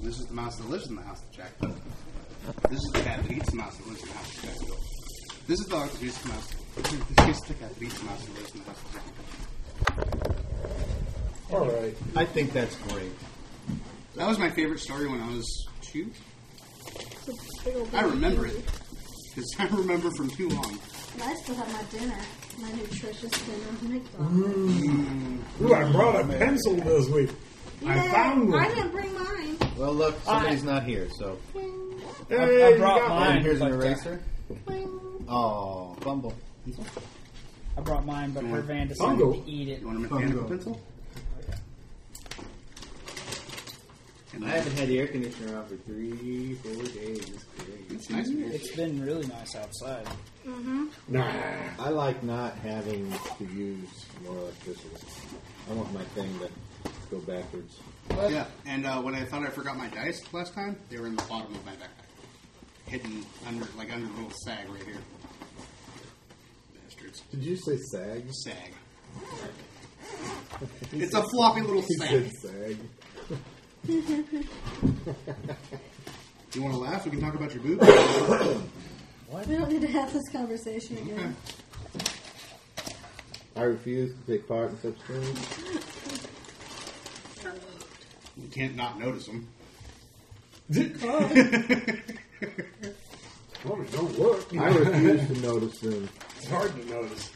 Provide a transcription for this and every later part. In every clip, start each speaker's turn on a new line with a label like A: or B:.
A: This is the mouse that lives in the house that Jack built. This is the cat that eats the mouse that lives in the house that Jack built. This is the dog that eats the mouse. This is the cat that eats the mouse that lives in the house that Jack built.
B: All right. I think that's great.
A: That was my favorite story when I was two. I remember it because I remember from too long.
C: And I still have my dinner, my nutritious dinner from McDonald's.
D: Ooh, I brought a pencil this week. I
C: Yay!
D: found
C: I
D: one.
C: didn't bring mine.
B: Well, look, somebody's not here, so.
D: Hey,
E: I
D: you
E: brought
D: got
E: mine.
D: one.
B: And here's an
E: but, uh,
B: eraser. Oh, Bumble.
E: I brought mine, but her van decided
D: Bongo.
E: to eat it.
A: You want a mechanical
D: Oh, no.
A: pencil? And
B: I
A: I
B: haven't had the air conditioner on for three, four days. It's great.
A: It's nice. in here.
E: It's been really nice outside.
D: Nah.
F: I like not having to use more electricity. I want my thing to go backwards.
A: Yeah, and uh, when I thought I forgot my dice last time, they were in the bottom of my backpack, hidden under like under the little sag right here. Bastards,
F: Did you say sag?
A: sag. It's a floppy little
F: He
A: sag.
F: said sag.
A: You want to laugh? We can talk about your boobs.
C: We don't need to have this conversation again.
F: I refuse to take part in such things.
A: You can't not notice them.
D: Oh, it don't look.
F: I refuse to notice them.
D: It's hard to notice.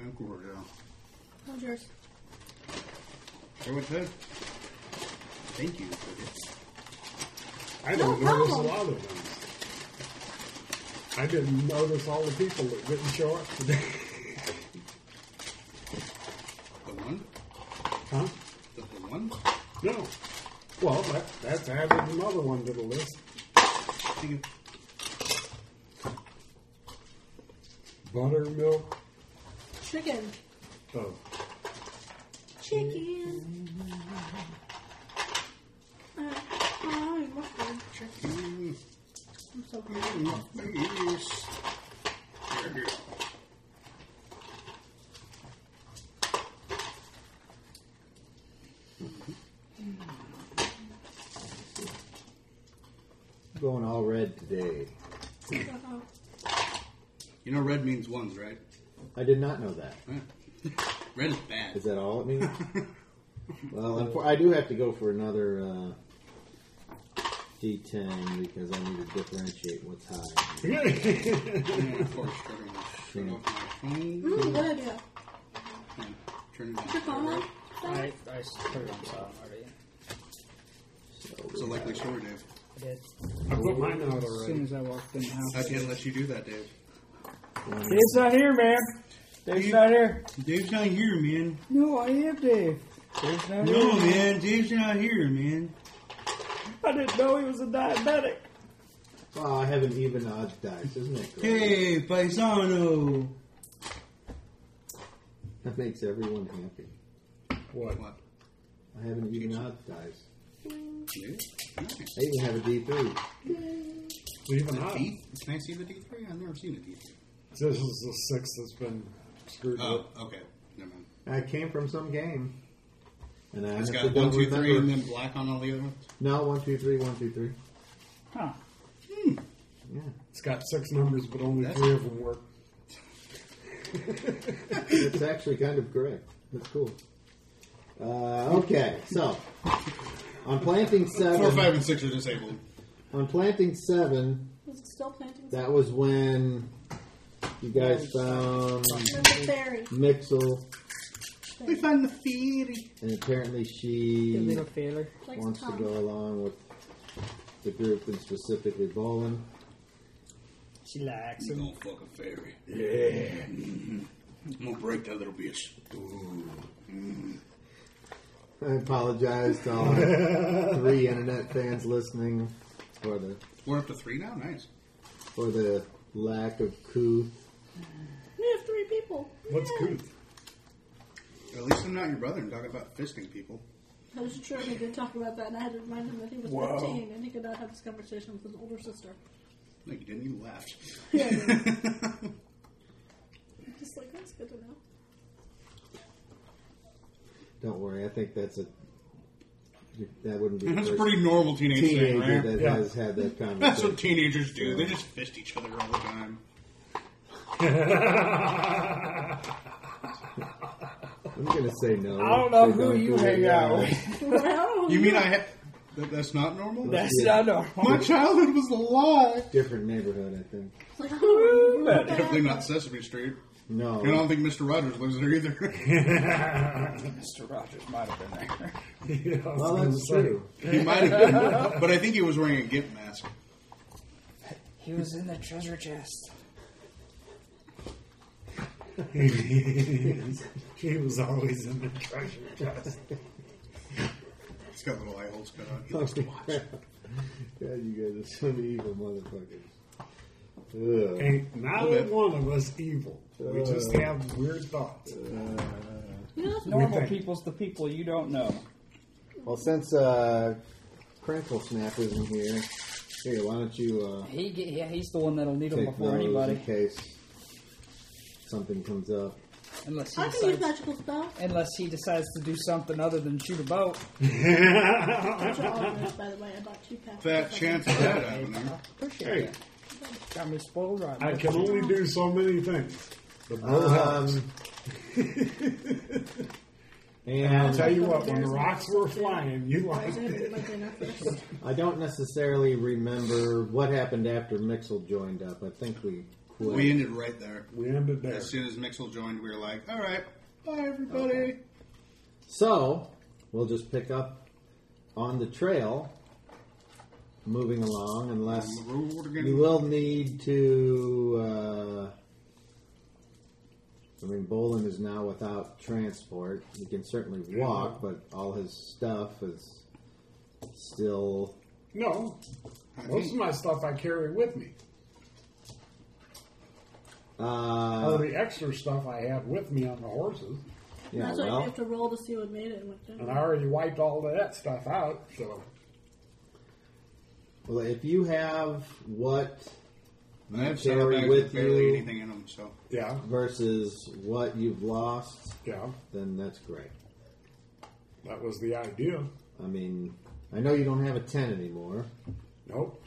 A: I'm cool right now.
C: Hold yours.
A: Everyone good? Thank you. for this.
D: I don't
C: No
D: notice a
C: problem.
D: lot of ones. I didn't notice all the people that didn't show up today.
A: The one?
D: Huh?
A: The, the one?
D: No. Well, that, that's added another one to the list.
A: Thank you.
D: Buttermilk.
C: Chicken.
D: Oh.
C: Chicken. Uh, oh, you must have chicken.
A: Mm,
C: I'm so hungry.
A: thank you. mm. There you go.
F: Going all red today.
C: Uh-oh.
A: You know red means ones, right?
F: I did not know that.
A: Yeah. Red is
F: Is
A: bad.
F: that all it means? well, unfor- I do have to go for another uh, D10 because I need to differentiate what's high.
A: Mm, of course, turn off- turn off my phone.
C: Mm, good idea.
A: and Turn it
C: Is your phone on?
A: off.
E: I, I put it on silent already.
A: It's a likely story, Dave.
E: I did.
D: I put mine out
E: As
D: already.
E: soon as I walked in the
A: I
E: house.
A: can't let you do that, Dave.
E: Dave's not here, man. Dave's not here.
A: Dave's not here, man.
E: No, I am Dave. Dave's not here.
A: man. Dave's not here, man.
E: I didn't know he was a diabetic.
F: Well, I have an even odds dice, isn't it? Great?
A: Hey, paisano.
F: That makes everyone happy.
D: What?
A: What?
F: I have an even odds dice.
A: Dave? Nice.
F: I even have a D3.
D: Even I.
A: D? Can I see the D3? I've never seen a D3.
D: This is the six that's been screwed
A: Oh,
D: up.
A: okay. Never mind.
F: I came from some game. And I
A: It's
F: honestly
A: got
F: don't
A: one, two,
F: remember.
A: three, and then black on all the other ones.
F: No, one, two, three, one, two, three.
E: Huh.
F: Yeah.
D: It's got six numbers, but only
A: That's-
D: three of them work.
F: That's actually kind of correct. That's cool. Uh, okay, so on planting
A: Four,
F: seven,
A: five, and six are disabled.
F: on planting seven,
C: Is it still planting?
F: that was when you guys found
C: There's a berry.
F: Mixel,
A: We found the fairy.
F: and apparently
E: You
F: she
E: little failure.
C: Like
F: wants to
C: Tom.
F: go along with the group and specifically Bolin.
E: She likes
A: You
E: him.
A: gonna fuck a fairy. Yeah. I'm gonna break that little bitch.
F: I apologize to all our three internet fans listening for the
A: We're up to three now? Nice.
F: for the lack of coup.
C: We have three people.
D: What's
C: Yay.
D: good?
A: At least I'm not your brother and talking about fisting people.
C: I was sure he did talk about that, and I had to remind him that he was
D: Wow.
C: 15 and he could not have this conversation with his older sister.
A: No, you didn't. You left.
C: Yeah, he That's good to know.
F: Don't worry, I think that's a. That wouldn't be. the
A: That's a
F: first
A: pretty normal teenage,
F: teenager
A: thing, right?
F: that
D: Yeah.
F: has had that conversation.
A: That's what teenagers do. They just fist each other all the time.
F: I'm gonna say no.
E: I don't know
F: They
E: who you
F: do
E: hang
F: it
E: out
F: now.
E: with.
C: Well,
A: You mean I ha- that, that's not normal?
E: That's
F: Yeah.
E: not normal.
A: My childhood was a lie.
F: Different neighborhood, I think.
A: Definitely not Sesame Street.
F: No,
A: And I don't think Mr. Rogers lives there either.
E: Mr. Rogers might have been there.
D: Yeah, I was
F: well,
D: gonna
F: Oh, that's
D: say.
F: true.
A: he might have been, but I think he was wearing a gimp mask.
E: He was in the treasure chest.
D: He was always in the treasure chest.
A: It's got little eye holes cut out. He
F: Oh,
A: likes to
F: God.
A: watch.
F: God, you guys are some evil motherfuckers. Ugh.
D: Ain't neither
A: Okay.
D: one of us evil. We just have weird thoughts.
C: you know,
D: We
E: Normal
D: think.
E: people's the people you don't know.
F: Well, since uh, Crankle Snap isn't here, here, why don't you uh,
E: He get, yeah, he's the one that'll need him
F: take
E: before
F: those in
E: anybody,
F: case something comes up?
E: unless he
C: I can use
E: decides,
C: magical spells.
E: unless he decides to do something other than shoot a boat.
C: Those are all of those, by the way. I bought two packs.
A: Fat chance of that happening.
E: Appreciate
D: Hey,
E: that. Got me spoiled right.
D: I
E: there.
D: can only do so many things. The bull helps.
F: Um,
D: And I'll
F: and
D: tell you what, when the rocks were flying, you liked
C: I'm gonna
D: it.
C: eat my dinner first.
F: I don't necessarily remember what happened after Mixel joined up. I think we quit.
A: We ended right there.
D: We ended there.
A: As soon as Mixel joined, we were like, all right, bye everybody.
F: So, we'll just pick up on the trail, moving along, unless
A: On the road again.
F: you will need to. Uh, I mean, Bolin is now without transport. He can certainly walk, but all his stuff is still.
D: No,
A: I
D: most
A: think-
D: of my stuff I carry with me. All
F: Uh,
D: the extra stuff I had with me on the horses,
F: yeah,
C: That's why you
F: well,
C: have to roll to see what made it. and what didn't.
D: and I already wiped all of that stuff out. So
F: well, if you have what
A: I have
F: Carry
A: saddlebags
F: with
A: with barely
F: you.
A: anything in them, so
D: yeah,
F: versus what you've lost,
D: yeah,
F: then that's great.
D: that was the idea.
F: I mean, I know you don't have a 10 anymore.
D: Nope.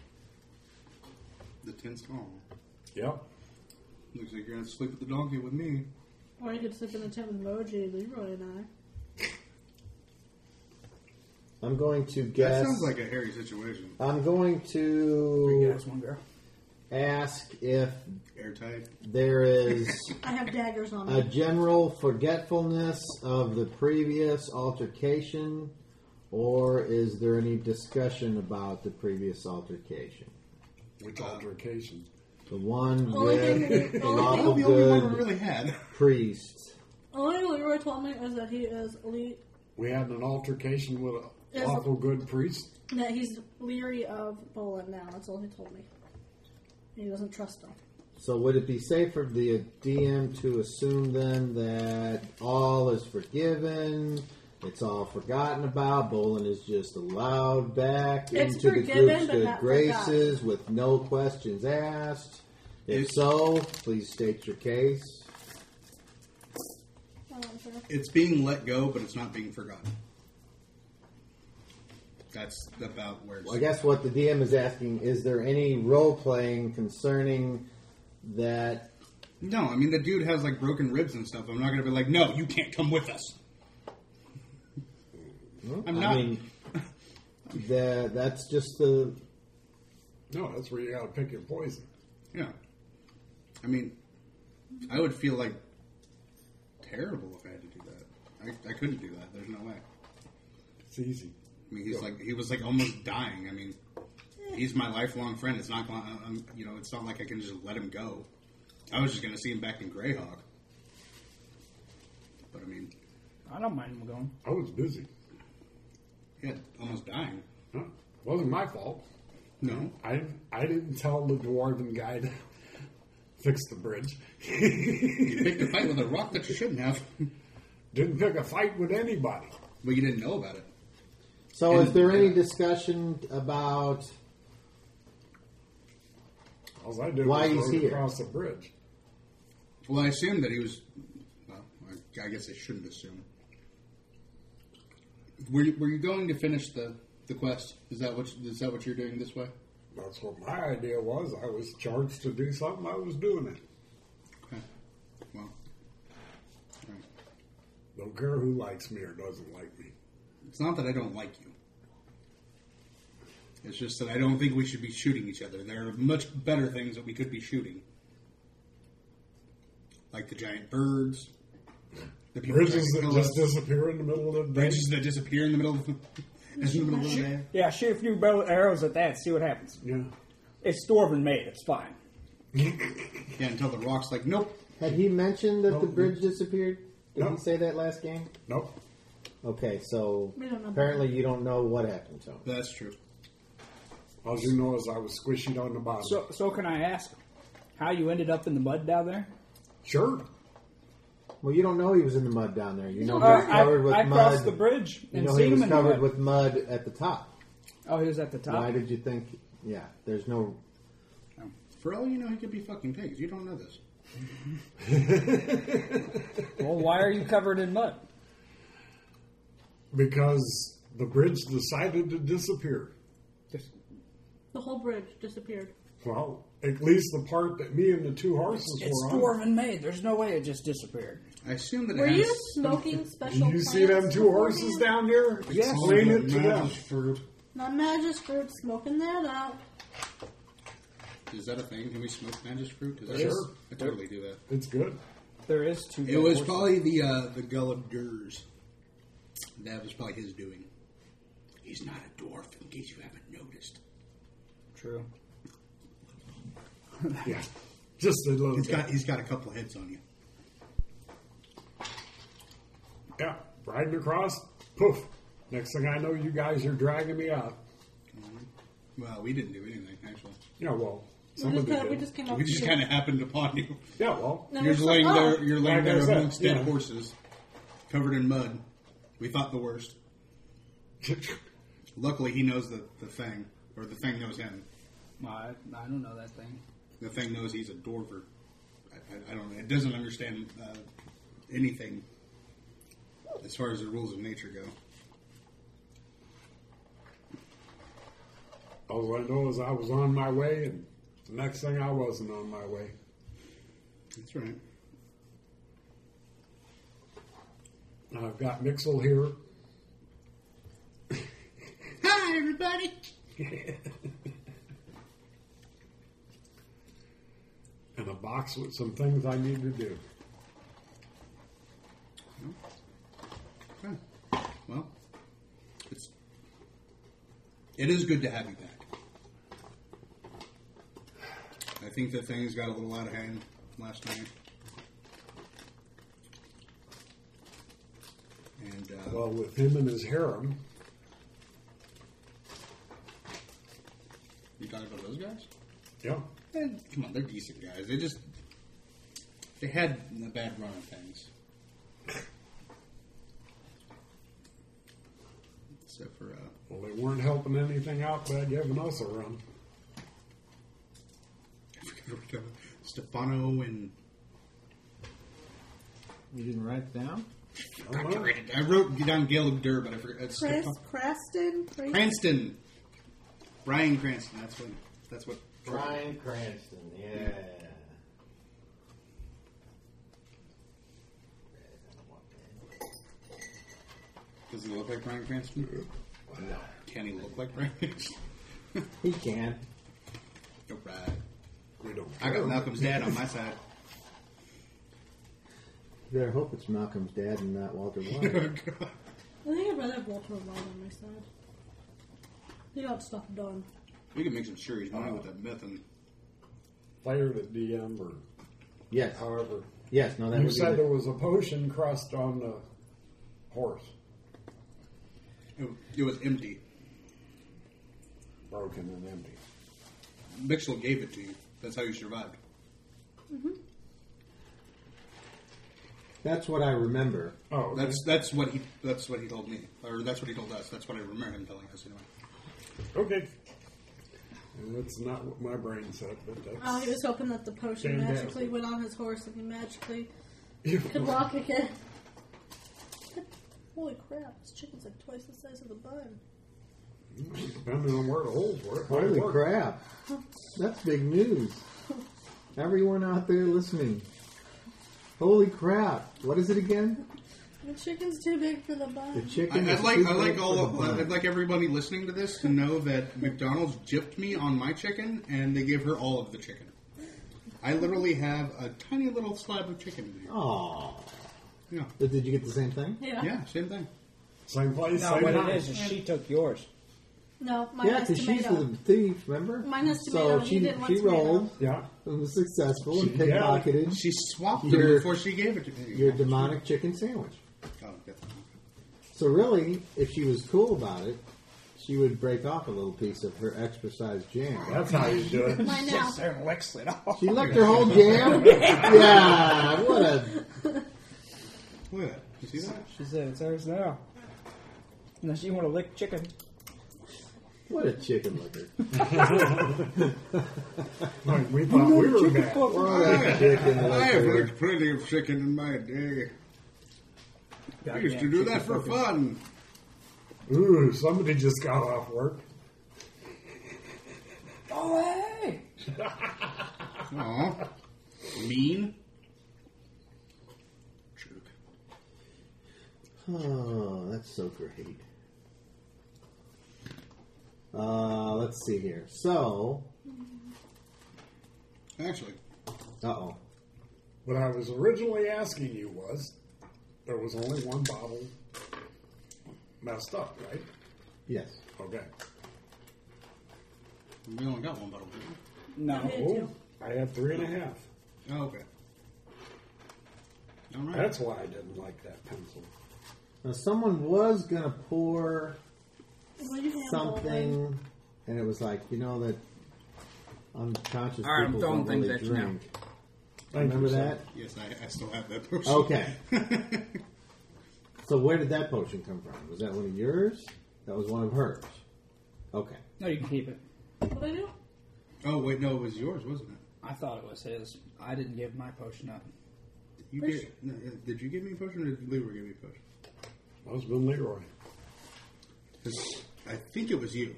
A: the tent's gone.
D: Yep.
A: Looks like you're gonna sleep with the donkey with me.
C: Or you could slip in a tent with Moji, Leroy, and
F: I'm going to
A: That
F: guess.
A: sounds like a hairy situation.
F: I'm going
E: Three
F: to
E: guys, one girl.
F: ask if
A: Airtight.
F: there is
C: I. I have daggers on
F: a
C: me.
F: general forgetfulness of the previous altercation, or is there any discussion about the previous altercation?
D: Which altercation?
F: The one
A: Oh,
C: Only thing
F: with
C: that-
F: the
C: only
A: Well,
F: lawful
A: the only one we
F: good
A: really had.
F: priest.
C: Only thing Leroy told me is that he is le-
D: We had an altercation with an
C: Yes.
D: awful good priest.
C: that he's leery of Bolin now. That's all he told me. He doesn't trust him.
F: So would it be safe for the DM to assume then that all is forgiven, it's all forgotten about, Bolin is just allowed back
C: It's
F: into the
C: forgiven,
F: group's
C: but
F: good
C: not
F: graces with no questions asked? If
A: It's-
F: so, please state your case.
C: I don't care.
A: It's being let go, but it's not being forgotten. That's about where. It's
F: Well, I guess what the DM is asking is there any role playing concerning that?
A: No, I mean the dude has like broken ribs and stuff. I'm not gonna be like, no, you can't come with us. Hmm? I'm
F: I
A: not.
F: mean, the, that's just the
D: No, that's where you got to pick your poison.
A: yeah. I mean, I would feel like terrible if I had to do that. I, I couldn't do that. There's no way.
D: It's easy.
A: I mean, he's like he was like almost dying. I mean, he's my lifelong friend. It's not going. I'm, you know, it's not like I can just let him go. I was just gonna see him back in Greyhawk. But I mean,
E: I don't mind him going.
D: I was busy.
A: yeah, almost dying.
D: Huh? Wasn't my fault.
A: No,
D: I I didn't tell the dwarven guy to fix the bridge.
A: you picked a fight with a rock that you shouldn't have,
D: didn't pick a fight with anybody.
A: but you didn't know about it.
F: So,
A: And-
F: is there any
A: and-
F: discussion about?
D: All I did
F: Why
D: was
F: he's
D: rode
F: here?
D: across the bridge.
A: Well, I assumed that he was. Well, I, I guess I shouldn't assume. Were you, were you going to finish the, the quest? Is that what is that what you're doing this way?
D: That's what my idea was. I was charged to do something. I was doing it.
A: Okay. Well, all right.
D: Don't care who likes me or doesn't like me.
A: it's not that I don't like you. It's just that I don't think we should be shooting each other. There are much better things that we could be shooting, like the giant birds, the people
D: Bridges
A: trying to
D: that
A: kill
D: just
A: us,
D: disappear in the middle of the day.
A: bridges that disappear in the middle of the, in the, middle of the day.
E: Yeah, shoot a few bow arrows at that. See what happens.
D: Yeah.
E: It's dwarven made. It's fine.
A: Yeah, until the rock's like, nope.
F: Had he mentioned that
D: No.
F: the bridge disappeared? Did
D: No.
F: he say that last game?
D: Nope.
F: Okay, so
C: We don't know.
F: apparently you don't know what happened to him.
A: That's true.
D: All you know is I was squished on the bottom.
E: So, so can I ask how you ended up in the mud down there?
D: sure.
F: Well, you don't know he was in the mud down there. You know he
E: Uh,
F: was covered
E: I,
F: with
E: I
F: mud.
E: crossed the bridge
F: You
E: and
F: know
E: seen
F: he was
E: him in the
F: covered
E: mud.
F: with mud at the top.
E: Oh, he was at the top.
F: Why did you think? Yeah, there's no.
A: Um, For all you know, he could be fucking pigs. You don't know this.
E: well, why are you covered in mud?
D: Because the bridge decided to disappear.
E: Just
C: The whole bridge disappeared.
D: Well, at least the part that me and the two horses
E: It's
D: were on.
E: dwarven made. There's no way it just disappeared.
A: I assume that
C: Were
A: it has
C: you smoking
D: Did
C: special?
D: you see them
C: plants
D: two horses
C: beforehand?
D: down there?
E: Yes.
D: Explain it to them.
A: Fruit.
C: Not Magus fruit smoking that out.
A: Is that a thing? Can we smoke magic fruit? 'Cause I-
D: Sure.
A: I totally do that.
D: It's good.
E: There is two.
A: It was
E: horses.
A: probably the uh, the Gulliver's. That was probably his doing. He's not a dwarf, in case you haven't noticed.
E: true.
D: Yeah. Just a little
A: He's
D: bit.
A: got he's got a couple heads on you.
D: Yeah. Riding across. Poof. Next thing I know, you guys are dragging me out.
A: Well, we didn't do anything actually.
D: Yeah, well,
C: We just,
D: somebody
C: kinda,
D: did.
C: we just came up.
A: We just
C: with-
A: kind of happened upon you.
D: yeah, well,
C: No,
A: you're
C: it's
A: laying
C: like,
A: there.
C: oh,
A: You're laying
D: Like I
A: there
D: said,
A: amongst dead
D: yeah.
A: horses, covered in mud. We thought the worst. Luckily, he knows the the thing, or the thing knows him.
E: Well, I, I don't know that thing.
A: The thing knows he's a dwarver. I, I, I don't know. It doesn't understand uh, anything as far as the rules of nature go.
D: all I know is I was on my way, and the next thing I wasn't on my way.
A: That's right.
D: I've got Mixel here.
A: Hi, everybody.
D: and a box with some things I need to do.
A: Okay. Well, it's it is good to have you back. I think that things got a little out of hand last night. And uh,
D: Well, with him and his harem,
A: you talking about those guys?
D: yeah,
A: Eh, come on, they're decent guys. They just they had a bad run of things. So for uh,
D: well, they weren't helping anything out by giving us a run.
A: I forget what we're talking about. uh, Stefano and
F: You didn't write it down.
D: I don't know.
A: I wrote down Caleb Durr, but I forgot. That's
C: Chris
A: Stefan-
C: Creston. Cres-
A: Cranston, Brian Cranston. That's what. That's what.
F: Brian Cranston. Yeah.
A: Does he look like Brian Cranston?
F: No,
A: Can he look like Brian? Cranston?
F: he can.
A: All right.
D: We don't.
A: I got
D: care.
A: Malcolm's dad on my side.
F: You better hope it's Malcolm's dad and not Walter White.
C: I think I'd rather have Walter White on my side. He got stuff done.
A: we can make some sure he's money with that myth and
D: Fire the DM or
F: yes.
D: however.
F: Yes. No, that
D: You
F: would be
D: said there
F: the,
D: was a potion crust on the horse,
A: it, it was empty.
D: broken and empty.
A: Mixel gave it to you. That's how you survived.
F: that's what I remember.
D: Oh, okay.
A: That's that's what he that's what he told
D: Oh,
A: me, or that's what he told us. That's what I remember him telling us anyway.
D: okay. That's not what my brain said, but that's.
C: Oh, he was hoping that the potion
D: Stand down.
C: magically went on his horse and he magically
D: You-
C: could walk again. Holy crap, this chicken's like twice the size of the bun.
D: Depending on where the holes were. it might
F: Holy
D: work.
F: crap. That's big news. Everyone out there listening. Holy crap. What is it again?
C: The chicken's too big for the
F: The
C: bun.
F: chicken.
A: I, I'd
F: is
A: like
F: too
A: I like
F: big
A: all
F: for
A: of,
F: the bun.
A: I'd like everybody listening to this to know that McDonald's gypped me on my chicken, and they gave her all of the chicken. I literally have a tiny little slab of chicken
F: Oh.
A: in here.
F: Aw.
A: Yeah,
F: But did you get the same thing?
C: yeah.
A: yeah, same thing.
D: Same place,
E: No,
D: same
E: what
D: time.
E: it is is she took yours.
C: No, mine
F: yeah,
C: has
F: because she's
C: tomato.
F: the thief, remember?
C: Mine has tomato,
F: so
C: he
F: she,
C: didn't want
F: she
C: tomato.
F: rolled
D: Yeah.
F: and was successful and
D: She- yeah.
F: pickpocketed
A: She swapped
F: Your-
A: it before she gave it to me.
F: your demonic chicken sandwich.
A: Oh, that's-
F: So really, if she was cool about it, she would break off a little piece of her extra sized jam.
D: That's how you do it.
C: Mine now.
E: there and licks it off.
F: She licked her whole jam? yeah, what a
A: Look at that. You see that?
E: She said it's hers now. Unless you want to lick chicken.
F: What a chicken licker.
D: Like, we thought we were
E: Chicken
D: bad.
E: fucker.
F: What a Oh, chicken
A: I have
F: licker.
A: licked plenty of chicken in my day. I used to
E: Goddamn
A: do
E: chicken
A: that for
E: fucker.
A: fun.
D: Ooh, somebody just got off work.
E: Oh, hey!
A: Aw. Uh-huh. Mean. Jerk.
F: Oh, that's so great. Uh, let's see here. So,
A: Actually,
F: uh oh.
D: What I was originally asking you was there was only one bottle messed up, right?
F: Yes.
D: Okay.
A: we only got one bottle.
C: I
E: No.
C: did too.
D: I had three and a half.
A: Oh, okay. All right.
D: That's why I didn't like that pencil.
F: Now, someone was going to pour
C: What do you have, Baldwin?
F: something, and it was like, you know, that unconscious
E: All right, I'm
F: people
E: throwing
F: don't really
E: things at you now.
F: drink.
D: Thank
F: Remember
D: you,
F: that?
D: sir.
A: yes, I, I still have that potion.
F: Okay. so, where did that potion come from? Was that one of yours? That was one of hers. Okay.
E: No, you can keep it.
C: What I do?
A: Oh, wait, no, it was yours, wasn't it?
E: I thought it was his. I didn't give my potion up.
A: You
C: Yes.
A: gave, no, uh, did you give me a potion or did Leroy give me a potion?
D: That was Ben Leroy.
A: 'Cause I think it was you.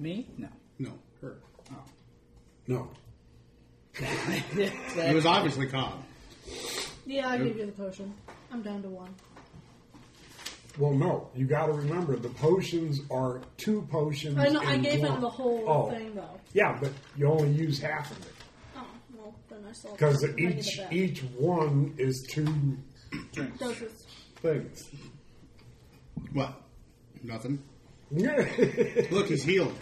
E: Me? No.
A: No, her.
E: Oh.
D: No.
A: It was obviously Cobb.
C: Yeah, I gave you the potion. I'm down to one.
D: Well, no. You got to remember the potions are two potions.
C: I know. I
D: in
C: gave
D: one.
C: him the whole
D: Oh.
C: thing though.
D: Yeah, but you only use half of it
C: Oh well, then I saw.
D: because
C: I get
D: each
C: it back.
D: each one is two
C: Doses.
D: things.
A: What? Nothing.
D: Yeah.
A: Look, he's healed.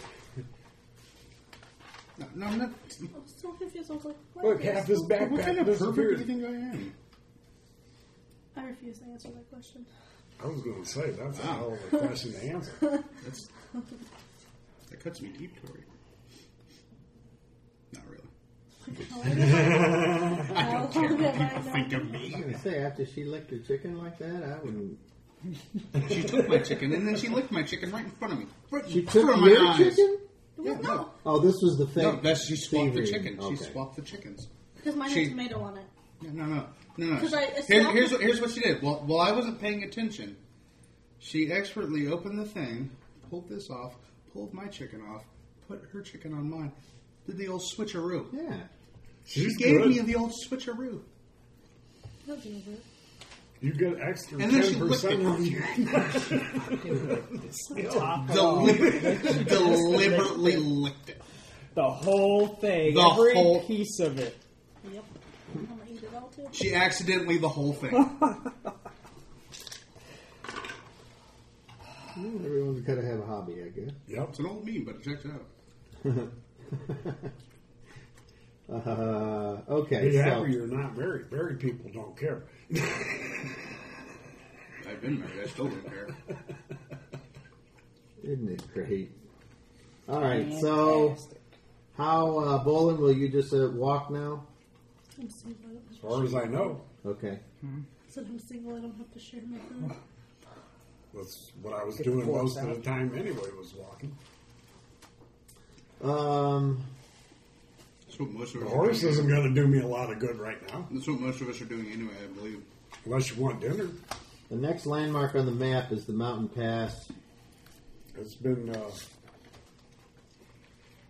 A: No, no I'm not.
C: I'm so confused. I was like, what
D: Look,
C: is
D: half
C: this?
D: his backpack
A: What kind of pervert do you
D: disappeared.
A: think I am?
C: I refuse to answer that question.
D: I was going to say that's a
A: Wow.
D: hell of a question to answer.
A: That's that cuts me deep, Tori. Not really. I don't care what people think of
F: I was
A: me.
F: going to say, after she licked her chicken like that, I wouldn't.
A: She took my chicken and then she licked my chicken right in front of me. Right
F: She
A: in
F: took
A: front of my
F: your
A: eyes.
F: chicken?
A: Yeah, no,
F: Oh, this was the thing.
A: no, that's she swapped the
F: Thievery.
A: chicken.
F: Okay.
A: She swapped the chickens.
C: Because mine
A: She-
C: has tomato on it.
A: No, no, no, no, no.
C: 'Cause I-
A: Here, here's what- here's what she did. While while I wasn't paying attention, she expertly opened the thing, pulled this off, pulled my chicken off, put her chicken on mine. Did the old switcheroo?
F: Yeah.
A: She
D: She's
A: gave
D: good.
A: me the old switcheroo.
C: No, Jesus.
D: You get extra
A: And then she
D: ten
A: licked
D: percent on you.
E: Top it all.
A: Deli- deliberately licked it.
E: The whole thing.
A: The
E: every
A: whole-
E: piece of it.
C: Yep. I'm gonna eat it all too.
A: She accidentally the whole thing.
F: Well, Mm, everyone's got to have a hobby, I guess.
D: Yep.
A: It's an old meme, but it checks out.
F: Uh, okay,
D: Be
F: so
D: happy you're not married. Married people don't care.
A: I've been married. I still don't care.
F: isn't it great? All right, so how uh, Bolin will you just uh, walk now?
C: I'm single. I don't
D: As far as I know,
F: Okay,
C: have- Said I'm single. I don't have to share my food.
D: that's what I was doing most of the time anyway. Was walking.
F: Um,
A: That's what most of
D: The
A: us
D: horse
A: are doing.
D: isn't going to do me a lot of good right now,
A: That's what most of us are doing anyway, I believe.
D: unless you want dinner.
F: the next landmark on the map is the mountain pass.
D: It's been, uh,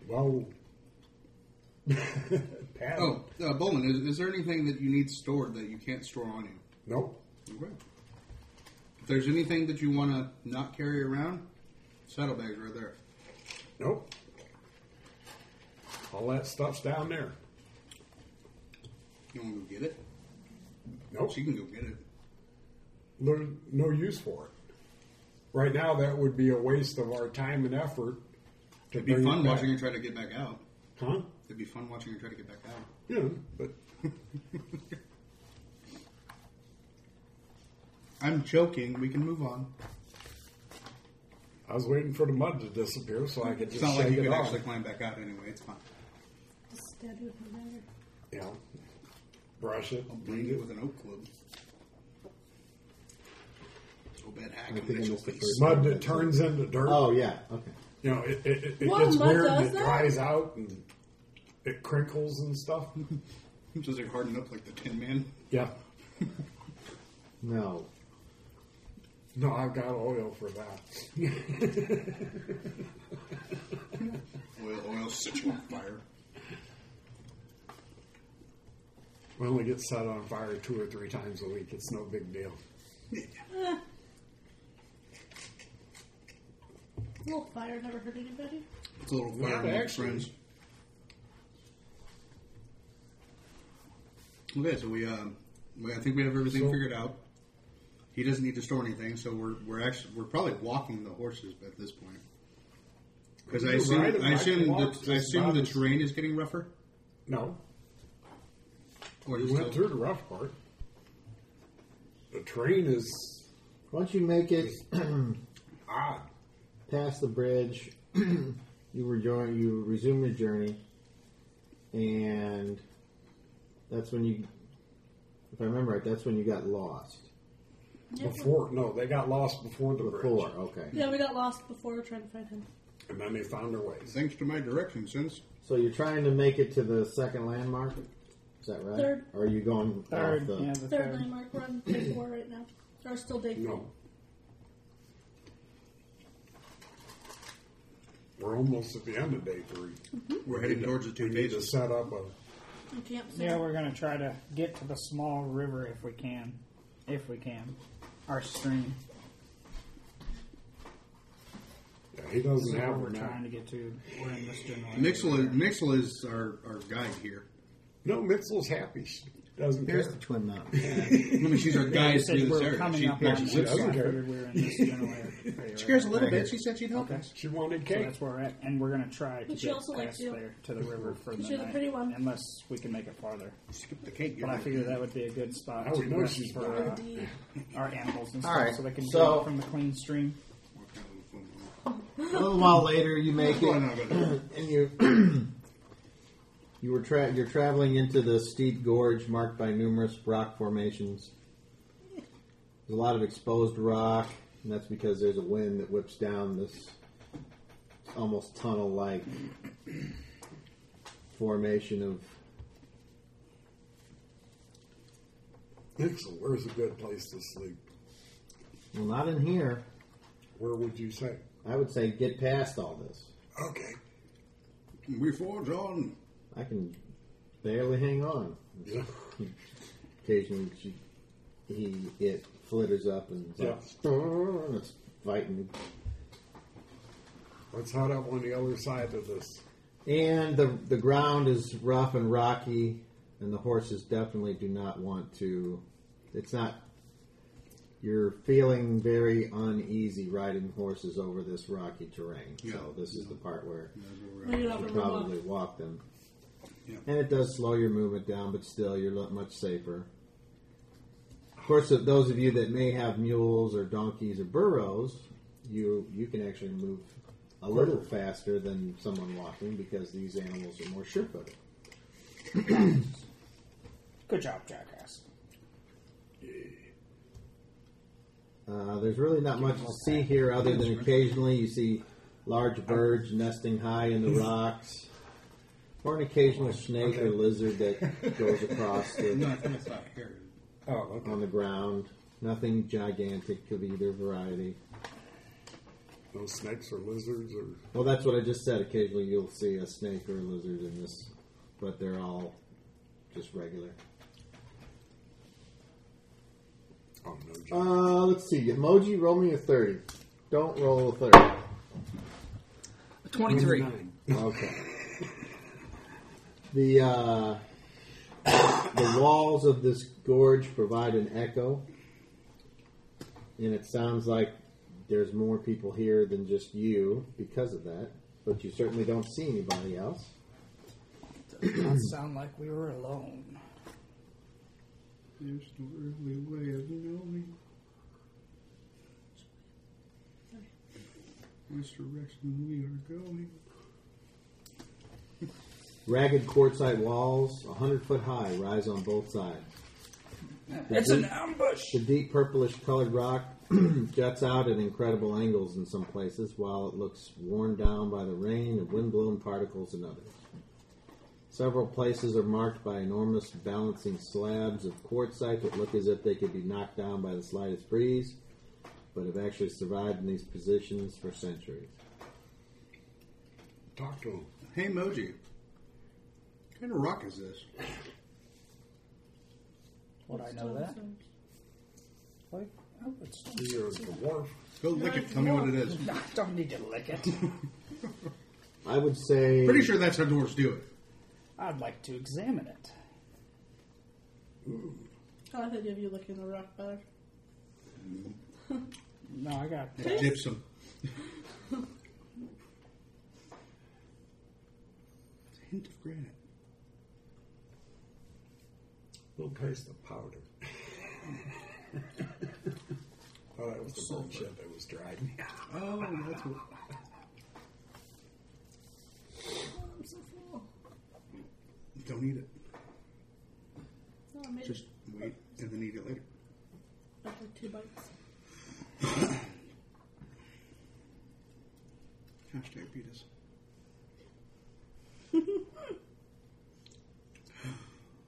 D: well, Pat.
A: Oh, uh, Bolin, is, is there anything that you need stored that you can't store on you?
D: Nope.
A: Okay. If there's anything that you want to not carry around, saddlebags right there.
D: Nope. All that stuff's down there.
A: You want to go get it?
D: Nope.
A: She can go get it.
D: There's no use for it. Right now, that would be a waste of our time and effort. To
A: It'd be
D: bring it
A: fun
D: back.
A: watching her try to get back out.
D: Huh?
A: It'd be fun watching her try to get back out.
D: Yeah, but
A: I'm joking. We can move on.
D: I was waiting for the mud to disappear so I could
A: It's
D: just
A: not
D: shake
A: like you
D: it
A: could
D: off.
A: actually climb back out anyway. It's fine.
C: Just stab you with my dagger.
D: You know, brush it,
A: I'll blade
D: beat
A: it
D: it.
A: with an oak club. So bad hack
F: I
A: and
F: think I
A: bitch your
F: missed the
A: face.
F: first-
D: Mud that turns into dirt.
F: Oh yeah, okay.
D: You know, it, it, it, it
C: Whoa,
D: gets
C: mud
D: weird and
C: does
D: it
C: that?
D: dries out and it crinkles and stuff.
A: Does it harden up like the Tin Man?
D: yeah.
F: No,
D: No, I've got oil for that.
A: Oil, oil, set you on fire.
D: We only get set on fire two or three times a week. It's no big deal.
C: A little fire never hurt anybody.
A: It's a little
D: Not
A: fire, amongst
D: actually.
A: friends. Okay, so we, um, we, I think we have everything
D: So-
A: figured out. He doesn't need to store anything, so we're we're actually we're probably walking the horses at this point. Because I
D: You're
A: assume
D: right,
A: I assume
D: walk
A: the, I
D: is
A: assume
D: not
A: the
D: as-
A: terrain is getting rougher.
D: No,
A: Or
D: we
A: is
D: went
A: it-
D: through the rough part. The train is
F: why don't you make it
D: odd.
F: past the bridge? you were going. You resume your journey, and that's when you, if I remember right, that's when you got lost.
C: Yeah,
D: Before, no, they got lost before the
F: Before,
D: bridge,
F: okay.
C: we- yeah, we got lost before trying to find him.
D: and then they found their ways.
A: Thanks to my direction sense.
F: So you're trying to make it to the second landmark. Is that right?
C: Third.
F: Or are you going
E: Third,
F: off the?
E: yeah, the
C: Third
E: third.
C: landmark. We're on day four right now. Or still day four.
D: No, we're almost at the end of day three.
C: Mm-hmm.
A: We're heading towards the two
D: We need to
A: phases.
D: set up a.
C: In camp seven.
E: Yeah, we're gonna try to get to the small river if we can, if we can, our stream.
D: yeah, he
E: This is
D: doesn't
E: where
D: have
E: we're
D: one now.
E: trying to get to. We're in this general. area.
A: Mixel, Mixel is our, our guide here.
D: No, Mitzel's happy. She doesn't
F: Here's
D: care.
F: the twin mountain.
A: I mean, she's our
E: Yeah, you
A: guide
E: said
A: through this
E: we're
A: area.
E: coming
A: She,
E: up on
A: actually
E: this,
A: lives
E: so I
D: doesn't care.
E: figured we were in this general area.
A: She cares a little
F: Right
A: bit.
F: here.
A: She said she'd help
E: Okay.
A: us.
D: She wanted
E: So
D: cake.
E: that's where we're at, and we're gonna try to
C: But she
E: get
C: also likes
E: past
C: you.
E: there to the river for the
C: She's a
E: night,
C: pretty one.
E: unless we can make it farther.
A: Skip the cake.
E: But I figure that would be a good
D: I
E: spot
D: would
E: to
D: know
E: rest
D: she's
E: for
D: better.
E: uh,
C: Indeed.
E: our animals and
F: All
E: stuff,
F: right,
E: so they can
F: so-
E: drink from the clean stream.
F: a little while later, you make
A: Why
F: it,
A: not go there?
F: and you you were tra- you're traveling into the steep gorge marked by numerous rock formations. There's a lot of exposed rock, and that's because there's a wind that whips down this almost tunnel-like formation of.
D: Mitzel, where's a good place to sleep?
F: Well, not in here.
D: Where would you say?
F: I would say get past all this.
D: Okay.
A: We forge on.
F: I can barely hang on.
D: Yeah.
F: Occasionally, she, he it flitters up and it's, like, "Brrr," it's fighting.
D: Let's head up on the other side of this.
F: And the the ground is rough and rocky, and the horses definitely do not want to. It's not. You're feeling very uneasy riding horses over this rocky terrain.
A: Yeah.
F: So this is the part where
C: We get up
F: you
C: and we walk.
F: probably walk them.
A: Yeah.
F: And it does slow your movement down, but still, you're lo- much safer. Of course, if those of you that may have mules or donkeys or burros, you you can actually move a little faster than someone walking because these animals are more sure-footed.
E: Good job, jackass.
F: Uh, there's really not much to see here other than occasionally you see large birds nesting high in the rocks, or an occasional snake or lizard that goes across
A: No,
F: the,
A: I think it's Oh, not here.
D: Oh, okay.
F: on the ground. Nothing gigantic of either variety.
D: No snakes or lizards or.
F: Well, that's what I just said. Occasionally you'll see a snake or a lizard in this, but they're all just regular.
D: Oh, no. Joke.
F: Uh, let's see. Emoji, roll me a 30. Don't roll a 30.
G: Twenty-three.
F: Okay. The uh, the walls of this gorge provide an echo, and it sounds like there's more people here than just you because of that. But you certainly don't see anybody else.
E: Does not sound like we were alone.
A: There's no earthly way of knowing. Which direction we are going.
F: Ragged quartzite walls, hundred foot high, rise on both sides.
G: It's an ambush.
F: The deep purplish colored rock juts out at incredible angles in some places, while it looks worn down by the rain and wind-blown particles in others. Several places are marked by enormous balancing slabs of quartzite that look as if they could be knocked down by the slightest breeze, but have actually survived in these positions for centuries.
D: Talk to him.
A: Hey, Moji. What kind of rock is this?
E: Would I know that? Like, oh, it's
D: He owns the wharf.
A: Go lick it. Tell me what it is.
E: I don't need to lick it.
F: I would say
A: Pretty sure that's how dwarves do it.
E: I'd like to examine it.
C: I like the idea of you looking the rock better.
E: No, I got
A: Like gypsum. Hint of granite.
D: We'll taste the powder. oh, that was the bird shit that was dried.
A: Oh, that's what.
C: Oh, I'm so full.
A: Don't eat it.
C: No, I made
A: Just wait and then eat it later.
C: it after two bites.
A: Hashtag fetus.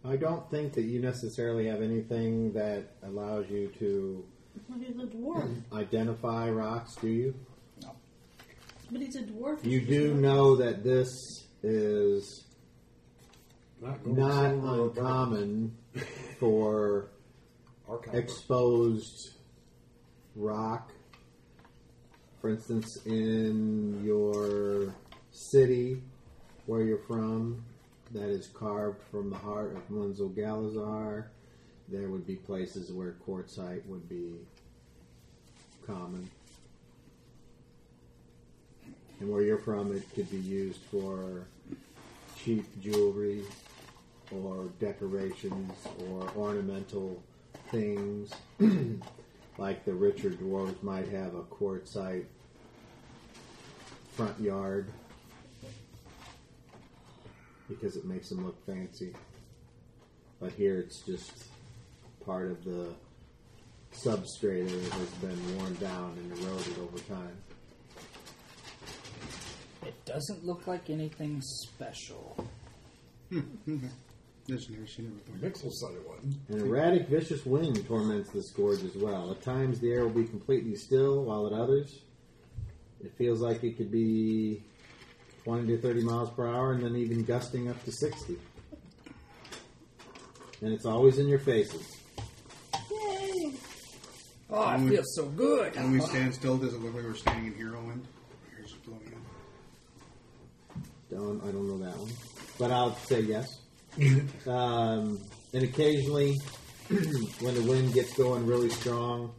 F: I don't think that you necessarily have anything that allows you to
C: Well, He's a dwarf,
F: identify rocks, do you?
C: but he's a dwarf.
F: You do know that this is
D: Not gold,
F: not
D: silver, or
F: uncommon for
D: gold. Archive.
F: exposed rock. For instance, in your city where you're from, that is carved from the heart of Munzel Galazar, there would be places where quartzite would be common. And where you're from, it could be used for cheap jewelry or decorations or ornamental things. like the richer dwarves might have a quartzite front yard because it makes them look fancy. But here it's just part of the substrata that has been worn down and eroded over time.
E: it. Doesn't look like anything special.
A: That's never seen it before.
D: Mixel said it wasn't.
F: An erratic, vicious wind torments this gorge as well. At times, the air will be completely still, while at others, it feels like it could be 20 to 30 miles per hour and then even gusting up to 60. And it's always in your faces.
C: Yay!
G: Oh, I feel so good.
A: When we stand still, does it look like we're standing in hero wind? Here's it blowing in.
F: Don't, I don't know that one. But I'll say yes. um, and occasionally, when the wind gets going really strong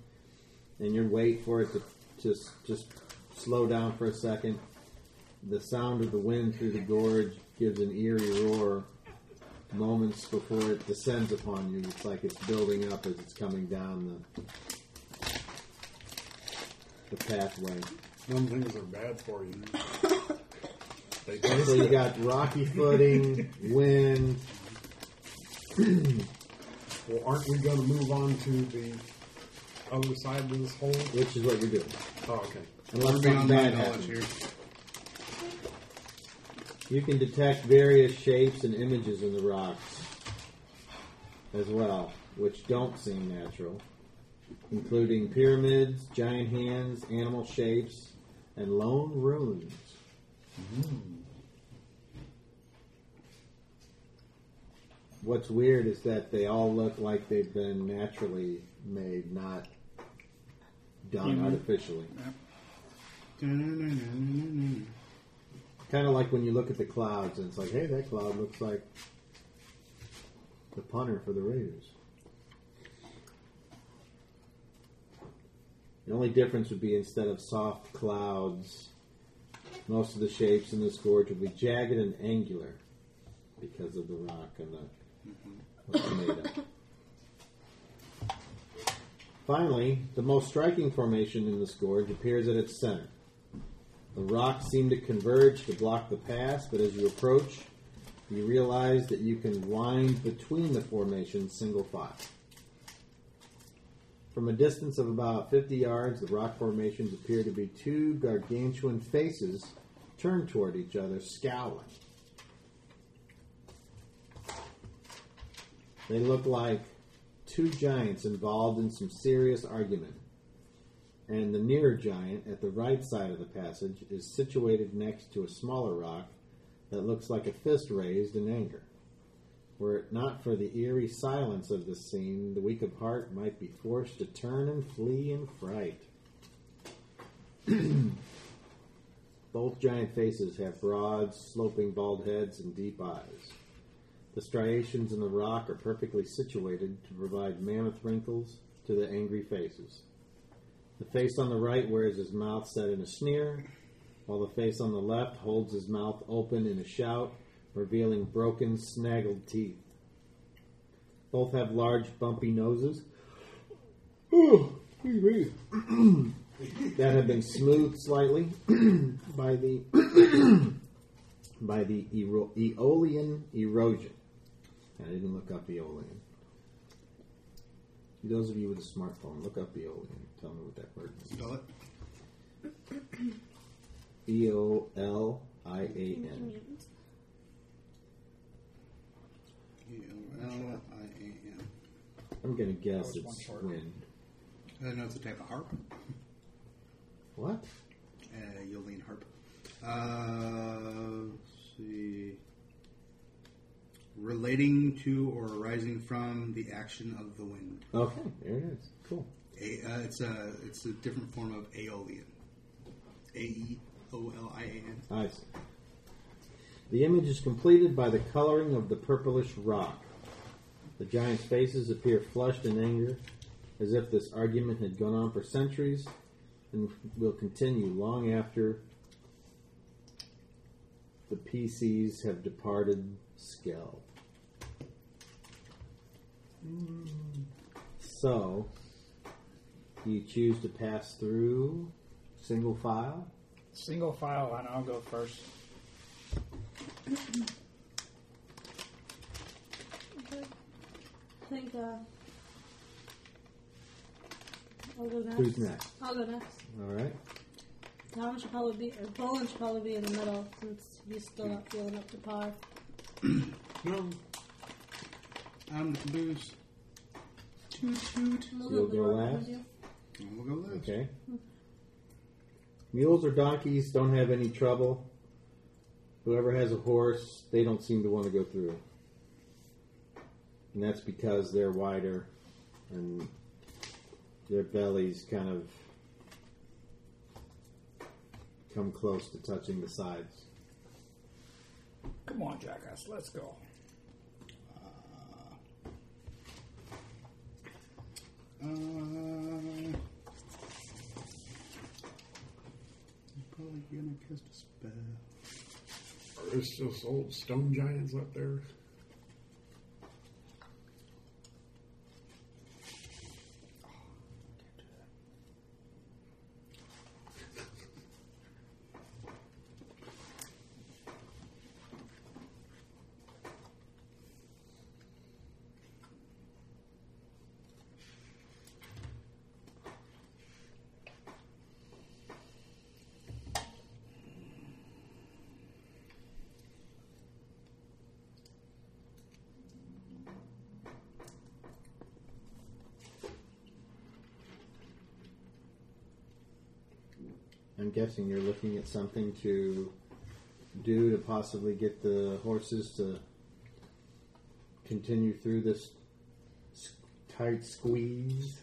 F: and you wait for it to just, just slow down for a second, the sound of the wind through the gorge gives an eerie roar moments before it descends upon you. It's like it's building up as it's coming down the, the pathway.
D: Some things are bad for you. they
F: So
D: taste
F: you
D: good.
F: got rocky footing, wind,
D: Well, aren't we going to move on to the other side of this hole?
F: which is what you're doing.
D: Oh, okay.
F: Unless
A: We're
F: something
A: beyond my
F: bad
A: knowledge
F: happens.
A: here.
F: You can detect various shapes and images in the rocks as well, which don't seem natural, including pyramids, giant hands, animal shapes, and lone runes. What's weird is that they all look like they've been naturally made, not done artificially.
A: Dun-dun-dun-dun-dun-dun.
F: Kind of like when you look at the clouds and it's like, hey, that cloud looks like the punter for the Raiders. The only difference would be instead of soft clouds, most of the shapes in this gorge would be jagged and angular because of the rock and the what's made of. Finally, the most striking formation in this gorge appears at its center. The rocks seem to converge to block the pass, but as you approach, you realize that you can wind between the formations single file. From a distance of about 50 yards, the rock formations appear to be two gargantuan faces turned toward each other, scowling. They look like two giants involved in some serious argument. And the nearer giant at the right side of the passage is situated next to a smaller rock that looks like a fist raised in anger. Were it not for the eerie silence of this scene, the weak of heart might be forced to turn and flee in fright. Both giant faces have broad, sloping bald heads and deep eyes. The striations in the rock are perfectly situated to provide mammoth wrinkles to the angry faces. The face on the right wears his mouth set in a sneer, while the face on the left holds his mouth open in a shout, revealing broken, snaggled teeth. Both have large, bumpy noses that have been smoothed slightly by the by the Ero- Aeolian erosion. I didn't look up Aeolian. Those of you with a smartphone, look up Aeolian. Tell me what that word means.
A: Spell it.
F: E O L I A N.
A: E-O-L-I-A-N.
F: I'm gonna guess
E: That was one
F: it's
E: short.
F: wind.
A: I don't know it's a type of harp.
F: What?
A: Uh, Yolene harp. Uh, let's see. Relating to or arising from the action of the wind.
F: Okay, there it is. Cool.
A: A, uh, it's a it's a different form of aeolian. A e o l i a n.
F: I see. The image is completed by the coloring of the purplish rock. The giants' faces appear flushed in anger, as if this argument had gone on for centuries and will continue long after the PCs have departed Skell. So, you choose to pass through single file.
E: Single file, and I'll go first.
C: Okay. I think uh, I'll go next.
F: Who's next?
C: I'll go next.
F: All right.
C: Tom should probably be, or Bolin should probably be in the middle since he's still not feeling up to par.
A: No. I'm the caboose.
C: I'm a
F: You'll
C: little bit
F: go
C: wrong
F: last?
C: with you.
A: We'll go last.
F: Okay. Mules or donkeys don't have any trouble. Whoever has a horse, they don't seem to want to go through. And that's because they're wider and their bellies kind of come close to touching the sides.
G: Come on, jackass, let's go.
A: Uh, I'm probably gonna cast a spell.
D: There's just old stone giants up there.
F: I'm guessing you're looking at something to do to possibly get the horses to continue through this s- tight squeeze.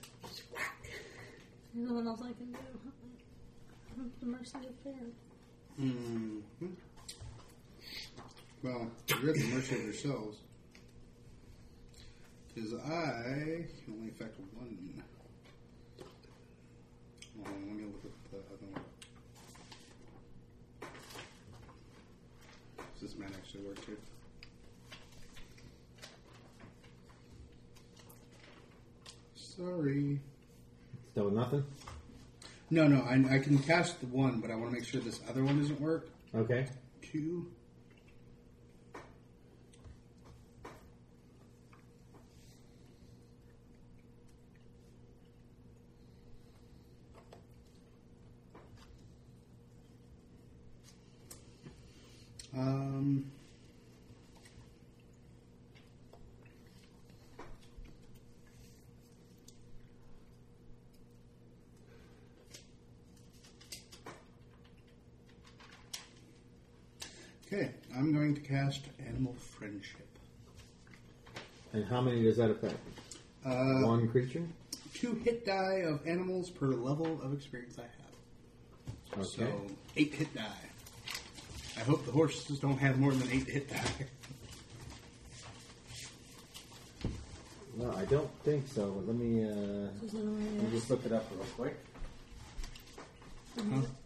C: There's nothing else I can do. I'm at the mercy of fate.
A: hmm Well, you're at the mercy of yourselves. Because I can only affect one. Hold on, let me look at the other one. Does this man actually work here? Sorry.
F: Still nothing?
A: No, no, I, I can cast the one, but I want to make sure this other one doesn't work.
F: Okay.
A: two. Um, okay, I'm going to cast Animal Friendship.
F: And how many does that affect?
A: Uh,
F: One creature?
A: two hit die of animals per level of experience I have.
F: Okay.
A: So eight hit die. I hope the horses don't have more than eight hit die.
F: No, I don't think so. But let me, uh,
C: Is it only
F: let me
C: yours?
F: just look it up real quick.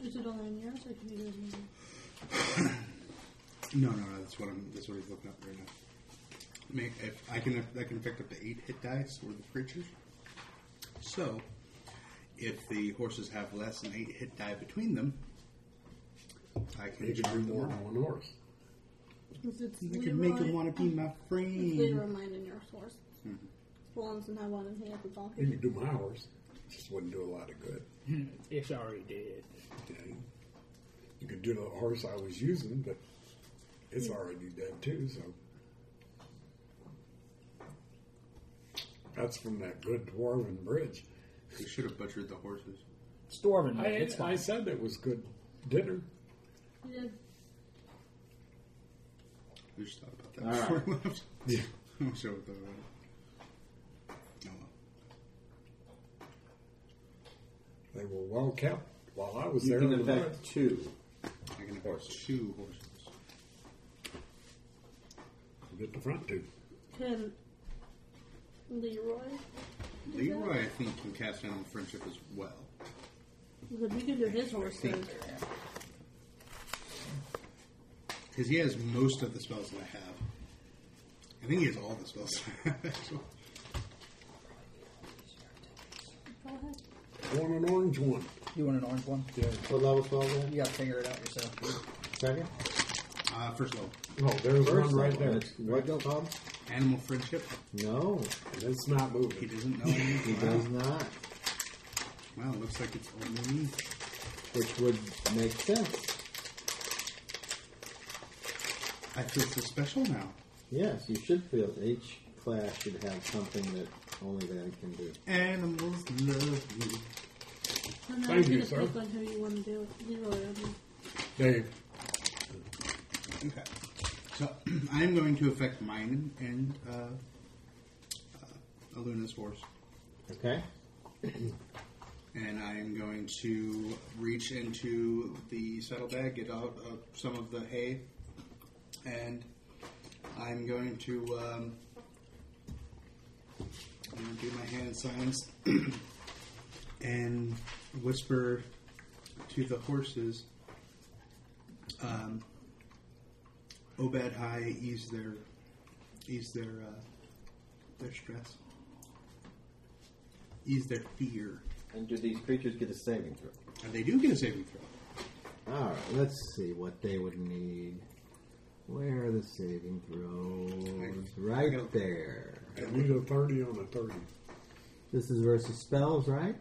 C: Is it only yours, or can you do it in yours?
A: No, no, no. That's what I'm. That's what he's looking up right now. Make if I can I can affect up to eight hit dice for the creatures. So, if the horses have less than eight hit die between them, I can
D: You can
A: charm
D: do
A: them
D: more
A: up.
D: than one horse.
C: If it's
A: You can make them want to be Mm-hmm. my
C: It's Leroy
A: friend.
C: mine and yours horse. Blondes and I wanted to have the donkey.
D: You can do my horse. Just wouldn't do a lot of good.
E: It's already dead.
D: Okay. You could do the horse I was using, but it's already dead too, so. That's from that good dwarven bridge.
A: You should have butchered the horses.
E: It's dwarven.
D: I,
E: meat, it's
D: I
E: fine.
D: said it was good dinner.
C: Yeah,
A: We just thought about that
F: All
A: before
F: right.
A: we left.
D: Yeah.
A: I'm sure we thought about it. Oh well.
D: They were well kept while I was
F: You
D: there.
F: can
D: in the
F: affect
D: woods.
F: two.
A: I can affect two horses.
D: Get the front two.
C: can Leroy?
A: Leroy, I think, can cast animal friendship as well.
C: Because we can do his horse too.
A: Because he has most of the spells that I have. I think he has all the spells. actually.
C: Go ahead.
D: I want an orange one.
E: You want an orange one? Yeah.
F: What level spell is that?
E: You gotta figure it out yourself.
F: Second?
A: uh, first level,
D: No, there's
F: First
D: one right
F: level.
D: there.
F: It's- What go called?
A: animal friendship.
F: No,
D: And it's not
A: He
D: moving.
A: doesn't know.
F: he
A: anything.
F: does not.
A: Wow, looks like it's only me.
F: Which would make sense.
A: I feel so special now.
F: Yes, you should feel each class should have something that only they can do.
A: Animals love me.
C: So now
D: Thank
C: you
D: you,
C: just
D: sir.
C: pick on who you want to do it. Leroy or me.
D: Dave,
A: Okay. So I'm going to affect mine and uh, uh, Aluna's horse.
F: Okay?
A: And I am going to reach into the saddlebag, get out uh, some of the hay, and I'm going to um, I'm going to do my hand signs and whisper to the horses. Um, Obad High ease their ease their uh, their stress, ease their fear.
F: And do these creatures get a saving throw?
A: And they do get a saving throw. Uh,
F: All right, let's see what they would need. Where are the saving throws? Right there.
D: I need a 30 on a 30.
F: This is versus spells, right?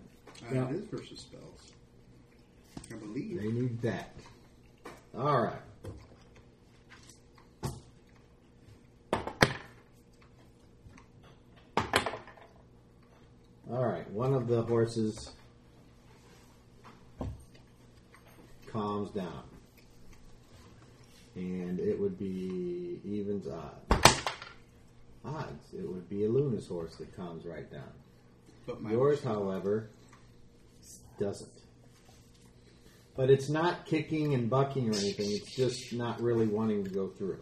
A: Uh,
D: Yeah.
A: It is versus spells. I believe.
F: They need that. All right. All right. One of the horses columns down. And it would be evens odds. Odds. It would be a Luna's horse that comes right down.
A: But my
F: Yours, however, doesn't. But it's not kicking and bucking or anything. It's just not really wanting to go through.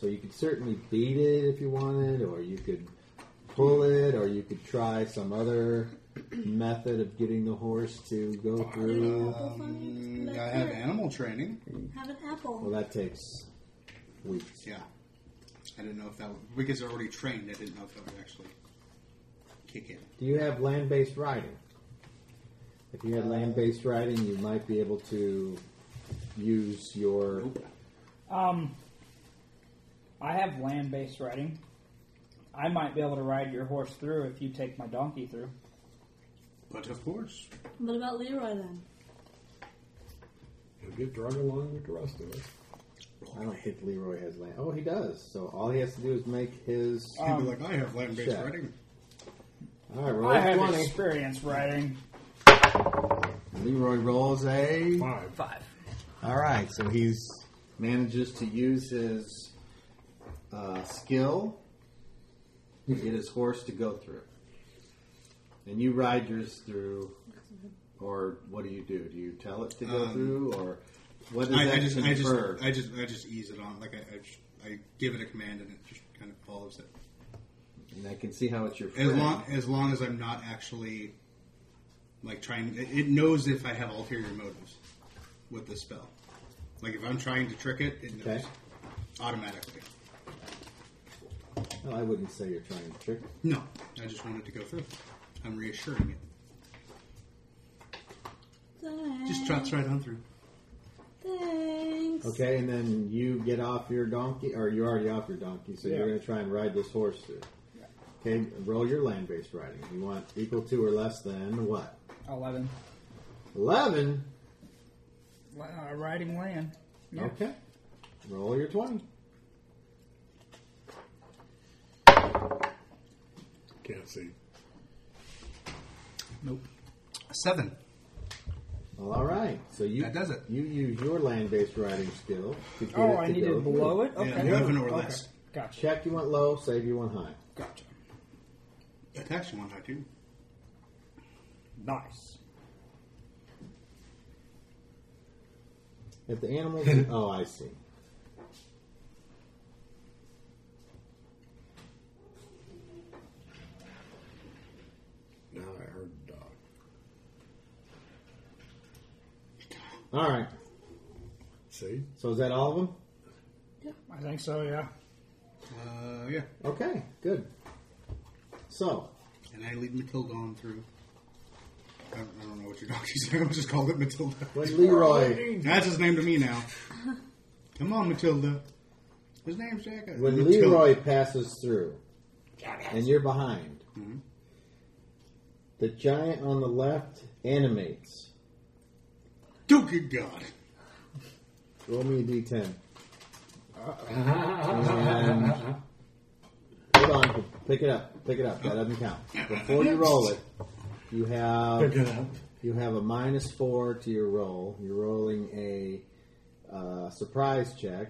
F: So you could certainly beat it if you wanted, or you could pull it, or you could try some other method of getting the horse to go through.
A: Um, I have animal training.
C: Have an
F: Well,
C: apple.
F: that takes weeks.
A: Yeah. I didn't know if that would, because they're already trained, I didn't know if that would actually kick in.
F: Do you have land based riding? If you had land based riding, you might be able to use your.
A: Nope.
E: Um, I have land-based riding. I might be able to ride your horse through if you take my donkey through.
A: But of course.
C: What about Leroy then?
D: He'll get drug along with the rest of us.
F: I don't think Leroy has land. Oh, he does. So all he has to do is make his.
A: He'd be like, I have land based
F: check.
A: writing.
F: All right,
E: Uh, I have
F: roll twenty.
E: experience riding.
F: Leroy rolls a.
D: Five.
E: Five.
F: All right, so he's manages to use his uh, skill to get his horse to go through. And you ride yours through, or what do you do? Do you tell it to go
A: Um,
F: through, or what does
A: I,
F: that
A: I just, I just,
F: confer?
A: I just, I just ease it on. Like I, I, just, I give it a command and it just kind of follows it.
F: and I can see how it's your friend.
A: As long, as long as I'm not actually like trying, it it knows if I have ulterior motives with this spell. Like if I'm trying to trick it, it knows
F: Okay.
A: automatically.
F: No, I wouldn't say you're trying to trick. it.
A: No, I just want it to go through. I'm reassuring it. Just trots right on through.
C: Thanks.
F: Okay, and then you get off your donkey, or you're already off your donkey, so
E: Yeah.
F: you're going to try and ride this horse through. Okay, roll your land-based riding. You want equal to or less than what?
E: Eleven.
F: Eleven.
E: Uh, riding land. Yeah.
F: Okay. Roll your twenty.
D: Can't see.
A: Nope. Seven.
F: Well, all right. So you
A: That does it.
F: You use your land-based riding skill to get it
E: Oh,
F: to
E: I
F: go
E: needed
F: through.
E: below it.
A: Yeah,
E: Okay.
A: eleven or
E: Okay.
A: less.
E: Gotcha.
F: Check you want low, save you want high.
E: Gotcha.
A: Attacks you one high too.
E: Nice.
F: If the animals, oh, I see.
D: Now I heard uh, the dog.
F: All right.
D: See?
F: So is that all of them?
E: I think so. Yeah.
A: Uh, yeah.
F: Okay. Good. So
A: And I lead Matilda on through. I don't, I don't know what your donkey's name. I just called it Matilda.
F: when Leroy,
A: That's his name to me now. Come on, Matilda. His name's Jack.
F: when
A: Matilda.
F: Leroy passes through, and you're behind,
D: Mm-hmm.
F: the giant on the left animates.
A: Oh, good God.
F: Roll me a d10. And hold on, pick it up, pick it up. That doesn't count. Before you roll it, you
D: Pick
F: have
D: it up.
F: you have a minus four to your roll. You're rolling a uh, surprise check.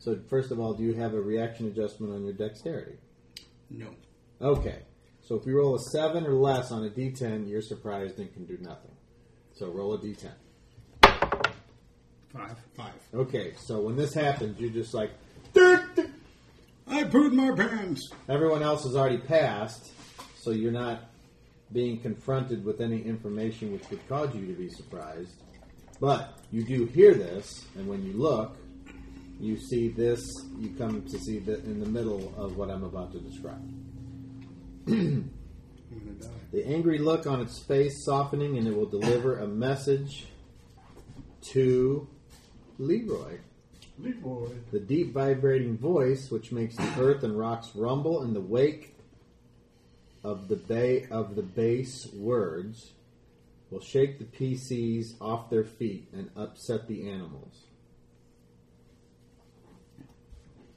F: So first of all, do you have a reaction adjustment on your dexterity?
A: No.
F: Okay. So if you roll a seven or less on a d10, you're surprised and can do nothing. So roll a d10.
A: Five. Five.
F: Okay. So when this happens, you're just like,
A: I pooed my pants.
F: Everyone else has already passed, so you're not being confronted with any information which would cause you to be surprised. But you do hear this, and when you look, you see this, you come to see that in the middle of what I'm about to describe.
A: I'm going to die.
F: The angry look on its face softening, and it will deliver a message to Leroy.
D: Leroy.
F: The deep vibrating voice, which makes the earth and rocks rumble in the wake of the bay of the base words, will shake the PCs off their feet and upset the animals.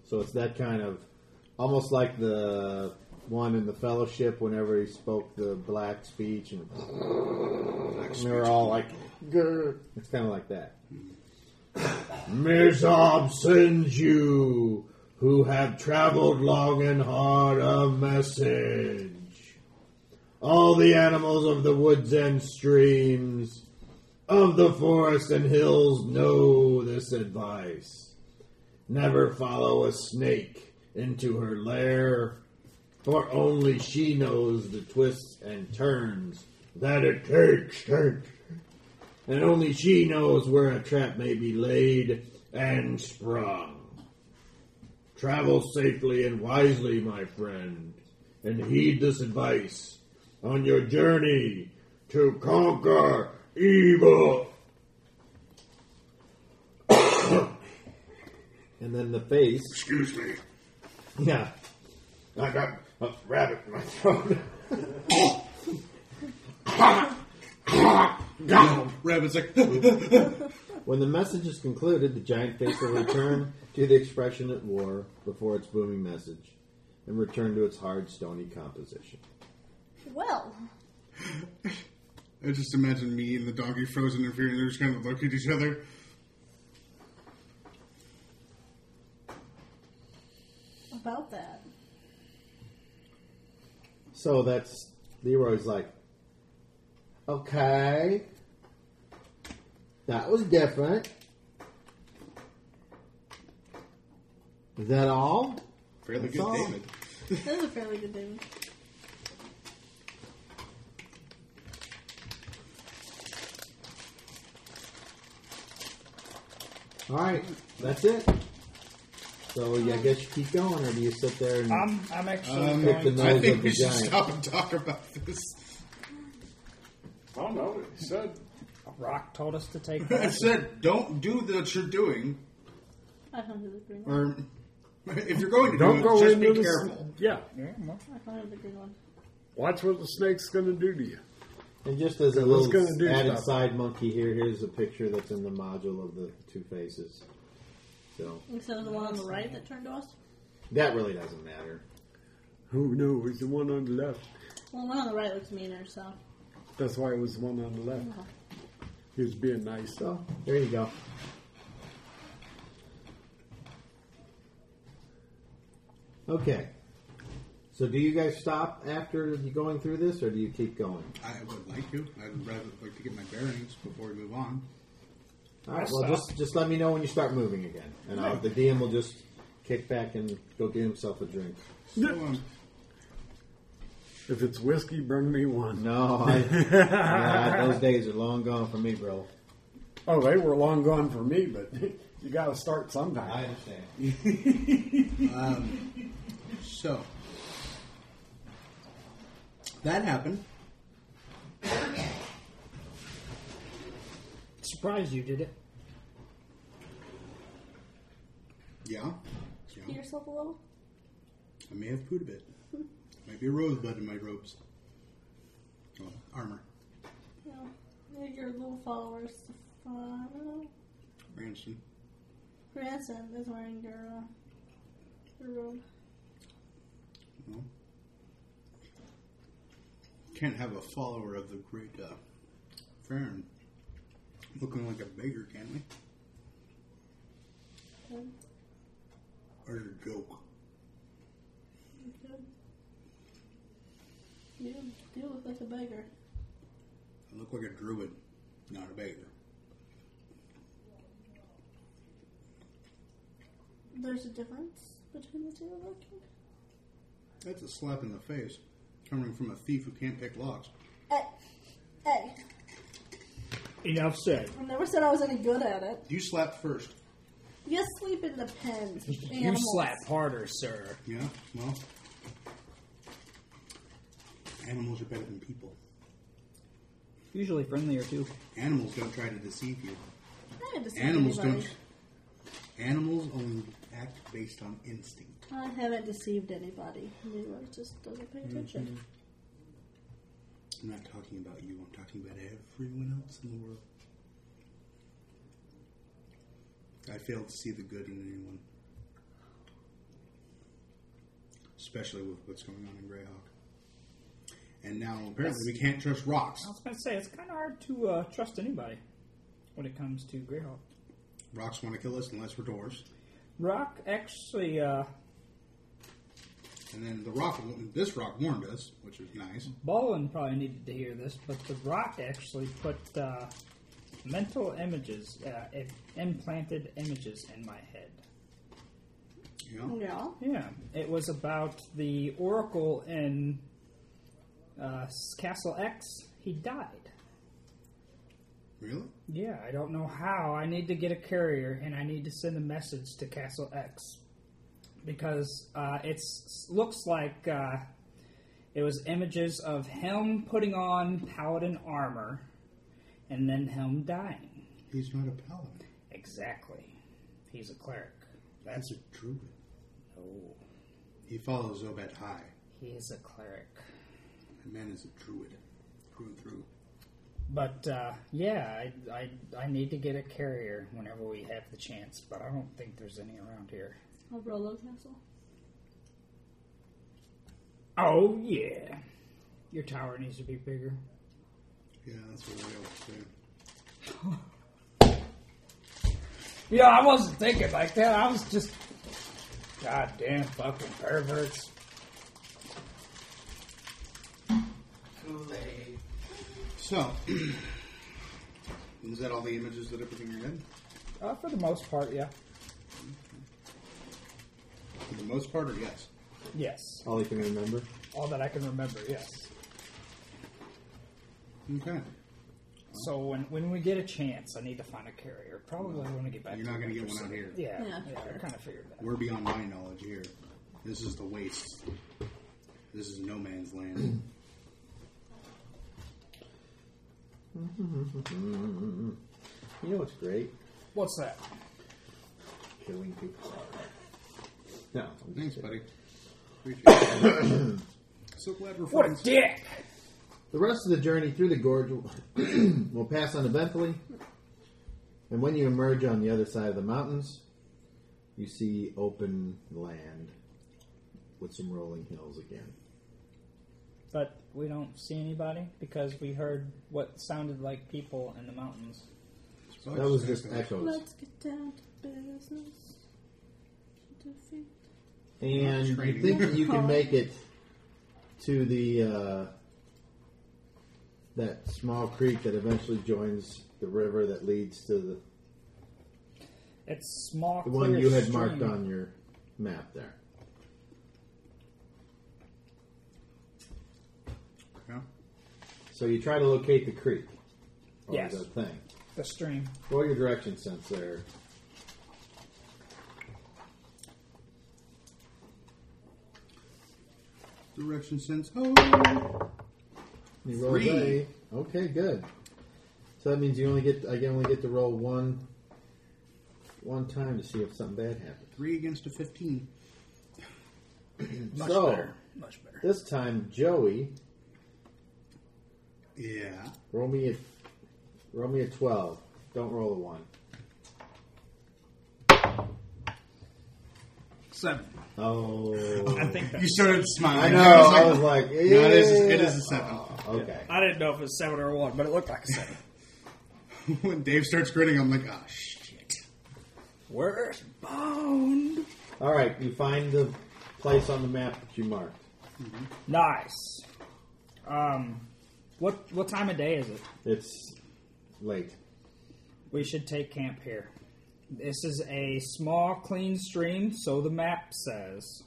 F: So it's that kind of almost like the one in the fellowship whenever he spoke the black speech, and, and they were all like, "Grr." it's kind of like that. Mizab sends you, who have traveled long and hard, a message. All the animals of the woods and streams, of the forests and hills, know this advice. Never follow a snake into her lair, for only she knows the twists and turns that it takes, takes, and only she knows where a trap may be laid and sprung. Travel safely and wisely, my friend, and heed this advice on your journey to conquer evil. and then the face.
A: Excuse me.
F: Yeah. I got a rabbit in my throat.
A: No, Rabbit's like,
F: When the message is concluded, the giant face will return to the expression it wore before its booming message and return to its hard, stony composition.
C: Well,
A: I just imagine me and the doggy frozen in fear, and they're just kind of look at each other.
C: about that.
F: So that's Leroy's like, okay, that was different. Is that all?
A: Fairly
F: That's
A: good,
F: all.
A: David.
C: That is a fairly good name.
F: All right, that's it. So yeah, I guess you keep going, or do you sit there and
E: I'm, I'm actually
A: Um,
F: Pick the
E: going.
F: nose
A: I
F: of
A: think
F: the
A: we should
F: giant.
A: stop and talk about this.
D: I don't know. It said
E: Rock told us to take
A: I
E: that.
A: said, don't do what you're doing,
C: I found the green one.
A: or if you're going to
D: don't
A: do it,
D: go
A: just
D: into
A: be
D: the.
A: careful.
D: Yeah,
E: Yeah, well,
C: I found the green one.
D: watch what the snake's going to do to you.
F: And just as a
D: Okay, let's
F: little
D: go and do
F: added
D: stuff.
F: side monkey here, here's a picture that's in the module of the two faces. So
C: Instead of the one on the right that turned to us.
F: that really doesn't matter.
D: Who knew? It was the one on the left.
C: Well, the one on the right looks meaner, so.
D: That's why it was the one on the left.
C: Oh.
D: He was being nice.
F: So there you go. Okay. So do you guys stop after you going through this, or do you keep going?
A: I would like to. I'd rather like to get my bearings before we move on.
F: All right. Well, just just let me know when you start moving again, and I'll, the DM will just kick back and go get himself a drink.
A: So, um,
D: If it's whiskey, bring me one.
F: No, I, nah, those days are long gone for me, bro.
D: Oh, they were long gone for me, but you got to start sometime.
F: I understand.
A: so that happened.
G: Surprised you did it.
A: Yeah,
C: Pee
A: yeah.
C: yourself a little?
A: I may have pooed a bit. Might be a rosebud in my robes. Well, armor.
C: Yeah. You're Your little followers. Stefano.
A: Branson.
C: Grandson is wearing your, uh, your robe.
A: Well, can't have a follower of the great uh, Farron looking like a beggar, can we?
C: Okay.
A: Or a joke.
C: Okay. You do look like a beggar.
A: I look like a druid, not a beggar.
C: There's a difference between the two of us.
A: That's a slap in the face, coming from a thief who can't pick locks.
C: Hey, hey!
G: Enough said.
C: I never said I was any good at it.
A: You slap first.
C: You sleep in the pen.
G: You slap harder, sir.
A: Yeah, well, animals are better than people.
E: usually friendlier too.
A: Animals don't try to deceive you.
C: I haven't deceived
A: Animals
C: anybody.
A: don't. Animals only act based on instinct.
C: I haven't deceived anybody. Leroy just doesn't
G: Mm-hmm.
C: pay attention.
A: I'm not talking about you. I'm talking about everyone else in the world. I fail to see the good in anyone. especially with what's going on in Greyhawk. And now apparently we can't trust rocks.
E: I was going to say, it's kind of hard to uh, trust anybody when it comes to Greyhawk.
A: Rocks want to kill us unless we're dwarves.
E: Rock actually, uh,
A: And then the rock, this rock warned us, which was nice.
E: Bolin probably needed to hear this, but the rock actually put uh, mental images, uh, im- implanted images in my head.
A: You know,
C: Yeah.
E: Yeah, it was about the Oracle in uh, Castle X. He died.
A: really?
E: Yeah, I don't know how. I need to get a carrier and I need to send a message to Castle X because uh, it looks like uh, it was images of him putting on paladin armor and then him dying.
A: He's not a paladin.
E: Exactly. He's a cleric.
A: That's
E: That's
A: a druid.
E: no.
A: He follows Obed High.
E: He is a cleric.
A: That man is a druid, through and through.
E: But uh, yeah, I, I I need to get a carrier whenever we have the chance. But I don't think there's any around here.
C: A Rollo Castle.
E: Oh yeah, your tower needs to be bigger.
A: Yeah, that's what I always say.
G: Yeah, I wasn't thinking like that. I was just. Goddamn fucking perverts.
A: So, is that all the images that everything in your head?
E: Uh, for the most part, yeah.
A: For the most part, or yes?
E: Yes,
F: All you can remember.
E: all that I can remember. Yes.
A: Okay.
E: So when when we get a chance, I need to find a carrier. Probably when I get back.
A: You're not
E: to
A: going to get one
E: Memphis.
A: out here.
E: Yeah, yeah.
C: Yeah.
E: I kind of figured that.
A: We're beyond my knowledge here. This is the waste. This is no man's land.
F: You know what's great?
E: What's that?
F: Killing people. No. I'm just
A: Thanks,
F: kidding.
A: buddy. Appreciate it. so glad we're
G: What a
A: friends.
G: dick!
F: The rest of the journey through the gorge will, will pass uneventfully, and when you emerge on the other side of the mountains, you see open land with some rolling hills again.
E: But we don't see anybody because we heard what sounded like people in the mountains.
A: So
F: That was just echoes.
C: Let's get down to business. Defeat.
F: And you think that you can make it to the uh, that small creek that eventually joins the river that leads to the,
E: It's small.
F: the one
E: clear
F: you had
E: stream.
F: marked on your map there.
A: Yeah.
F: So you try to locate the creek or
E: Yes.
F: the thing.
E: the stream.
F: Roll your direction sense there.
A: Direction sense. Oh,
F: You roll
A: Three.
F: A. Okay, good. So that means you only get I can only get to roll one one time to see if something bad happens.
A: three against a fifteen.
E: Much
F: so
E: better. Much better.
F: this time Joey,
A: Yeah.
F: roll me a roll me a twelve. Don't roll a one.
E: Seven.
F: Oh
E: I think
A: You
E: that's.
A: started smiling.
F: I know. I
A: I
F: was like, yeah.
A: no, it is, it is a seven.
F: Okay.
E: I didn't know if it was seven or one, but it looked like a seven.
A: when Dave starts grinning, I'm like, ah, shit.
G: Where's Bone?
F: All right. You find the place on the map that you marked.
E: Nice. Um, what what time of day is it?
F: It's late.
E: We should take camp here. This is a small, clean stream, so the map says.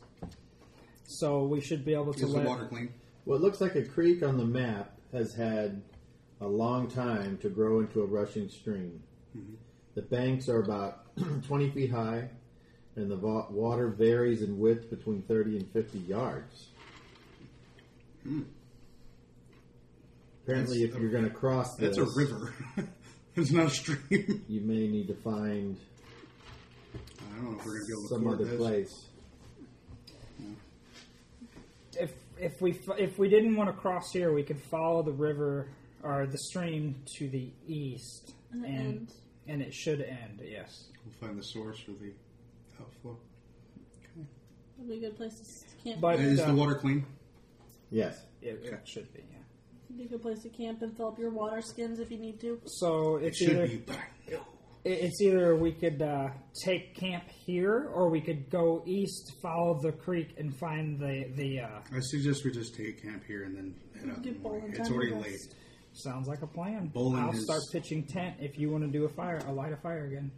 E: So we should be able to
A: Is the
E: let.
A: water clean?
F: What looks like a creek on the map has had a long time to grow into a rushing stream.
A: Mm-hmm.
F: The banks are about 20 feet high, and the va- water varies in width between 30 and 50 yards. Apparently,
A: Hmm. That's
F: if
A: a-
F: you're going to cross this,
A: That's a river. it's not a stream.
F: you may need to find
A: I don't know if we're gonna be able to
F: some
A: afford
F: other
A: this.
F: place.
E: If if we f- if we didn't want to cross here, we could follow the river or the stream to the east,
C: And it
E: and,
C: ends.
E: and it should end. Yes.
A: We'll find the source for the outflow. Okay.
C: It'd be a good place to s- camp.
E: But
A: Is
E: uh,
A: the water clean?
F: Yes.
E: it, it should be. Yeah.
C: It'd be a good place to camp and fill up your water skins if you need to.
E: So it's
A: Should
E: either
A: be, but I know.
E: it- it's either we could uh, take camp here, or we could go east, follow the creek, and find the the. Uh,
A: I suggest we just take camp here and then head out.
C: Get
A: in the
C: bowling
A: morning.
C: time
A: It's
C: to
A: already
C: rest.
A: late.
E: sounds like a plan.
A: Bowling
E: I'll
A: is-
E: start pitching tent if you want to do a fire, a light a fire again.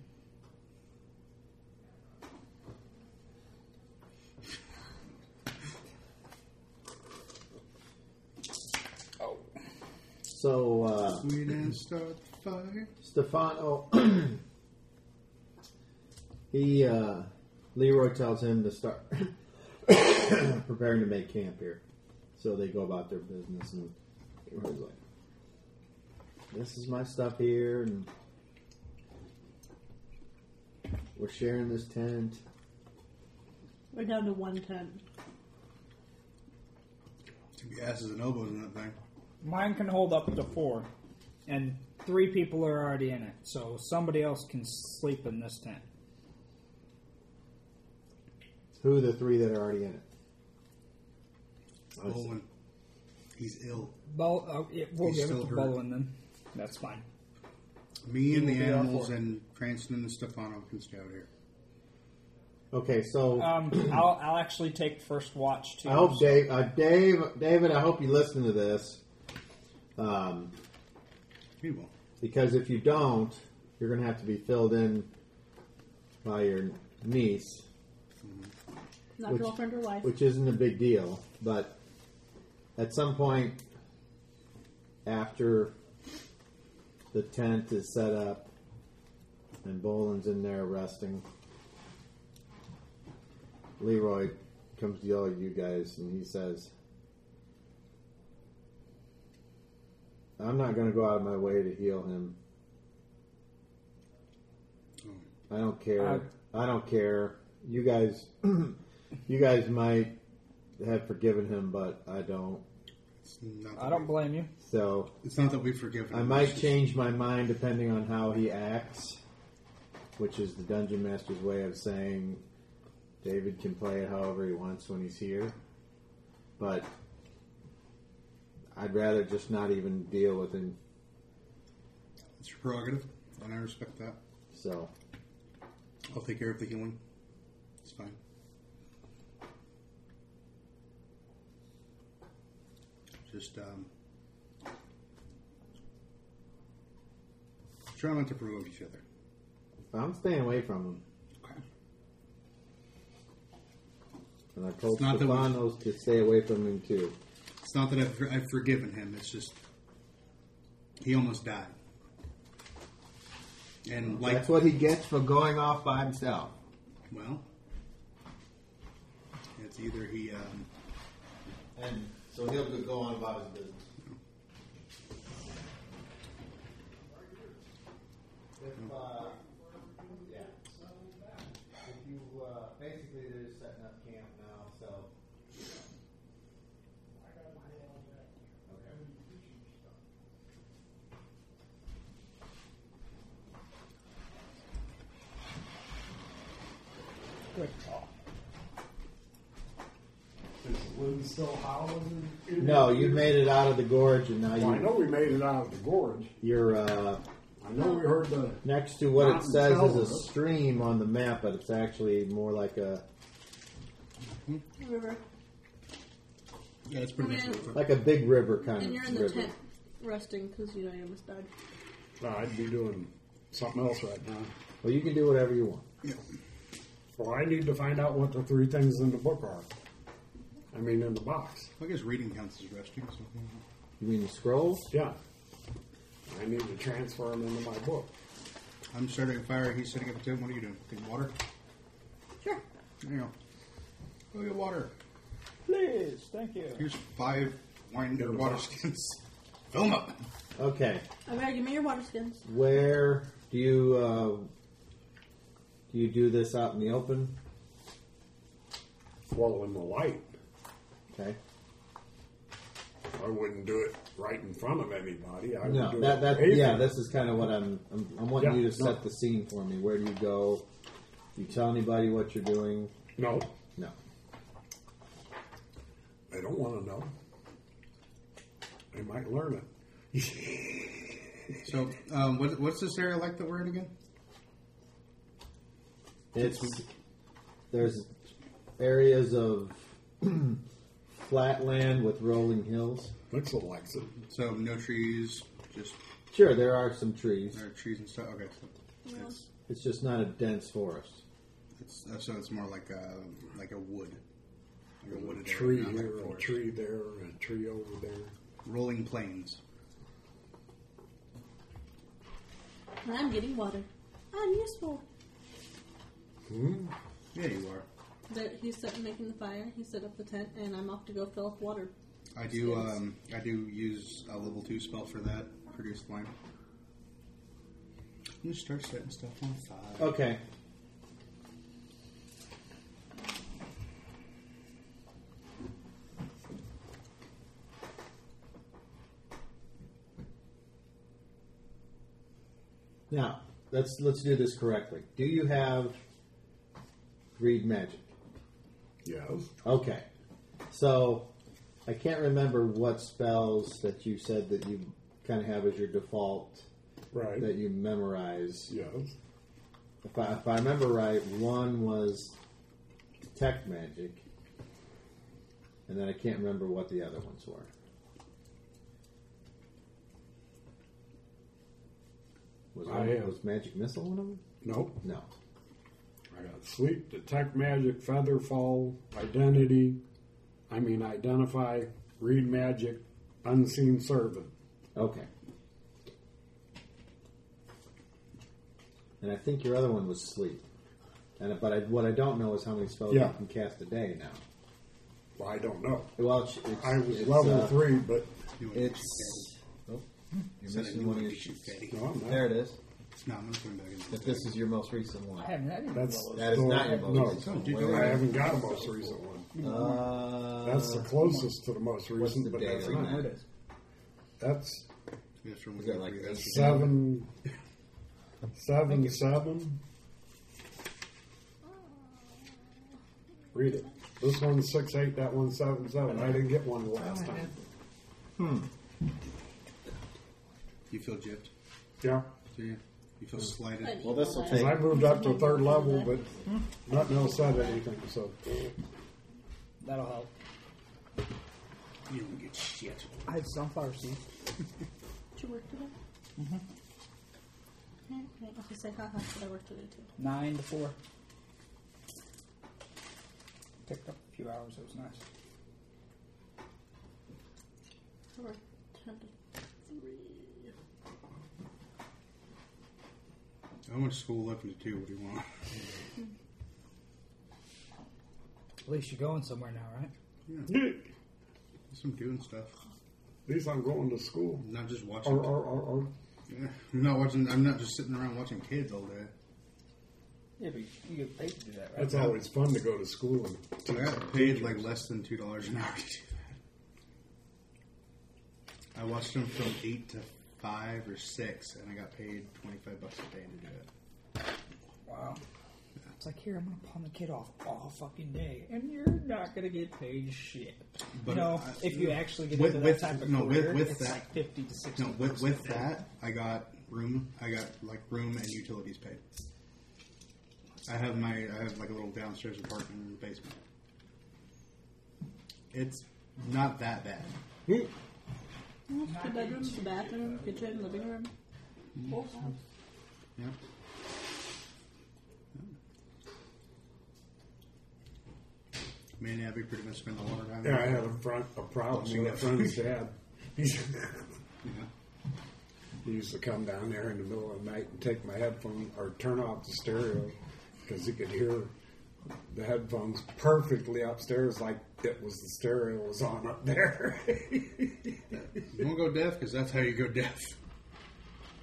F: So uh,
A: We didn't start the fire.
F: Stefano, he, uh, Leroy tells him to start preparing to make camp here. So they go about their business, and Leroy's like, "This is my stuff here, and we're sharing this tent."
C: We're down to one tent.
A: Two asses and elbows in that thing.
E: Mine can hold up to four, and three people are already in it, so somebody else can sleep in this tent.
F: Who are the three that are already in it? I see.
A: Bowling. He's ill.
E: Bol- uh, yeah, we'll
A: He's
E: give it
A: still
E: to
A: hurt.
E: Bolin then. That's fine.
A: Me and
E: will
A: the
E: be out
A: animals
E: for it.
A: and Cranston and Stefano can stay out here.
F: Okay, so
E: Um, I'll, I'll actually take first watch too.
F: I hope Dave, uh, Dave, David, I hope you listen to this. Um,
A: He won't.
F: because if you don't, you're going to have to be filled in by your niece,
C: Not
F: Which-
C: girlfriend or wife.
F: which isn't a big deal. But at some point after the tent is set up and Bolin's in there resting, Leroy comes to yell at you guys and he says, I'm not going to go out of my way to heal him. I don't care.
E: Uh,
F: I don't care. You guys, you guys might have forgiven him, but I don't.
A: It's not that
E: I don't
A: we-
E: blame you.
F: So
A: It's not that we forgive him.
F: I might change my mind depending on how he acts, which is the dungeon master's way of saying David can play it however he wants when he's here. But I'd rather just not even deal with him.
A: It's your prerogative, and I respect that.
F: So
A: I'll take care of the healing. It's fine. Just um, try not to provoke each other.
F: I'm staying away from him.
A: Okay.
F: And I told
A: It's not that we-
F: Stefano to stay away from him too.
A: It's not that I've, I've forgiven him. It's just he almost died, and like
F: That's what he gets for going off by himself.
A: well, it's either he um,
F: And so he'll go on about his business. If, uh, yeah. If you, uh, basically they're just setting up camp now, so. Okay.
E: Good call.
D: Is Lynn still howling?
F: No, you made it out of the gorge and now
D: Well, I know
F: you,
D: we made it out of the gorge.
F: you're, uh,
D: I know we heard the.
F: next to what it
D: Mountain
F: says is a
D: Calvary.
F: stream on the map, but it's actually more like a,
C: River.
F: Uh,
A: yeah, it's pretty much
C: Yeah.
A: over.
F: like a big river kind
C: And
F: of
C: you're in the
F: river.
C: tent resting because you know you almost died.
D: No, I'd be doing something else right now.
F: Well, you can do whatever you want.
D: Well, I need to find out what the three things in the book are. I mean, in the box.
A: I guess reading counts as resting. So.
F: You mean the scrolls?
D: Yeah. I need to transfer them into my book.
A: I'm starting a fire. He's setting up a tent. What are you doing? Getting water?
C: Sure.
A: There you go. Go get water.
E: Please, thank you.
A: Here's five wine or water skins. Fill 'em up.
F: Okay.
C: All right, give me your water skins.
F: Where do you uh, do you do this out in the open?
D: Well, in the light,
F: Okay.
D: I wouldn't do it right in front of anybody. I
F: No,
D: would do
F: that
D: it
F: that
D: later.
F: yeah. This is kind of what I'm. I'm, I'm wanting
D: Yeah,
F: you to set
D: no.
F: the scene for me. Where do you go? You tell anybody what you're doing?
D: No,
F: No.
D: They don't want to know. They might learn it.
A: So, um, what, what's this area like that we're in again?
F: It's there's areas of flat land with rolling hills.
D: Looks like it.
A: So, no trees, just
F: Sure, there are some trees.
A: there are trees and stuff. Okay, so it's,
F: It's just not a dense forest.
A: it's uh, so it's more like a like a wood, like a
D: A
A: wooded
D: tree
A: area, not like
D: here, a
A: forest.
D: tree there, a tree over there.
A: rolling plains.
C: And I'm getting water. I'm useful.
D: Hmm?
A: Yeah, you are.
C: That he's set making the fire. He set up the tent, and I'm off to go fill up water.
A: I do um, I do use a level two spell for that. Produce flame. I'm gonna start setting stuff on fire.
F: Okay. Now, let's let's do this correctly. Do you have read magic?
D: Yes.
F: Okay. So I can't remember what spells that you said that you kind of have as your default
D: Right.
F: that you memorize.
D: Yes.
F: If I, if I remember right, one was detect magic, and then I can't remember what the other ones were. Was,
D: I
F: one-
D: have-
F: was magic missile one of them?
D: Nope.
F: No.
D: I got sleep, detect magic, feather fall, identity. I mean, identify, read magic, unseen servant.
F: Okay. And I think your other one was sleep. And but I, what I don't know is how many spells
D: Yeah.
F: you can cast a day now.
D: Well, I don't know.
F: Well, it's, it's,
D: I was
F: it's,
D: level
F: uh,
D: three, but
A: You wanna
F: It's. Oh, you're
A: shoot daddy. Said I
F: missing
A: knew
F: one
A: I
F: of your
A: could shoot daddy.
D: no, I'm
F: There
D: not.
F: it is.
A: No, I'm gonna put him back in.
F: If this is your most recent one.
E: I haven't had any
D: That's
E: levels.
F: That is
D: the-
F: not your most
D: no.
F: recent
A: No,
F: one.
D: I haven't got a most recent one.
F: Uh,
D: That's the closest to the most
F: What's
D: recent,
F: the
D: but
F: day
D: that's
F: on
D: not.
F: that?
D: That's
A: Yes, from
F: Is that like
A: that's-
F: eight?
D: seven, seven, seven. Read it. This one's six eight. That one's seven seven. I didn't get one the last time.
A: You feel gypped.
D: Yeah,
A: Do you? You feel slighted.
C: I need
F: Well, this'll
C: water.
F: take-
D: 'Cause I moved up to third level, but nothing else said anything. So
E: That'll help.
A: You don't get shit.
E: I had sunflower seeds.
C: Did you work today? Mm-hmm. Okay, okay, say haha, but I worked today too.
E: Nine to four. Picked up a few hours. It was nice.
C: I worked ten to three.
A: I went to school eleven to two. What do you want?
E: At least you're going somewhere now, right?
D: at
A: Some doing stuff.
D: least I'm going to school.
A: I'm not just watching.
D: Or, or, or, or
A: Yeah, I'm not watching. I'm not just sitting around watching kids all day.
E: Yeah, but you get paid to do that,
D: it's always fun to go to school and
A: I got paid like less than two dollars an hour to do that. I watched them from eight to five or six, and I got paid twenty five bucks a day to do it.
E: Wow. It's like here I'm gonna pawn the kid off all fucking day, and you're not gonna get paid shit.
A: But
E: But no,
A: I-
E: if you actually get
A: with-
E: into
A: with-
E: that type of
A: no, with-
E: career,
A: with
E: it's
A: that-
E: like fifty to sixty.
A: No, with with
E: percent.
A: that, I got room. I got like room and utilities paid. I have my I have like a little downstairs apartment in the basement. It's not that bad.
D: Hmm?
C: The bedroom, the bathroom, kitchen, living room. Whole house.
A: Yeah. Me and Abby pretty much spend a lot of time.
D: Yeah, I had a front a problem with a friend's dad. he
A: Yeah.
D: used to come down there in the middle of the night and take my headphone or turn off the stereo because he could hear the headphones perfectly upstairs, like it was the stereo was on up there.
A: You want to go deaf? Because that's how you go deaf.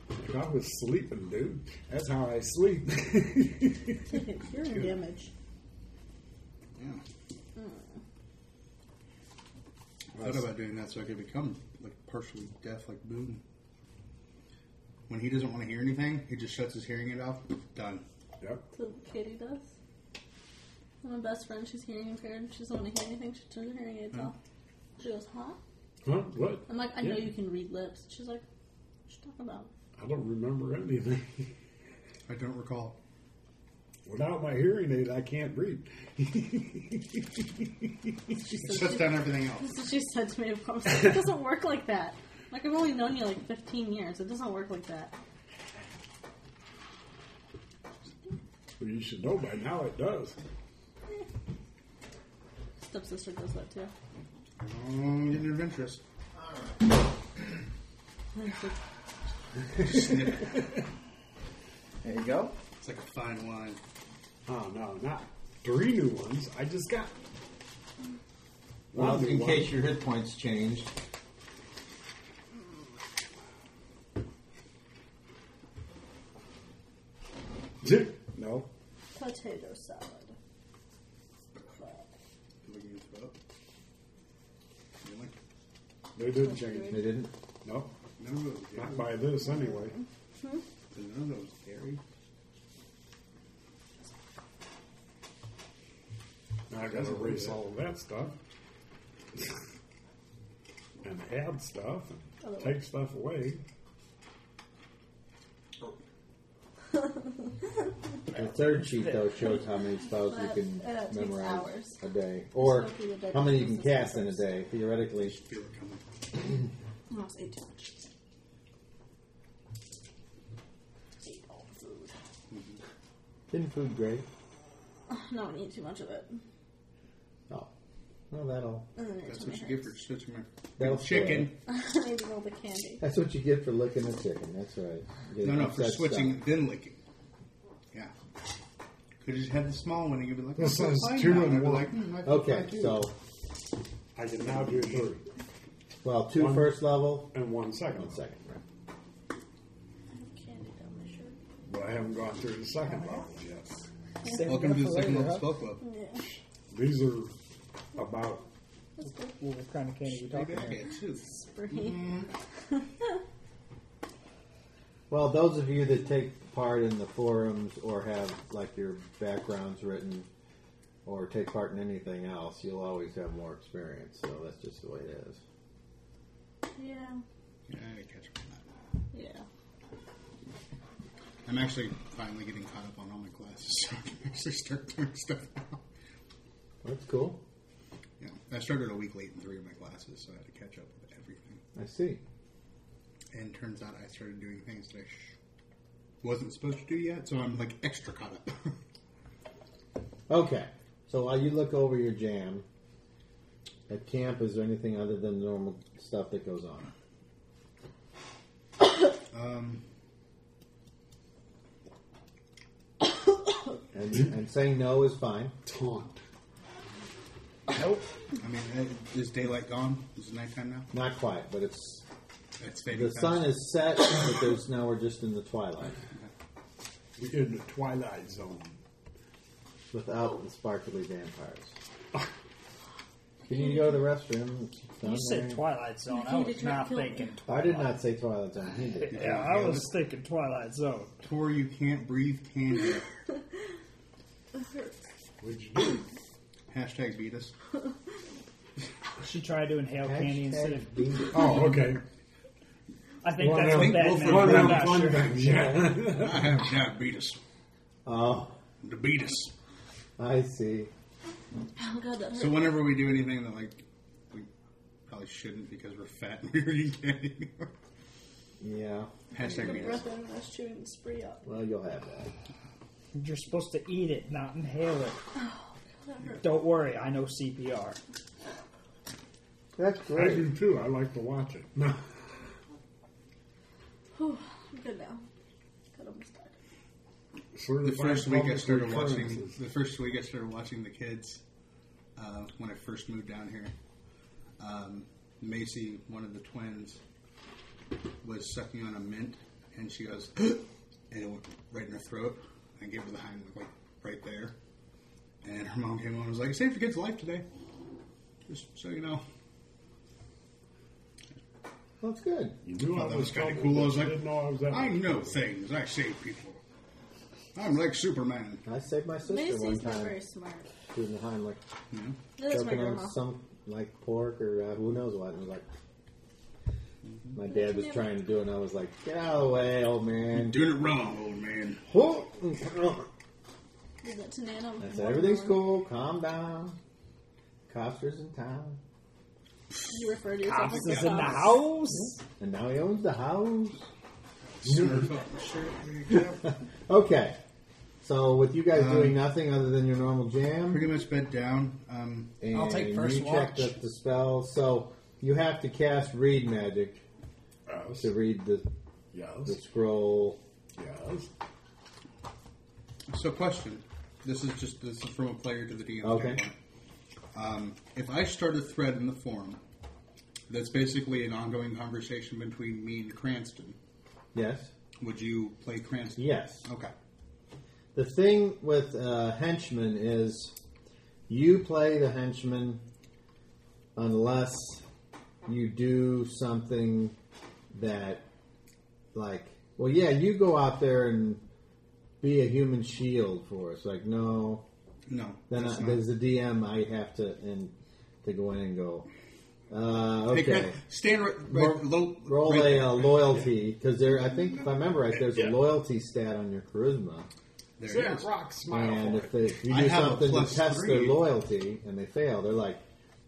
D: Like, I was sleeping, dude. That's how I sleep.
C: Ticket, hearing damage.
A: Yeah. I thought about doing that so I could become like partially deaf, like Boone. When he doesn't want to hear anything, he just shuts his hearing aid off. Done.
D: yep.
C: That's what Katie
A: Hmm.
C: does. My best friend, she's hearing impaired. She doesn't want to hear anything. She turns her hearing aids off. She goes, huh?
D: Huh? What?
C: I'm like, I know
D: Yeah.
C: you can read lips. She's like, what you talking about?
D: I don't remember anything.
A: I don't recall.
D: Without my hearing aid, I can't read.
C: She
A: It
C: said,
A: shuts down everything else.
C: That's what she said to me. Of course, it doesn't work like that. Like I've only known you like 15 years. It doesn't work like that.
D: Well, you should know by now it does.
C: Stepsister does that too.
A: Um, getting adventurous.
C: And it's like,
B: There you go.
A: It's like a fine wine.
D: Oh no, not three new ones. I just got
F: Well,
D: one new
F: in
D: one.
F: case your hit points change.
D: no.
C: Potato salad.
A: Do we use both? Really?
D: They didn't change.
F: They didn't?
D: No,
A: None of those.
D: not by this anyway.
A: None of those dairy.
D: Now I gotta erase all of that stuff. and add stuff and take stuff away.
F: The third sheet, though, shows how many spells you
C: That-
F: can
C: uh, takes
F: memorize
C: hours.
F: a day. Or
C: Just looking at
F: how many you can
C: different
F: cast in a
C: systems.
F: day. Theoretically,
A: Feel it coming.
C: No, it's ate too much. Ate all the food.
F: isn't food great?
C: No, I ate too much of it.
F: No. Well, that'll.
C: And then it
A: That's
C: totally
A: what you get for
C: hurts.
A: switching my
F: That'll
A: chicken.
F: spoil it.
C: I ate all the candy.
F: That's what you get for licking a chicken. That's right. You get
A: No, no,
F: upset
A: for switching
F: stomach.
A: then licking. Yeah. Could have just had the small one and you'd be like,
D: This
A: "Oh,
D: says
A: fine
D: two
A: now."
D: and
A: I'd be
D: one.
A: like, "Hmm, I feel
F: Okay,
A: fine too."
F: so
D: I can now do three
F: well, two first
D: One-
F: level
D: and one second.
F: and second. Right.
C: Candy down my shirt.
D: But I haven't gone through the second
A: Oh,
D: bottle yet.
A: welcome to the second level spell club.
C: Yeah,
D: These are about
C: that's good.
E: Well, what kind of candy are we talking
A: Maybe I
E: about?
A: can too.
C: Spree.
F: Well, those of you that take part in the forums or have like your backgrounds written or take part in anything else, you'll always have more experience. So that's just the way it is.
C: Yeah,
A: Yeah, I catch up on that.
C: yeah.
A: I'm actually finally getting caught up on all my classes, so I can actually start doing stuff now.
F: That's cool.
A: Yeah, I started a week late in three of my classes, so I had to catch up with everything.
F: I see.
A: And turns out I started doing things that I sh- wasn't supposed to do yet, so I'm like extra caught up.
F: Okay. So while you look over your jam, at camp, is there anything other than the normal stuff that goes on?
A: um,
F: And, and saying no is fine.
D: taunt.
A: I mean, uh, is daylight gone? Is it nighttime now?
F: Not quite, but it's
A: It's fading
F: the
A: fast.
F: sun is set, but there's now we're just in the twilight
D: We're in the twilight zone.
F: without the sparkly vampires. Can you go to the restroom? It's done
E: You said
F: there.
E: Twilight Zone. I
C: Candy
E: was
C: Trap
E: not
C: killed me.
E: thinking.
F: I did not say twilight zone. He did.
E: Yeah, I was thinking Twilight Zone.
A: Tor, you can't breathe candy.
D: What'd you do?
A: Hashtag beat us.
E: She tried to inhale candy instead of.
F: Hashtag beat-
D: Oh, okay.
E: I think
D: One
E: that's
D: out.
E: what that
A: Wolf
E: meant.
A: of
E: but
D: One
E: I'm
D: out,
E: not
D: one
E: sure.
D: back. Yeah.
A: I have diabetes.
F: Oh,
A: The beatus.
F: I see.
C: Oh god, that hurt.
A: So whenever we do anything that like we probably shouldn't because we're fat and we're eating candy.
F: Yeah.
A: Hashtag
C: Good
A: beatus.
C: breath in, I was chewing the spree up.
F: Well, you'll have that.
E: You're supposed to eat it, not inhale it.
C: That hurt.
E: Don't worry, I know CPR.
F: That's
D: I
F: great.
D: do too. I like to watch it. No.
C: Whew, I'm good now. God, I almost died.
A: The first week I started watching. The first week I started watching the kids uh, when I first moved down here. Um, Macy, one of the twins, was sucking on a mint, and she goes, and it went right in her throat. I gave her the hind look, like right there. And her mom came on and was like, "Saved your kid's life today." Just so you know.
F: That's good.
D: You knew
A: Oh,
D: I
A: that
D: was,
A: was kinda
D: trouble,
A: cool. I
D: but
A: was
D: you
A: like,
D: didn't know I was that.
A: I know things. I save people. I'm like Superman.
F: I saved my sister one
C: Macy's not
F: time
C: very smart.
F: doing the Heimlich,
A: You know?
C: That's my
F: choking
C: grandma.
F: on some like pork or uh, who knows what. And it was like, my dad was trying to do it, and I was like, get out of the way, old man.
A: Doing it wrong, old man.
C: Give that to Nana.
F: I said, everything's cool, calm down. Coster's in town.
C: You refer to yourself as
E: Ah, This is
C: a
E: in the house.
F: And now he owns the house.
A: Snurf up the shirt. there you go.
F: Okay. So with you guys
A: Um,
F: doing nothing other than your normal jam,
A: Pretty much bed down. Um,
F: and
E: I'll take first
F: you checked
E: watch.
F: up the spell, so you have to cast read magic
B: Yes.
F: to read the, the
B: Yes.
F: scroll.
B: Yes.
A: so, question. This is just this is from a player to the DM.
F: Okay.
A: standpoint. Um, if I start a thread in the forum, that's basically an ongoing conversation between me and Cranston.
F: Yes,
A: Would you play Cranston?
F: yes.
A: Okay.
F: The thing with uh, henchman is you play the henchman unless you do something that, like, well, yeah, you go out there and be a human shield for us. Like, no,
A: No.
F: then
A: that's
F: I,
A: not-
F: as a DM, I have to and to go in and go. Uh,
A: Hey,
F: okay,
A: Cran- stand right, right
F: roll,
A: low.
F: roll
A: right
F: a uh, loyalty because there. I think if I remember right, there's
B: Yeah.
F: a loyalty stat on your charisma.
A: There
B: Sarah
A: it is.
B: Rock smile
F: And
B: for
F: if,
B: it.
F: they, if you
A: I
F: do
A: have a
F: something to
A: plus
F: test
A: three.
F: their loyalty and they fail, they're like,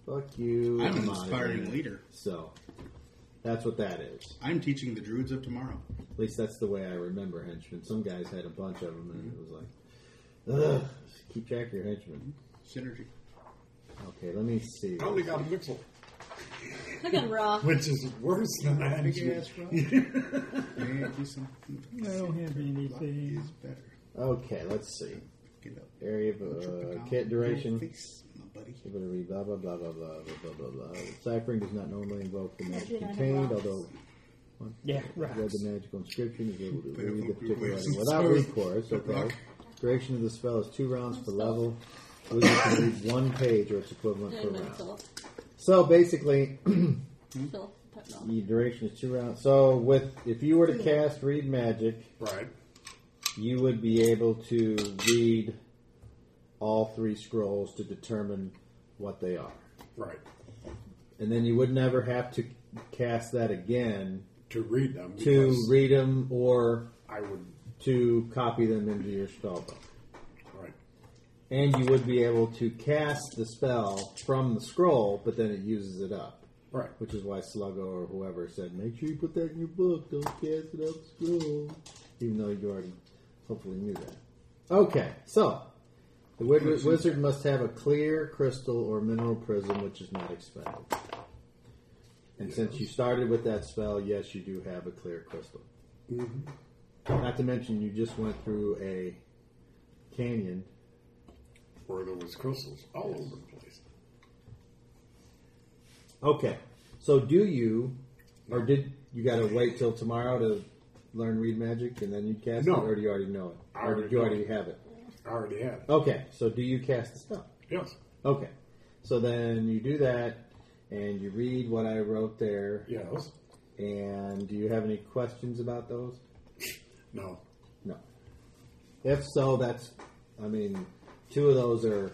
F: "Fuck you!"
A: I'm an
F: outta
A: inspiring
F: here."
A: leader.
F: So that's what that is.
A: I'm teaching the druids of tomorrow.
F: At least that's the way I remember henchmen. Some guys had a bunch of them, and it was like, "Ugh, keep track of your henchmen."
A: Synergy.
F: Okay, let me see.
D: I only got a mixel,
C: I got raw.
D: which is worse than that.
A: Yeah, do some.
E: I don't
A: Luck is
E: have anything.
A: better.
F: Okay, let's see.
A: Get up.
F: Area of
A: Drop it
F: uh,
A: down.
F: kit duration.
A: Face, my buddy.
F: Give it a read. Blah blah blah blah blah blah blah blah. blah. Ciphering does not normally invoke the magic
C: Yeah, I have
F: contained,
C: rocks.
F: although
E: Yeah,
F: Read
E: right.
F: the magical inscription is able to
A: Play the
F: read the
A: folk
F: particular
A: waves.
F: item without
A: Sorry.
F: recourse. Okay.
A: Rock.
F: Duration of the spell is two rounds per level. Wizard can read one page or its equivalent per
C: And then
F: round.
C: Phil.
F: So basically,
E: Hmm?
C: Phil. Put it on.
F: the duration is two rounds. So with if you were to cast read magic,
D: Right.
F: you would be able to read all three scrolls to determine what they are,
D: Right.
F: and then you would never have to cast that again
D: To read them.
F: to
D: because
F: read them or
D: I would.
F: to copy them into your spell book.
D: Right.
F: And you would be able to cast the spell from the scroll, but then it uses it up.
D: Right.
F: Which is why Sluggo or whoever said, make sure you put that in your book, don't cast it up the scroll. Even though you already hopefully knew that. Okay, so the wizard, wizard must have a clear crystal or mineral prism, which is not expended. And since you started with that spell, yes, you do have a clear crystal. Not to mention, you just went through a canyon
D: Where there was crystals all over the place.
F: Okay. So do you, or did you got to wait till tomorrow to learn read magic and then you cast
D: No.
F: it, or do you already know it,
D: I
F: or
D: already
F: did you
D: know
F: already
D: it.
F: have it?
D: I already had it.
F: Okay. So do you cast the spell?
D: Yes.
F: Okay. So then you do that, and you read what I wrote there.
D: Yes.
F: And do you have any questions about those?
D: No.
F: No. If so, that's, I mean, two of those are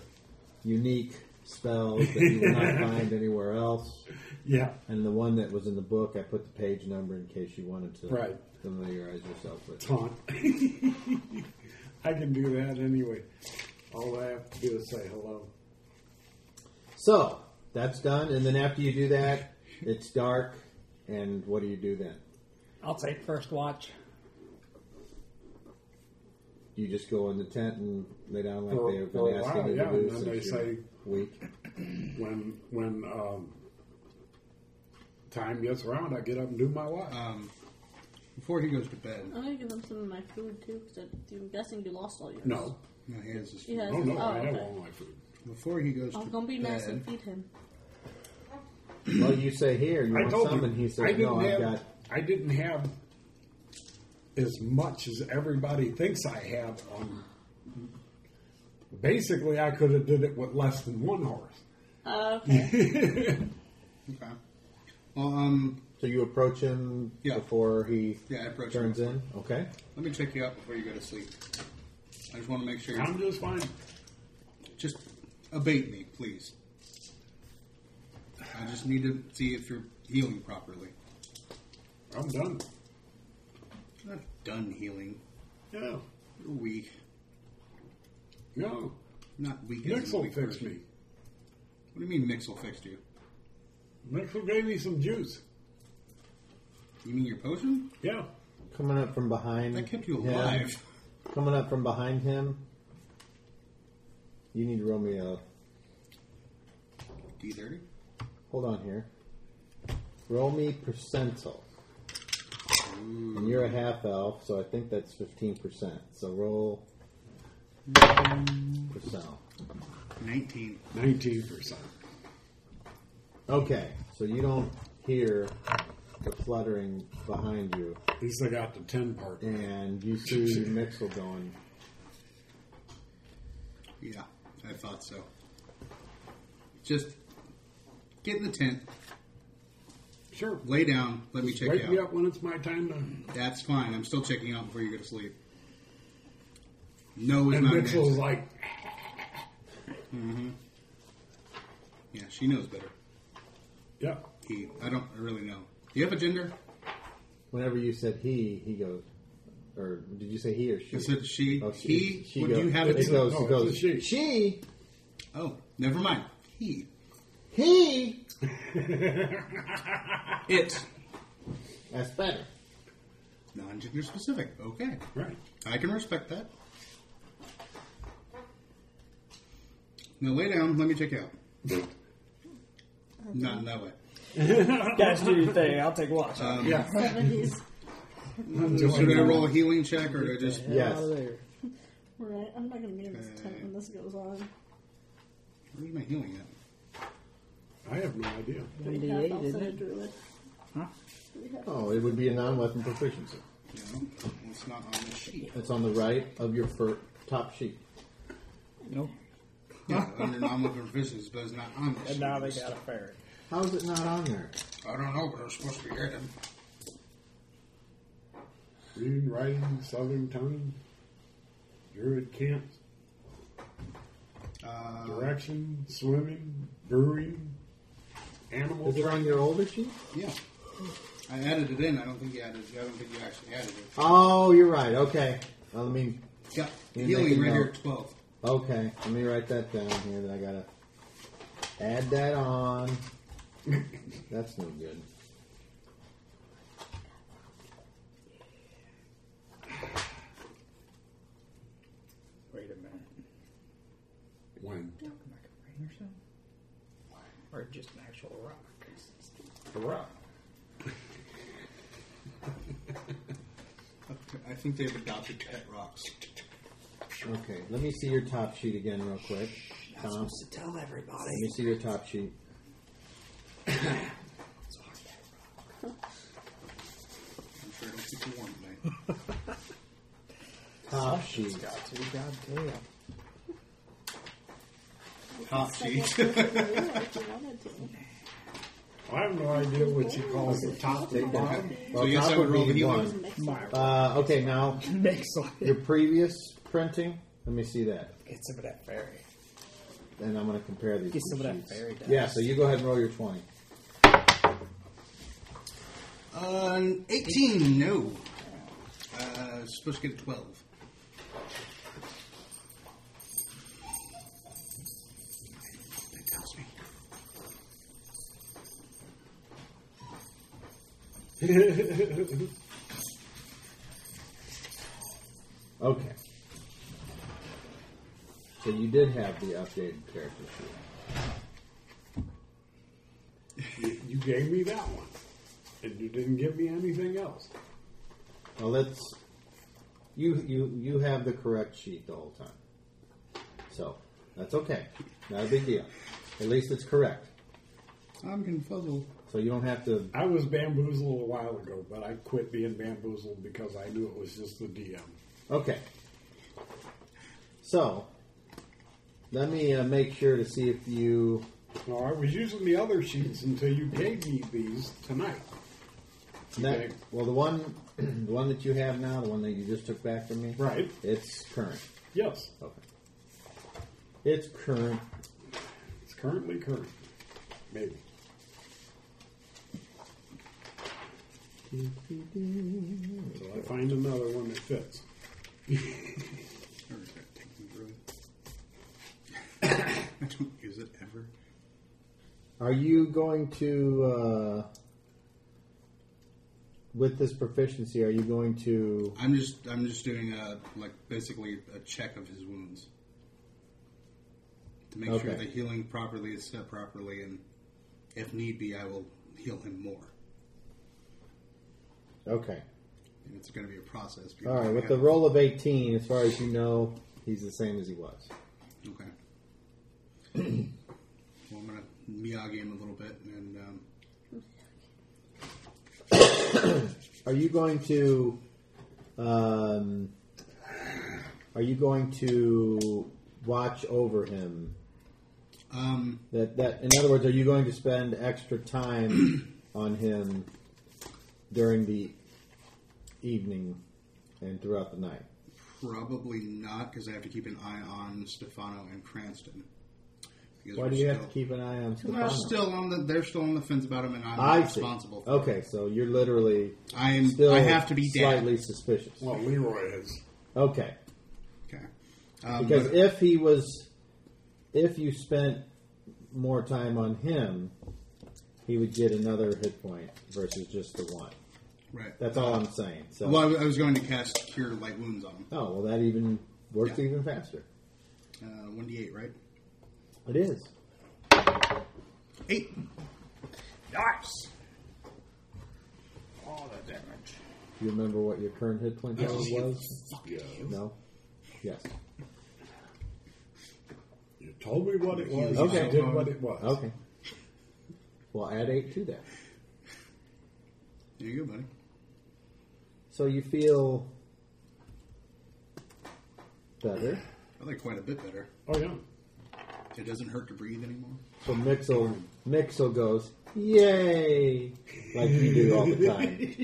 F: unique spells that you will not find anywhere else.
D: Yeah.
F: And the one that was in the book, I put the page number in case you wanted to
D: Right.
F: familiarize yourself with.
D: Taunt. I can do that anyway. All I have to do is say hello.
F: So that's done, and then after you do that, it's dark, and what do you do then?
E: I'll take first watch.
F: You just go in the tent and lay down like
D: For-
F: they've
D: for
F: been
D: a
F: asking
D: while,
F: you
D: yeah,
F: to do
D: and then
F: since
D: they
F: you're
D: say-
F: weak.
D: When when um, time gets around, I get up and do my watch.
A: Um, before he goes to bed,
C: I'm gonna give him some of my food too, because I'm guessing you lost all yours.
D: no.
A: no, he has this.
C: He has.
D: Oh no,
C: oh,
D: I have
C: okay.
D: all my food.
A: Before he goes
C: I'm
A: to
C: gonna be
A: bed,
C: nice and feed him.
F: Well, you say here you
D: I
F: want
D: told
F: some,
D: him
F: and he
D: I
F: says
D: didn't
F: no.
D: have
F: I've got
D: I didn't have as much as everybody thinks I have on. Basically, I could have did it with less than one horse.
C: Uh, okay.
A: okay. Well, um,
F: so you approach him
A: Yeah.
F: before he
A: yeah, I approach
F: turns
A: him.
F: in. Okay,
A: Let me check you out before you go to sleep. I just want to make sure.
D: I'm just fine.
A: Just abate me, please. I just need to see if you're healing properly.
D: I'm done.
A: You're not done healing.
D: Yeah.
A: You're weak.
D: No.
A: Not weak. as in
D: Nix will
A: weak
D: fix
A: person.
D: me.
A: What do you mean Mixel fixed you?
D: Mixel gave me some juice.
A: You mean your potion?
D: Yeah.
F: Coming up from behind.
A: That kept you
F: him-
A: alive.
F: coming up from behind him. You need to roll me a.
A: D30?
F: Hold on here. Roll me percentile. And you're a half elf, so I think that's 15%. So roll. Percentile.
A: 19.
D: 19%.
F: Okay, so you don't hear the fluttering behind you,
D: At least I got the 10 part.
F: and you see Mixel going.
A: Yeah, I thought so. Just get in the tent,
D: Sure.
A: lay down, let me check
D: Wake me
A: you out.
D: up when it's my time to.
A: That's fine. I'm still checking you out before you go to sleep. No is
D: And
A: not an
D: Mixel's
A: answer.
D: like,
A: Yeah, she knows better.
D: yeah.
A: He, I don't really know. Do you have a gender?
F: Whenever you said he, he goes. Or did you say he or she?
A: I said she.
F: Oh,
A: he. Would
F: goes-
A: you have
F: it
A: a
F: goes,
D: no,
F: it goes,
D: it's a she.
F: she,
A: Oh, never mind. He.
F: he.
A: It.
F: That's better.
A: Non-gender specific. Okay.
D: Right.
A: I can respect that. Now lay down. Let me check you out. Not in that way.
E: Guys, do your thing. I'll take watch.
D: Yeah.
C: 70s.
A: Should I roll a healing check or do I just?
F: Yes.
C: Right, I'm not gonna get in this tent when this goes on.
A: Where's my healing at?
D: I have no idea.
C: Do we have outside a druid?
E: Huh?
C: Do we have-
F: Oh, it would be a non-weapon proficiency.
A: No, it's not on the sheet.
F: It's on the right of your fir- top sheet.
E: Nope.
A: Yeah, under non-weapon proficiency, but it's not on the sheet.
E: And now they got a ferret.
F: How is it not on there?
A: I don't know, but I'm supposed to be hidden.
D: Reading, writing, southern tongue, druid camps,
A: Uh,
D: direction, swimming, brewing, animal.
F: Is it on your older sheet?
A: yeah, I added it in. I don't think you added. I don't think you actually added it.
F: Oh, you're right. Okay. Well, let me.
A: Yeah,
F: You make
A: healing
F: a
A: right here
F: note.
A: at twelve.
F: Okay, let me write that down here. That I gotta add that on. That's no good.
E: Wait a minute.
D: When?
E: Like a ring or something? Or just an actual rock?
D: The rock.
A: I think they've adopted pet rocks.
F: Okay, let me see your top sheet again, real quick. Tom,
E: supposed to tell everybody.
F: let me see your top sheet.
A: I'm sure it'll keep you warm tonight.
F: Top sheet.
E: Got to be goddamn.
A: Top sheet.
C: if you wanted to.
D: I have no idea what you call the top and bottom.
A: so
F: Well,
A: yes, I
F: top
A: would roll
F: would
A: the
F: be
A: healing.
F: one.
C: Mix
E: My
C: it.
F: Uh, okay, now
E: Makes like
F: your previous printing. Let me see that,
E: get some of that fairy.
F: and I'm gonna compare these.
E: Get
F: two
E: some of that
F: sheets.
E: fairy dust.
F: Yeah. So you go ahead and roll your twenty.
A: Uh, 18, no. Uh, supposed to get a 12. That tells me.
F: Okay. So you did have the updated character sheet.
D: You gave me that one, and you didn't give me anything else.
F: Now let's. You you you have the correct sheet the whole time. So that's okay. Not a big deal. At least it's correct.
A: I'm confuzzled.
F: So you don't have to.
D: I was bamboozled a while ago, but I quit being bamboozled because I knew it was just the DM.
F: Okay. So let me uh, make sure to see if you.
D: No, I was using the other sheets until you gave me these tonight.
F: That,
D: Okay.
F: well, the one the one that you have now, the one that you just took back from me,
D: Right.
F: It's current.
D: Yes,
F: Okay. It's current.
D: it's currently current. Maybe. until I find another one that fits.
A: I'm just gonna take them through it. I don't use it ever.
F: Are you going to, uh, with this proficiency, are you going to?
A: I'm just I'm just doing a like basically a check of his wounds to make sure
F: Okay.
A: the healing properly is set properly, and if need be, I will heal him more.
F: Okay.
A: And it's going to be a process. because
F: All right.
A: we
F: With
A: have-
F: the roll of eighteen, as far as you know, he's the same as he was.
A: Okay. well, I'm going to Miyagi him a little bit, and um,
F: Are you going to? Um, are you going to watch over him?
A: um,
F: That that in other words, are you going to spend extra time on him during the evening and throughout the night?
A: probably not because I have to keep an eye on Stefano and Cranston. Because
F: Why
A: we're
F: do you have
A: still-
F: to keep an eye on Stefano?
A: They're still on the they're still on the fence about him, and I'm
F: I
A: not
F: see.
A: responsible. For
F: Okay, so you're literally
A: it. I am.
F: still
A: I have to be dead.
F: slightly suspicious.
D: Well, Leroy is.
F: Okay,
A: Okay. Um,
F: because
A: but-
F: if he was, if you spent more time on him, he would get another hit point versus just the one.
A: right.
F: That's all I'm saying. So,
A: Well, I w- I was going to cast Cure Light Wounds on him.
F: oh well, that even works
A: Yeah.
F: even faster.
A: Uh, 1d8, right?
F: It is.
A: 8.
E: Nice. All the damage.
F: Do you remember what your current hit point total was?
D: Yeah.
F: No. Yes.
D: You told me what it was.
F: Okay.
D: I did what it was.
F: Okay. Well, add eight to that.
A: There you go, buddy.
F: So you feel better.
A: I like quite a bit better.
D: Oh yeah.
A: It doesn't hurt to breathe anymore.
F: So Mixel Mixel goes, Yay like you do all the time.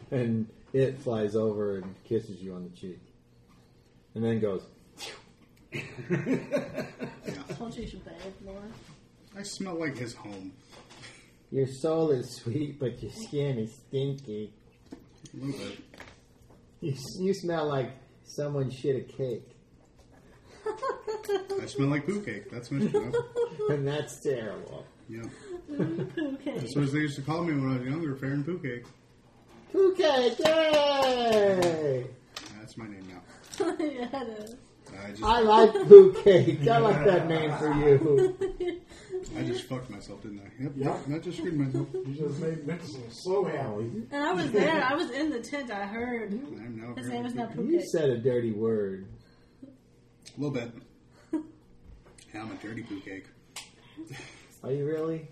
A: Yeah.
F: and it flies over and kisses you on the cheek. And then goes,
C: I told you you should bathe, Laura.
A: I smell like his home.
F: Your soul is sweet, but your skin is stinky.
A: A little bit.
F: You, you smell like someone shit a cake.
A: I smell like poo cake. That's what you know.
F: And that's terrible.
A: Yeah.
C: Okay.
A: That's what they used to call me when I was younger, fair and poo cake.
F: Poo cake, yay!
A: That's my name now.
C: yeah, it is.
A: I just
F: I like poo cake. I like that name for you.
A: I just fucked myself, didn't I? Yep. Yep. I just screwed myself.
D: You just made Mixel so happy.
C: And I was there. I was in the tent. I heard.
A: I'm now
C: His
A: fair and
C: name is
A: poo
C: not
A: cake.
F: You
C: Pookie.
F: said a dirty word.
A: A little bit. Yeah, I'm a dirty poo cake.
F: Are you really?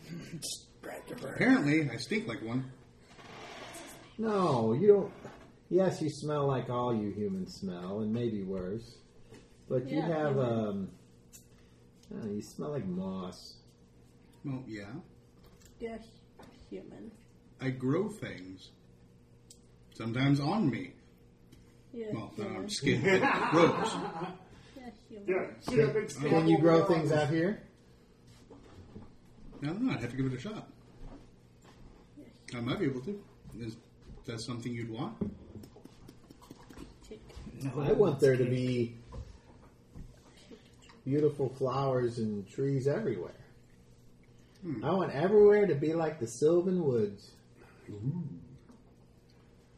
A: Apparently, I stink like one.
F: No, you don't. Yes, you smell like all you humans smell, and maybe worse. But you
C: Yeah,
F: have
C: maybe.
F: um, I don't know, you smell like moss.
A: Well, yeah.
C: Yeah, human.
A: I grow things. Sometimes on me.
C: Yeah,
A: Well, no,
C: human.
A: I'm skin it grows.
C: Yeah, human.
D: Yeah. See that big stamp
F: Can you
D: over
F: grow
D: there?
F: things out here?
A: No, no, I'd have to give it a shot. I might be able to. Is that something you'd want?
C: Tick.
F: I want there to be beautiful flowers and trees everywhere. I want everywhere to be like the Sylvan Woods.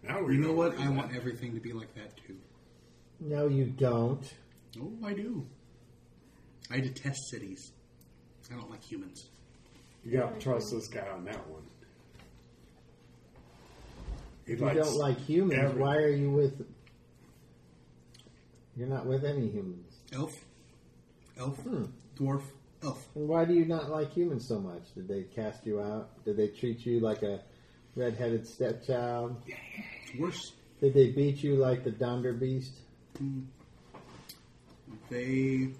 D: Now we
A: You know what?
D: where
A: I
D: he's
A: want everything to be like that too.
F: No, you don't.
A: Oh, I do. I detest cities. I don't like humans.
D: at. You got to trust this guy on that one. He
F: You don't like humans.
D: every-
F: Why are you with? You're not with any humans.
A: Elf, elf,
F: Hmm.
A: dwarf, elf.
F: And why do you not like humans so much? Did they cast you out? Did they treat you like a red-headed stepchild?
A: Worse,
F: Did they beat you like the Donder Beast?
A: they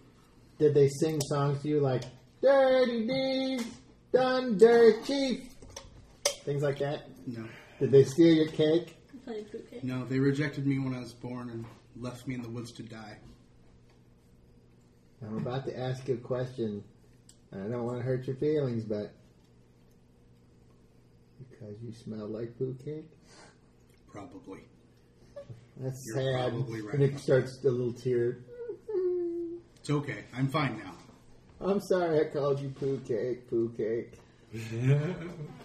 F: Did they sing songs to you like "Dirty Deeds, Dunder Chief," things like that?
A: no,
F: Did they steal your cake?
C: Playing Pookie.
A: no. They rejected me when I was born and left me in the woods to die.
F: I'm about to ask you a question. and I don't want to hurt your feelings, but you because you smell like poo cake?
A: Probably.
F: That's
A: You're
F: sad.
A: probably right.
F: Nick starts a little tear.
A: It's okay. I'm fine now.
F: I'm sorry I called you poo cake, poo cake.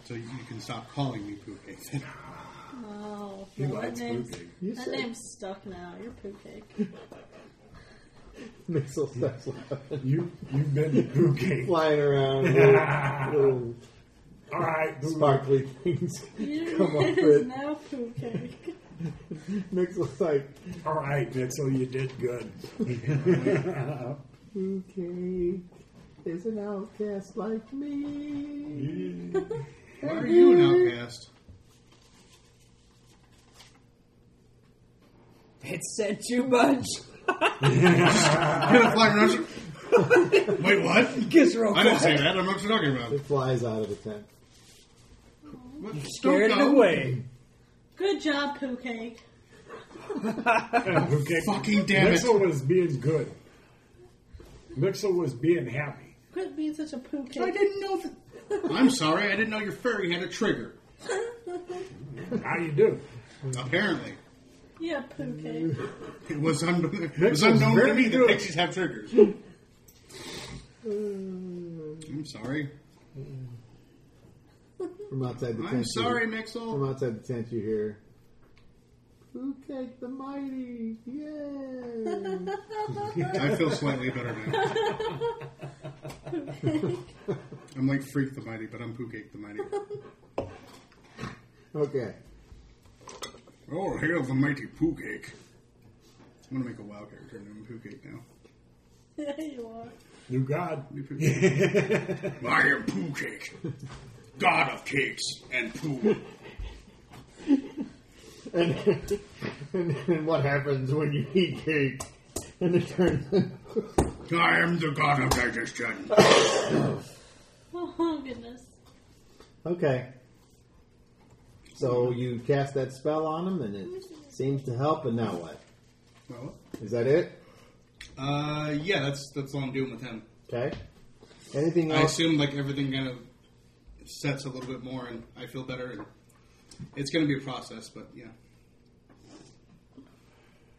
A: So you you can stop calling me poo cake. then.
C: Oh,
D: He
C: no, that
D: likes
C: name's,
D: pooping.
F: You
C: that
F: said-
C: name's stuck now. You're poo cake.
F: Missile starts laughing.
D: You you've been poo cake.
F: flying around. Little, little
D: All right, poo.
F: sparkly things
C: You
F: come off
C: is
F: it.
C: now poo cake.
F: Mixel's like,
D: All right, Mitchell, you did good.
F: poo cake is an outcast like me.
A: Why are you an outcast?
E: It said too much.
A: You're gonna fly around. you- Wait, what?
E: Gets real
A: I didn't say
E: quiet.
A: that. I don't know what you're talking about.
F: It flies out of the tent.
A: What? Don't
E: Scared it
A: go.
E: away.
C: Good job, poo cake.
D: Poo cake.
A: Fucking damn it.
D: Mitchell was being good. Mitchell was being happy.
C: Quit being such a poo
A: I
C: cake.
A: didn't know that. I'm sorry. I didn't know your fairy had a trigger.
D: Now you do.
A: Apparently,
C: Yeah, poo cake.
A: it was, un- it
D: Mitchell's
A: was unknown to
D: very
A: me that
D: good.
A: pixies have triggers. I'm sorry.
F: From outside the tent.
A: I'm
F: you-
A: sorry,
F: From
A: Mixel.
F: outside the tent, you hear, poo cake the mighty, yay!
A: I feel slightly better now. I'm like Freak the Mighty, but I'm Poo Cake the Mighty.
F: okay.
A: Oh, hail the mighty Poo Cake. I'm gonna make a WoW character named Poo Cake now.
C: Yeah, you are.
D: You God.
A: Be Poo Cake. I am Poo Cake, god of cakes and poo.
F: And, and, and what happens when you eat cake? And it turns
A: I am the god of digestion.
C: Oh, goodness.
F: Okay. So you cast that spell on him, and it seems to help. And now what?
A: Well,
F: Is that it?
A: uh, yeah, that's that's all I'm doing with him.
F: Okay. Anything
A: I
F: else?
A: assume like everything kind of sets a little bit more, and I feel better. And it's gonna be a process, but yeah.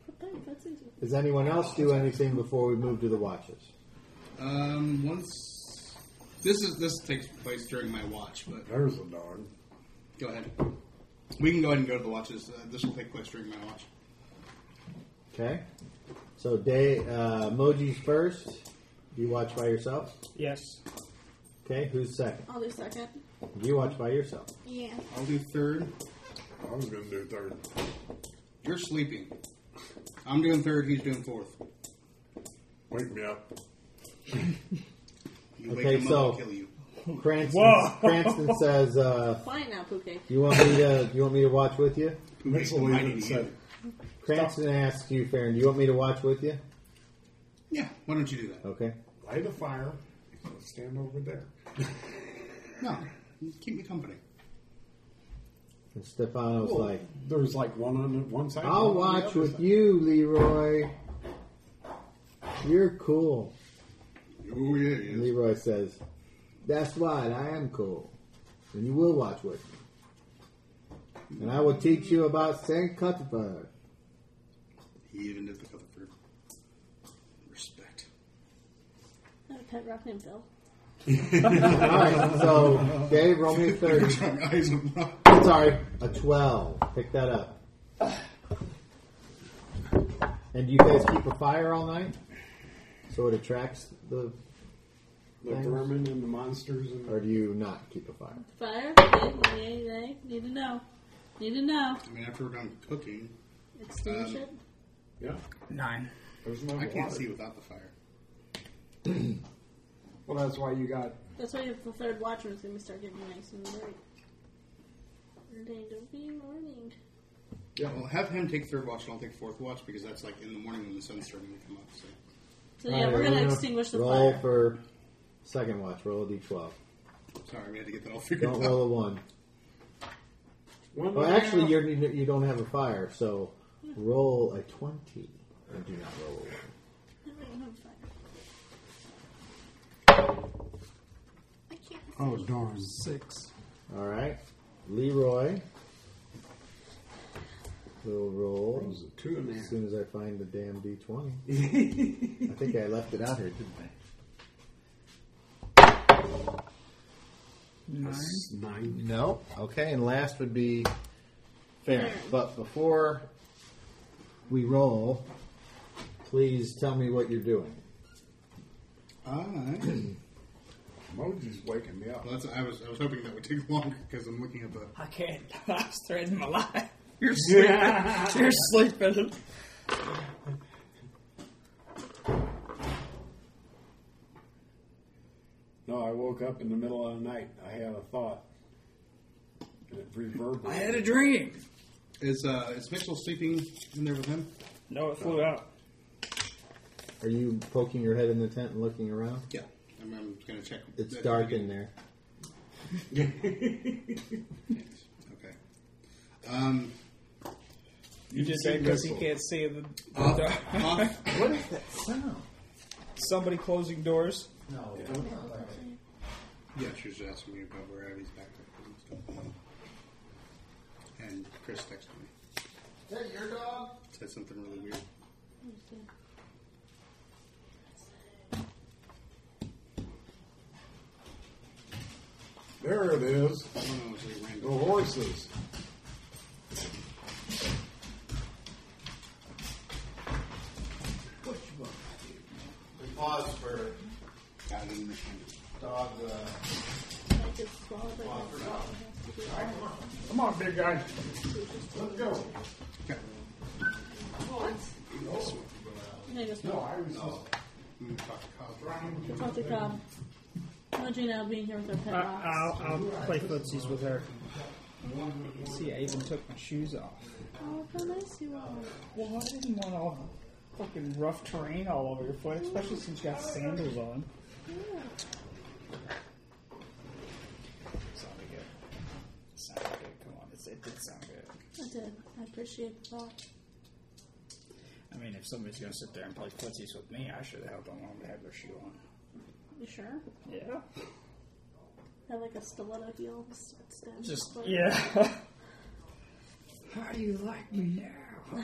C: But that, that's easy.
F: Does anyone else do anything before we move to the watches?
A: Um, once this is this takes place during my watch, but
D: There's a dog.
A: go ahead. We can go ahead and go to the watches. Uh, this will take place during my watch.
F: Okay. So day uh, Moji's first. You watch by yourself.
E: Yes.
F: Okay. Who's second?
C: I'll do second.
F: You watch by yourself.
C: Yeah.
A: I'll do third.
D: I was going to do third.
A: You're sleeping. I'm doing third. He's doing fourth.
D: Wake me up.
A: You
F: Okay,
A: wake him
F: so-
A: up and kill you.
F: Cranston, Cranston says, uh,
C: Quiet now, poo cake.
F: "You want me to? You want me to watch with you?"
A: Who makes the
D: Mitchell
A: mighty
D: even
A: man?
D: said,
F: Cranston asks you, Farron, "Do you want me to watch with you?"
A: Yeah. Why don't you do that?
F: Okay.
D: light a fire. Stand over there.
A: No. Keep me company.
F: And Stefano's like,
D: There's like one on the one side.
F: I'll
D: one on the
F: watch
D: other
F: with
D: side.
F: you, Leroy. You're cool.
A: Oh yeah,
F: And
A: yeah.
F: Leroy says, That's right, I am cool. And you will watch with me. And I will teach you about Saint Cuthbert.
A: He even did the cover for respect.
C: I have a pet rock named Bill.
F: Alright, so Dave, roll me a 30.
A: Eyes of rock.
F: Sorry, a 12. Pick that up. And do you guys keep a fire all night? So it attracts the.
D: The vermin and the monsters. And
F: Or do you not keep a fire?
C: Fire, pig, yay, yay. Need to know. Need to know.
A: I mean, after we're done cooking,
C: Extinguish
A: Um,
C: it.
D: yeah.
E: Nine.
D: There's no
A: I can't
D: water.
A: see without the fire.
D: Well, that's why you got
C: That's why the third watcher is going to start getting nice and bright. Ordained to be warning.
A: Yeah, well, have him take third watch, and I'll take fourth watch because that's like in the morning when the sun's starting to come up. So
C: So yeah, we're
F: Alright,
C: going to
F: roll-
C: extinguish the
F: roll
C: fire.
F: for second watch. Roll a d12.
A: sorry, we had to get that all figured
F: Don't
A: out.
F: roll a one.
D: one.
F: Well,
D: down.
F: actually, you're, you don't have a fire, so roll a twenty. I do not roll a one.
C: I don't have fire. I can't.
D: Oh darn!
E: Six.
F: All right. Leroy will roll
D: There's a two in
F: as
D: there.
F: soon as I find the damn D20. I think I left it out here, didn't I?
E: Nine.
D: Nine.
F: No. Okay, and last would be Farron. But before we roll, please tell me what you're doing.
A: I.
D: Moses waking me up.
A: Well, that's, I was I was hoping that would take longer because I'm looking at the.
G: I can't. I was threading my life. You're sleeping. You're sleeping.
D: No, I woke up in the middle of the night. I had a thought. And it
G: I
D: reverberated.
G: had a dream.
A: Is uh is Mitchell sleeping in there with him?
G: No, it flew out.
F: Are you poking your head in the tent and looking around?
A: Yeah. I'm, I'm gonna check.
F: It's
A: that-
F: dark in there.
A: Okay. Um.
G: You just said because he can't see the, the
F: Uh,
A: Off,
G: dark.
A: off,
F: What is that sound?
G: Somebody closing doors.
F: No.
A: yeah, she was asking me about where Abby's back and stuff. And Chris texted me.
F: Is that your dog?
A: Said something really weird.
D: There it is.
A: I don't know. It was like
D: The
A: random.
D: horses.
F: We pause for
A: I didn't understand it.
F: dog. Uh,
G: Come on, big guy.
D: Let's go. No, I was just
A: Oh, I'm gonna talk to Cosmo.
C: Dr. Cobb. Imagine now being here with their pet
E: I,
C: rocks.
E: I'll, I'll play footsies with her.
G: See, I even took my shoes off.
C: Oh, how nice you are.
G: Well, I didn't want all fucking rough terrain all over your foot, especially since you got sandals on. Sounded good. Sounded good. Come on, it's, it did sound good.
C: I did. I appreciate the thought.
G: I mean, if somebody's gonna sit there and play footsies with me, I sure the hell don't want them to have their shoe on.
C: You sure?
G: Yeah.
C: Have like a stiletto heel instead.
G: Just
C: But-
G: yeah. How do you like me now?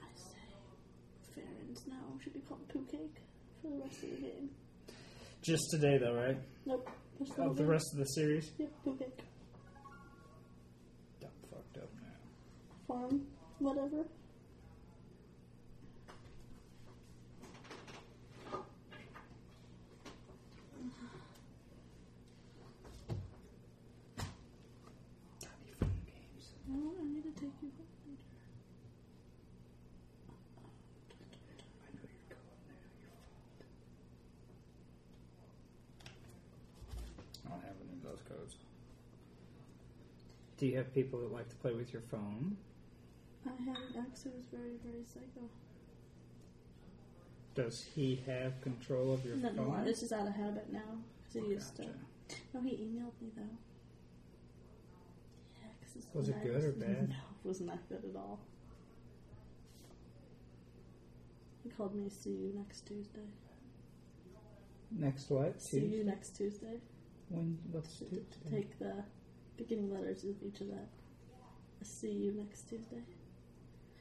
C: I say, Farron's now should be called Poo Cake for the rest of the game.
E: Just today, though, right?
C: Nope. Just
E: Of Oh, the rest of the series.
C: Yeah, Poo Cake.
G: I'm fucked up now.
C: Farm. Whatever. No, I need to take you home later.
G: I don't have any of those codes.
E: Do you have people that like to play with your phone?
C: I had an ex who was very, very psycho.
E: Does he have control of your
C: No,
E: phone? Oh,
C: no, this is out of habit now. Because he
G: Oh,
C: used to. No, he emailed me though. Yeah, 'cause it's
E: Was it
C: nice.
E: good or bad?
C: No, it was not good at all. He called me. See you next Tuesday.
E: Next what?
C: See
E: Two?
C: you next Tuesday.
E: When? What's
C: To,
E: two?
C: to take the beginning letters of each of that. See you next Tuesday.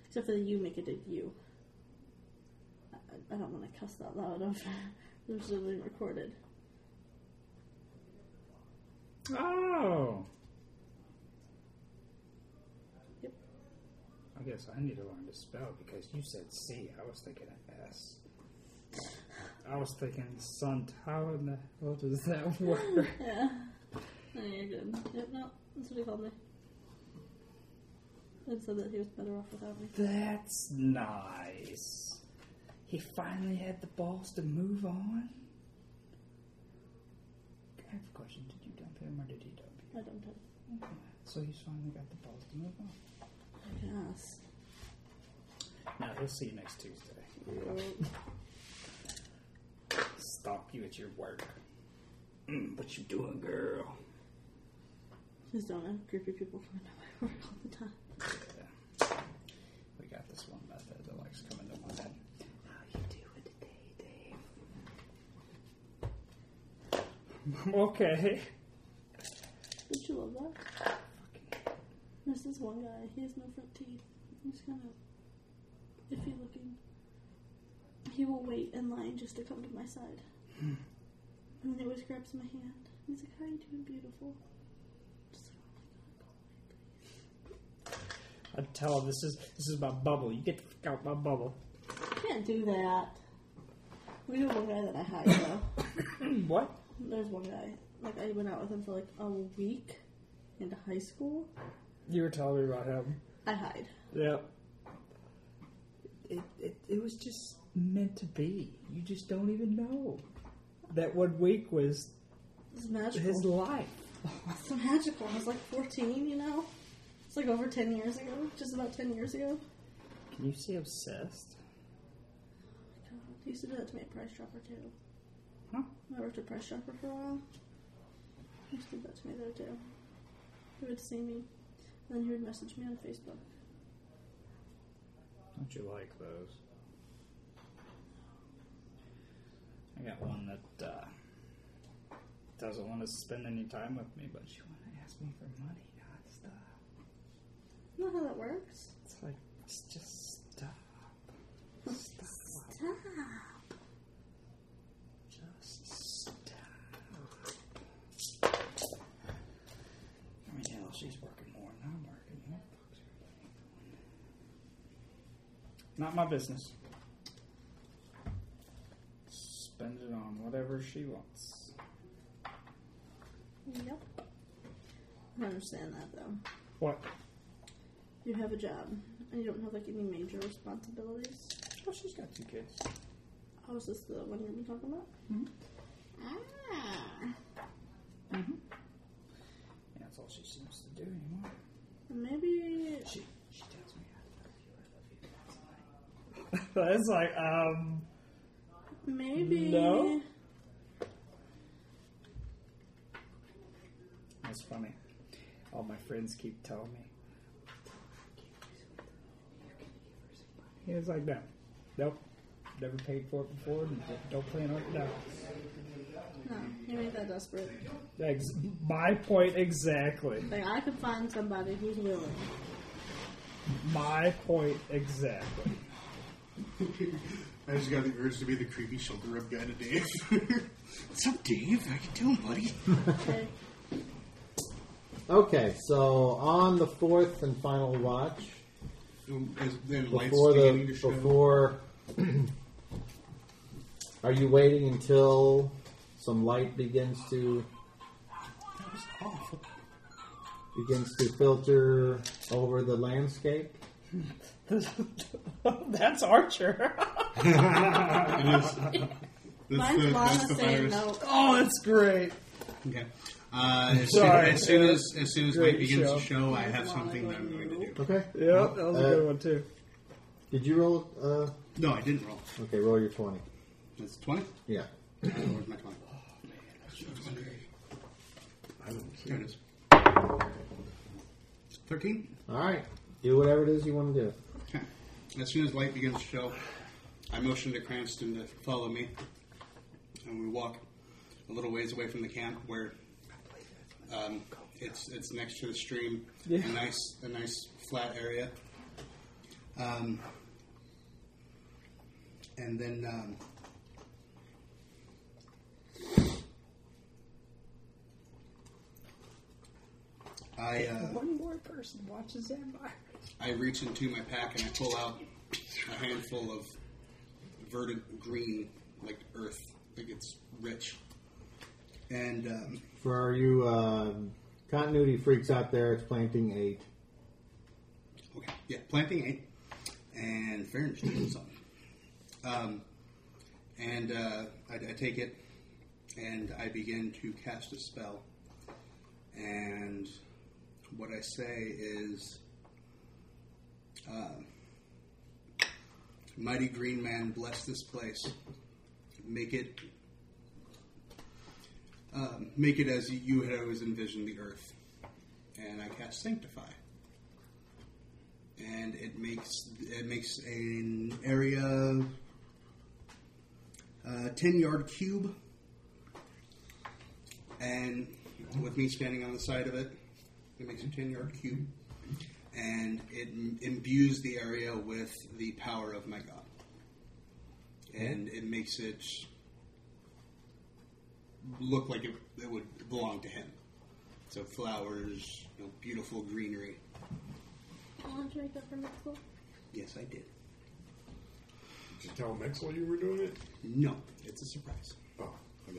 C: Except for the U, make it a U. I, I- I don't want to cuss that loud. I'm this is being recorded.
E: Oh.
C: Yep.
E: I guess I need to learn to spell because you said C. I was thinking of S. I was thinking sunt. How in the hell does that work?
C: Yeah. No, you're good. Yep, no, that's what he called me. And said that he was better off without me.
E: That's nice. He finally had the balls to move on. I have a question. Did you dump him or did he dump you?
C: I don't know.
E: Okay. So he's finally got the balls to move on.
C: Yes.
E: Now he'll see you next Tuesday. Stop you at your work. Mm, what you doing, girl?
C: Please don't have creepy people coming to my work all the time.
E: We got this one. Okay.
C: Did you love that? There's this one guy. He has no front teeth. He's kind of iffy looking. He will wait in line just to come to my side. And he always grabs my hand. He's like, "How are you doing, beautiful?" Just like, "Oh my god,
E: I tell him this is this is my bubble. You get the fuck out my bubble.
C: call me." Can't do that. We know one guy that I hide though.
E: What?
C: There's one guy. Like I went out with him for like a week into high school.
E: You were telling me about him.
C: I hide.
E: Yeah. It, it, it was just meant to be. You just don't even know. That one week was
C: It's magical.
E: his life.
C: It's so magical. I was like 14, you know? It's like over 10 years ago, just about 10 years ago.
E: Can you say obsessed?
C: God, he used to do that to me at Price Chopper too.
E: Huh?
C: I worked at Price Chopper for a while. He used to do that to me there too. He would see me, and then he would message me on Facebook.
E: Don't you like those? I got one that uh, doesn't want to spend any time with me, but she want to ask me for money nonstop.
C: You know how that works?
E: It's like, it's just stop. Stop.
C: Stop.
E: Just stop. I mean, hell, she's working more than I'm working. What the fuck's everybody doing? Not my business. Spend it on whatever she wants.
C: Yep. I understand that though.
E: What?
C: You have a job, and you don't have like any major responsibilities.
E: Oh, she's got two kids.
C: Oh, is this the one you've been talking about?
A: Hmm?
C: Ah.
E: Yeah, that's all she seems to do anymore.
C: Maybe
E: She, she tells me I love you, I love you. That's like, that's like um.
C: Maybe.
E: No? That's funny. All my friends keep telling me. He was like, no, nope, never paid for it before, and don't plan on it now.
C: No, you ain't that desperate.
E: Ex- my point exactly.
C: Like, I could find somebody who's willing.
E: My point exactly.
A: I just got the urge to be the creepy shoulder rub guy to Dave. What's up, Dave? How you doing, buddy?
C: Okay.
F: Okay, so on the fourth and final watch,
A: Um, As, then lights
F: before
A: beginning
F: the
A: to show.
F: before, are you waiting until some light begins to
A: That was awful.
F: begins to filter over the landscape?
E: That's Archer.
A: That's
C: Mine's
A: the,
C: along
A: that's
C: the
A: the
C: same
A: virus.
C: note.
E: oh, that's great.
A: Okay. Uh, as, soon,
E: Sorry.
A: as soon as as soon as
E: Great
A: light begins
E: show.
A: to show, I have something that I'm going to do.
F: Okay.
E: Yep, that was a
F: Uh,
E: good one too.
F: Did you roll? Uh,
A: No, I didn't roll.
F: okay, roll your twenty.
A: That's twenty.
F: Yeah.
A: Uh, Where's my twenty? There it is. Thirteen.
F: All right. Do whatever it is you want to do.
A: Okay. As soon as light begins to show, I motion to Cranston to follow me, and we walk a little ways away from the camp where um, it's it's next to the stream,
E: Yeah.
A: a nice a nice flat area. Um, and then um, I. Uh,
E: One more person watches that. by.
A: I reach into my pack and I pull out a handful of verdant green, like earth, like it's rich. And um,
F: For you uh, continuity freaks out there, it's planting eight.
A: okay, yeah, planting eight, and Farron's doing something. Um, and uh, I, I take it, and I begin to cast a spell. And what I say is, uh, "Mighty Green Man, bless this place. Make it, um, make it as you had always envisioned the earth." And I cast Sanctify, and it makes it makes an area uh, ten yard cube and with me standing on the side of it, it makes a 10 yard cube, and it m- imbues the area with the power of my god. And it makes it look like it, it would belong to him. So flowers, you know, beautiful greenery.
C: Want to make that for next one?
A: Yes, I did.
D: Did you tell Mixel you were doing it?
A: No, it's a surprise.
D: Oh, okay.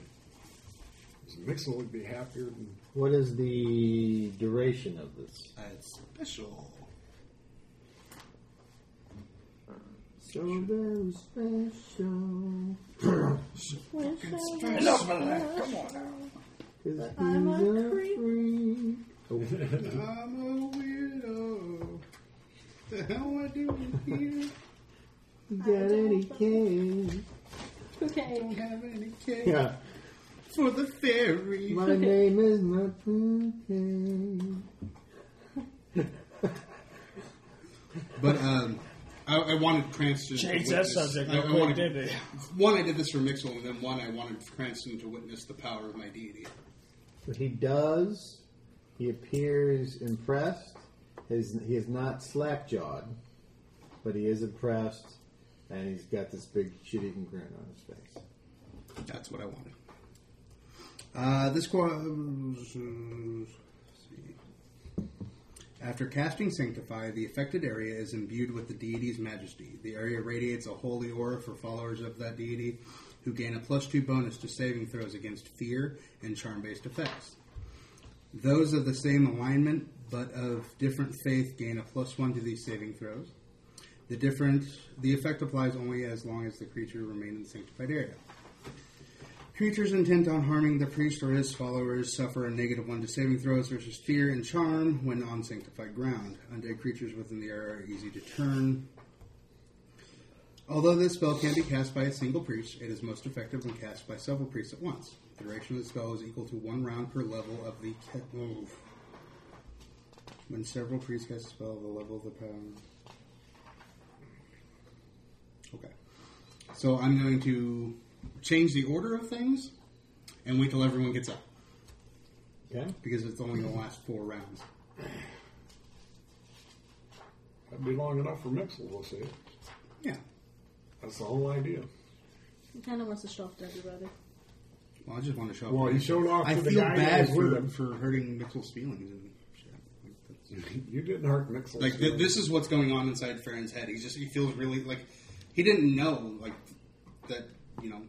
D: 'Cause Mixel would be happier than
F: What is the duration of this?
A: Uh, it's special.
F: So very special.
C: Wish I was
G: Enough of that. Come on now.
C: I'm a creep.
A: I'm a weirdo. The hell I do here?
F: Got any cake?
C: Okay.
A: Have any cake
F: Yeah.
A: for the fairy?
F: My name is Mapuke.
A: But um, I, I wanted Cranston.
E: Changed
A: to
E: that
A: witness,
E: subject
A: I,
E: real
A: I
E: quick,
A: wanted,
E: didn't it?
A: One, I did this for Mixel, and then one, I wanted Cranston to witness the power of my deity.
F: But he does. He appears impressed. His, he is not slackjawed, but he is impressed, and he's got this big shit-eating grin on his face.
A: That's what I wanted. Uh, this was. After casting Sanctify, the affected area is imbued with the deity's majesty. The area radiates a holy aura for followers of that deity, who gain a plus two bonus to saving throws against fear and charm based effects. Those of the same alignment but of different faith gain a plus one to these saving throws. The different the effect applies only as long as the creature remains in the sanctified area. Creatures intent on harming the priest or his followers suffer a negative one to saving throws versus fear and charm when on sanctified ground. Undead creatures within the area are easy to turn. Although this spell can be cast by a single priest, it is most effective when cast by several priests at once. The duration of the spell is equal to one round per level of the. Ke- oh. When several priests cast a spell, the level of the power. Okay. So I'm going to change the order of things and wait till everyone gets up
F: Okay.
A: because it's only going to last four rounds.
D: that'd be long enough for Mixel. We'll see.
A: Yeah.
D: That's the whole idea.
C: He kind of wants to show off to everybody.
A: Well, I just want to show.
D: Well,
A: up.
D: he showed off
A: I
D: to the
A: feel
D: guy
A: bad
D: that was with
A: for,
D: him.
A: for hurting Mixel's feelings and shit. Like, that's-
D: You didn't hurt Mixel.
A: Like th- this is what's going on inside Farron's head. He just he feels really like he didn't know like that you know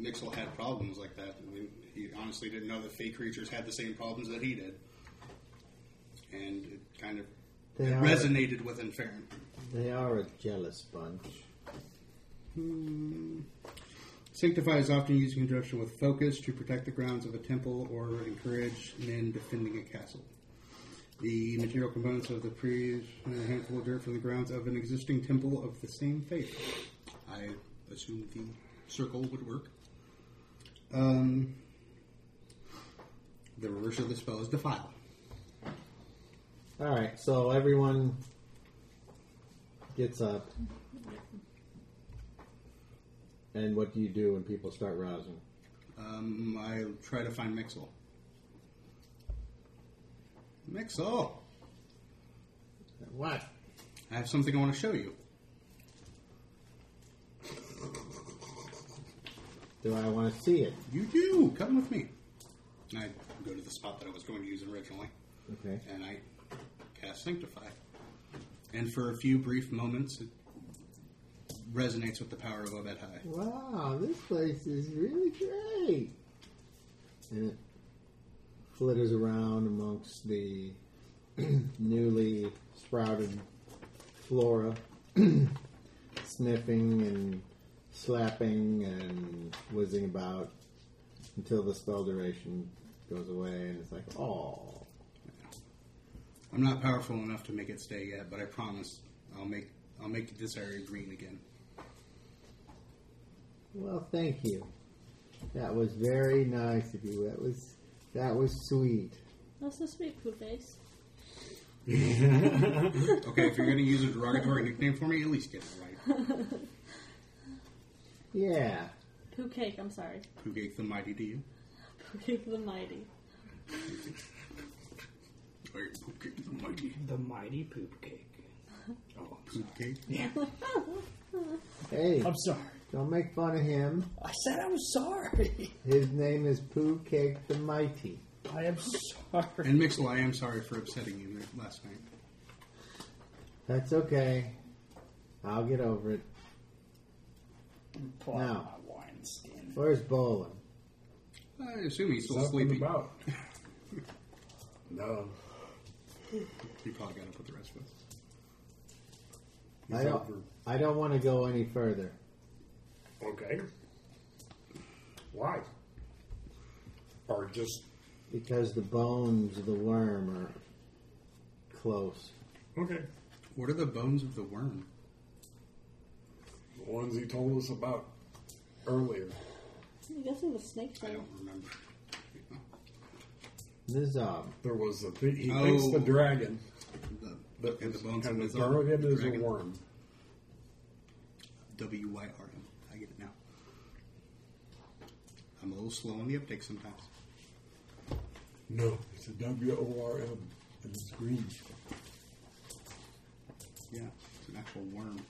A: Mixel had problems like that. I mean, he honestly didn't know that fake creatures had the same problems that he did, and it kind of
F: They are-
A: resonated within Farron.
F: They are a jealous bunch.
A: Sanctify is often used in conjunction with focus to protect the grounds of a temple or encourage men defending a castle. The material components of the priest and a handful of dirt from the grounds of an existing temple of the same faith. I assume the circle would work. Um, the reverse of the spell is defile.
F: All right, so everyone gets up. And what do you do when people start rousing?
A: Um, I try to find Mixel. Mixel,
F: What?
A: I have something I want to show you.
F: Do I want to see it?
A: You do. Come with me. And I go to the spot that I was going to use originally,
F: Okay.
A: and I cast Sanctify. And for a few brief moments, it resonates with the power of Obed High.
F: Wow, this place is really great. And it flitters around amongst the newly sprouted flora, sniffing and slapping and whizzing about until the spell duration goes away, and it's like, oh,
A: I'm not powerful enough to make it stay yet, but I promise I'll make I'll make this area green again.
F: well, thank you. That was very nice of you. That was that was sweet.
C: That's so sweet, poo face.
A: Okay, if you're going to use a derogatory nickname for me, at least get it right.
F: Yeah.
C: Poo cake. I'm sorry.
A: Who gave the mighty to you?
C: Cooking the mighty.
A: Or your poop cake is mighty.
E: The mighty poop cake. Oh, I'm sorry.
A: Poop cake?
F: Hey,
E: I'm sorry.
F: don't make fun of him.
E: I said I was sorry.
F: His name is Pooh Cake the Mighty.
E: I am sorry.
A: And Mixel, I am sorry for upsetting you there last night.
F: That's okay. I'll get over it.
E: Pull out
F: Now.
E: my wine skin.
F: Where's Bolin?
A: I assume he's still
D: Up and
A: sleeping.
D: about. no.
A: He probably got up with the rest of us.
F: I don't, I don't want to go any further.
D: Okay. Why? Or just
F: Because the bones of the worm are close.
D: okay.
A: What are the bones of the worm?
D: The ones he told us about earlier.
C: I'm guessing the snake
A: I
C: thing.
A: don't remember.
F: Nizab.
D: There was a th- he
A: Oh.
D: thinks the dragon,
A: The,
D: but
A: and the bones of
D: and the
A: his
D: dragon is a worm.
A: W Y R M. I get it now. I'm a little slow on the uptake sometimes.
D: No, it's a W O R M, and it's green.
A: Yeah, it's an actual worm.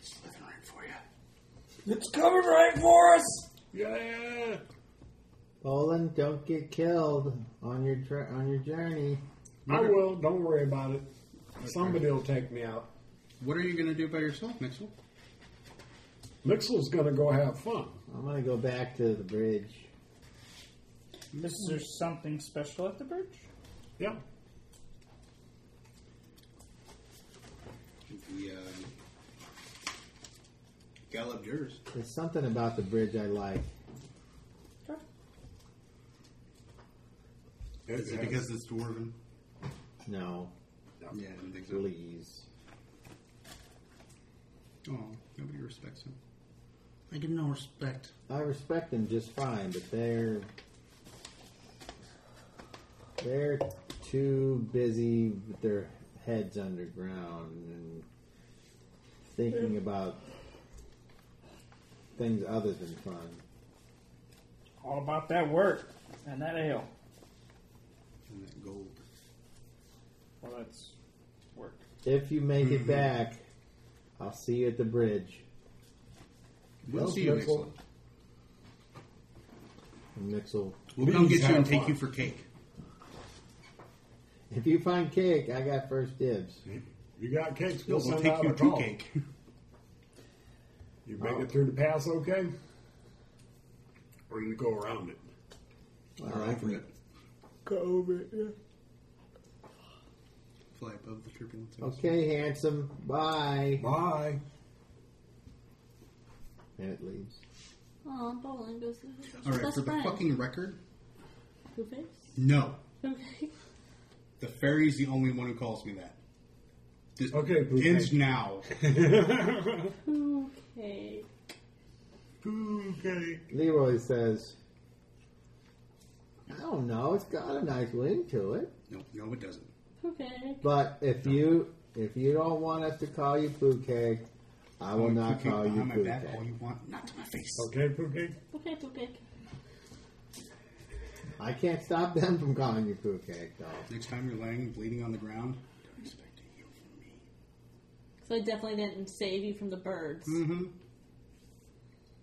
A: It's living right for you.
G: It's coming right for us.
D: Yeah.
F: Bolin, don't get killed on your tra- on your journey.
D: I will. Don't worry about it. Somebody will take me out.
A: What are you going to do by yourself, Mixel?
D: Mixel's gonna go have fun.
F: I'm gonna go back to the bridge.
E: Is there something special at the bridge?
D: Yeah.
A: The um, Gallop yours.
F: There's something about the bridge I like.
A: Is it because it's dwarven?
F: No,
A: Yeah, I didn't think so.
F: please.
A: Oh, nobody respects him. I give him no respect.
F: I respect them just fine, but they're they're too busy with their heads underground and thinking about things other than fun.
E: All about that work and that ale.
A: And that gold.
E: Well, that's work.
F: If you make it back, I'll see you at the bridge.
A: We'll
D: Well,
A: see you,
D: that's
A: Mixel.
F: And Mixel.
A: We'll come
D: Please
A: get you and
D: have
A: take
D: fun.
A: you for cake.
F: If you find cake, I got first dibs.
D: You got cakes.
A: No,
D: We'll,
A: we'll
D: send
A: take
D: out
A: you
D: a
A: to
D: call.
A: cake.
D: You make
A: Oh.
D: it through the pass, okay? Or you go around it.
A: Or over it.
D: Go over it.
A: Fly above the turbulence.
F: Okay, handsome. Bye.
D: Bye.
F: And it leaves.
C: Aw, Bolin goes to his
A: All right,
C: best
A: for the
C: friend.
A: fucking record,
C: Who face?
A: no.
C: Who face?
A: The fairy's the only one who calls me that. This
D: Okay, Blue
A: ends
D: Cake.
A: now.
C: Okay.
D: Okay.
F: Leroy says, I don't know, it's got a nice ring to it.
A: no, no, it doesn't.
C: Okay.
F: But if you if you don't want us to call you poo cake, I will not
A: can
F: call you
A: behind
F: poo
A: my
F: cake.
A: back all you want, not to my face.
D: Okay, Poo Cake?
C: Okay, Poo Cake.
F: I can't stop them from calling you poo cake though.
A: Next time you're laying bleeding on the ground, don't expect to heal from me.
C: So I definitely didn't save you from the birds.
A: Mm-hmm.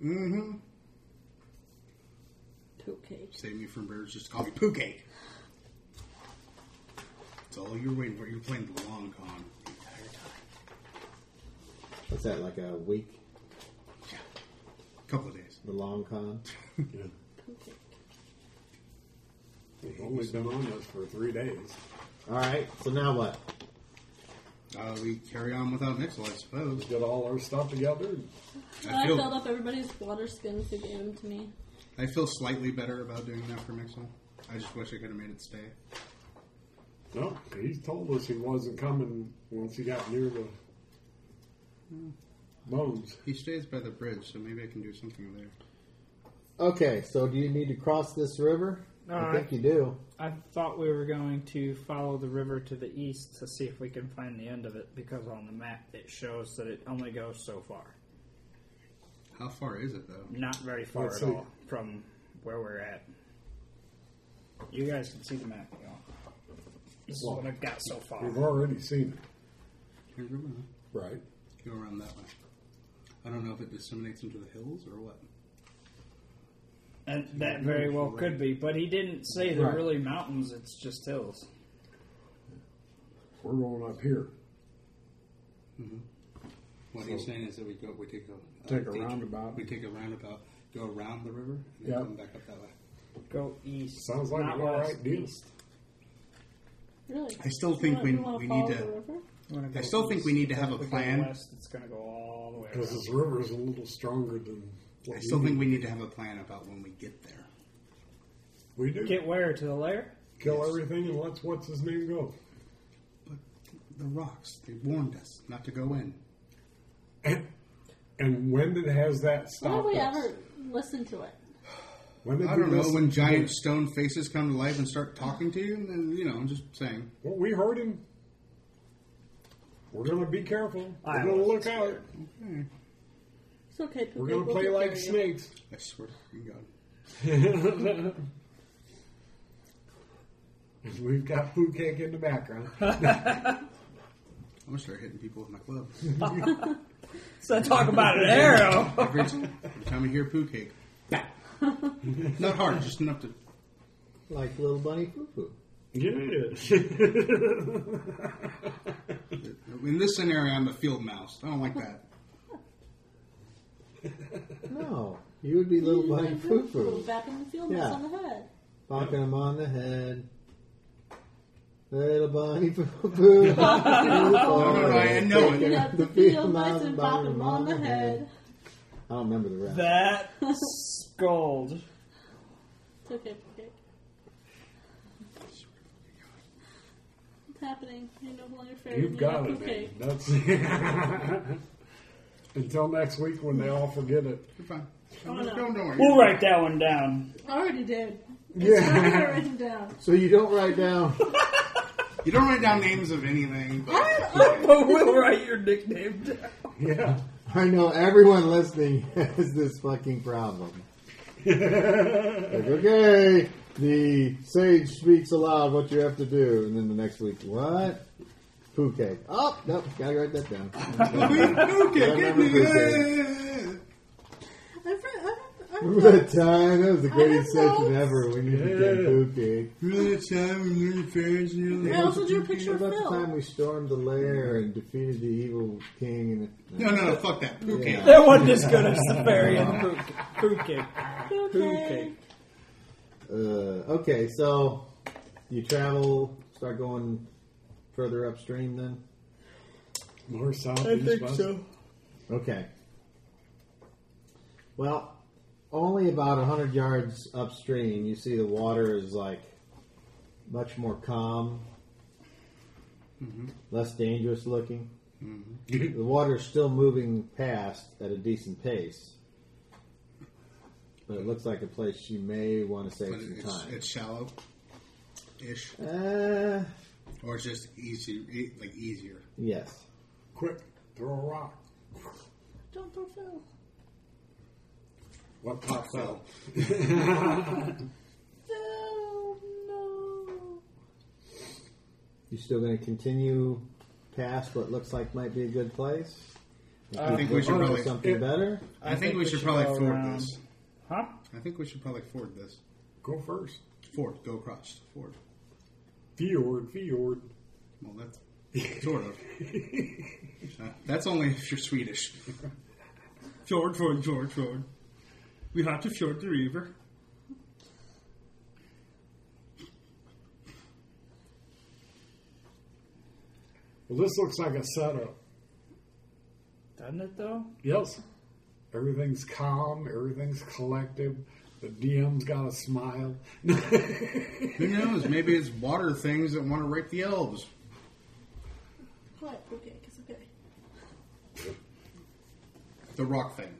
A: Mm-hmm.
C: Poo Cake.
A: Save me from birds, just call me poo cake. It's all you're waiting for. You're playing the long con the entire time.
F: What's that like a week?
A: Yeah. Couple of days.
F: The long con?
D: Yeah.
C: Poo Cake.
D: We've only been on this for three days.
F: Alright, so now what?
A: Uh, we carry on without Mixel, I suppose.
D: We did all our stuff together.
A: I
C: I
A: feel-
C: filled up everybody's water skins they gave them to me.
A: I feel slightly better about doing that for Mixel. I just wish I could have made it stay.
D: No, he told us he wasn't coming once he got near the bones.
A: He stays by the bridge, so maybe I can do something there.
F: Okay, so do you need to cross this river? I
E: Alright.
F: think you do.
E: I thought we were going to follow the river to the east to see if we can find the end of it because on the map it shows that it only goes so far.
A: How far is it though?
E: Not very far
D: Let's
E: at
D: see.
E: all from where we're at. You guys can see the map, y'all. This is what I've got so far.
D: We've already seen it,
A: Can't remember.
D: right?
A: Go around that way. I don't know if it disseminates into the hills or what.
E: And that very well could be, but he didn't say they're
D: Right.
E: really mountains, it's just hills.
D: We're going up here.
A: What he's saying is that we go, we take a
D: Take a
A: detour.
D: roundabout.
A: We take a roundabout, go around the river, and then
D: Yeah.
A: come back up that way.
E: Go east.
D: Sounds like
E: not
D: an all
E: west,
D: right deal.
E: east.
C: Really?
A: I still think
C: You
A: we,
C: wanna-
A: we
C: you
A: need
C: wanna follow the
A: to.
C: river?
E: You wanna
A: I
E: go
A: still think we
E: east,
A: need to have
E: if
A: a
E: we go
A: plan.
E: West, it's going to go all the way
D: Because
E: around.
D: this river is a little stronger than what
A: I still think we need to have a plan about when we get there.
D: we do.
E: Get where? To the lair?
D: Kill
A: Yes.
D: everything and let's what's his name go.
A: But the rocks, they warned us not to go in.
D: And, and when did has that
C: Why
D: stop
C: do we
D: us?
C: ever listen to it?
D: When did
A: I
D: we
A: don't know
D: listen
A: when
D: to
A: giant
D: him?
A: stone faces come to life and start talking to you, and then you know, I'm just saying.
D: Well, we heard him. We're gonna be careful.
E: I
D: We're gonna
E: wasn't
D: look out.
A: Okay.
C: It's okay. Poopy,
D: We're gonna
C: we'll
D: play
C: take
D: like
C: care of you.
D: snakes.
A: I swear to God.
D: We've got food cake in the background.
A: I'm gonna start hitting people with my club.
E: So talk about an arrow!
A: Every, every time I hear poo cake, bah. not hard, just enough to.
F: Like little bunny poo poo.
D: yeah.
A: In this scenario, I'm a field mouse. I don't like that.
F: No, you would be little bunny poo
C: Little
F: poo,
C: back in the field,
F: Yeah.
C: it's on the head.
F: bonking him on the head. Little bunny poo poo.
A: No, no, no, I know it.
C: Get out
F: The
C: the
F: field
C: field, nice
F: mouse
C: and bop him on the head.
F: I don't remember the rest.
E: That's gold.
C: It's okay, Poopy. It's happening. You're no longer fair.
D: You've
C: You're
D: got it,
C: Poopy.
D: man. That's until next week when they all forget it.
A: You're fine.
C: Oh,
A: Don't-
C: no.
A: Don't worry.
E: We'll write that one down.
C: I already did. I
D: Yeah.
C: got it written down.
F: So you don't write down.
A: You don't write down names of anything. But
E: But we'll write your nickname down.
D: yeah.
F: I know everyone listening has this fucking problem. Like, okay, the sage speaks aloud what you have to do, and then the next week, what? Poo cake. Oh, nope, gotta write that down.
A: Poo
F: Yeah, I
A: cake,
F: remember
A: isn't
F: poo cake.
A: it?
C: I've re- I've, I've,
F: Remember that time? That was the greatest
C: I don't know.
F: session ever when you
D: Yeah.
F: became poo cake.
A: Remember that time when we were in Paris and you were
C: I
A: like-
C: also drew a picture
F: What
C: of
F: about the time
C: Phil.
F: we stormed the lair and defeated the evil king? And
A: No, no, no, fuck that. Poo
F: Yeah.
A: cake.
E: That one just good as Siberian Pookie.
C: Okay.
F: Uh, okay, so you travel, start going further upstream then?
D: North, south,
E: I
D: east,
E: think
D: west.
E: so.
F: Okay. Well, only about 100 yards upstream, you see the water is like much more calm, less dangerous looking. The water is still moving past at a decent pace. But it looks like a place you may want to save
A: But
F: some
A: it's,
F: time.
A: it's shallow ish.
F: Uh,
A: Or it's just easy, e- like easier.
F: yes.
D: Quick, throw a rock.
C: Don't throw Phil.
D: What pops
A: Well,
D: out?
C: Phil, no.
F: You still going to continue past what looks like might be a good place?
A: I think we should
F: Look for
A: probably.
F: something better.
A: I, think, we should probably
E: go
A: ford
E: around.
A: this.
E: Huh?
A: I think we should probably ford this.
D: Go first.
A: Ford, go across. Ford.
D: Fjord, fjord.
A: Well, that's sort of. Uh, that's only if you're Swedish. fjord, fjord, fjord, fjord. We have to fjord the river.
D: Well, this looks like a setup.
E: Doesn't it though?
D: Yes. Everything's calm. Everything's collective. The DM's got a smile.
A: Who knows? Maybe it's water things that want to rape the elves.
C: Quiet, okay, it's okay.
A: The rock thing.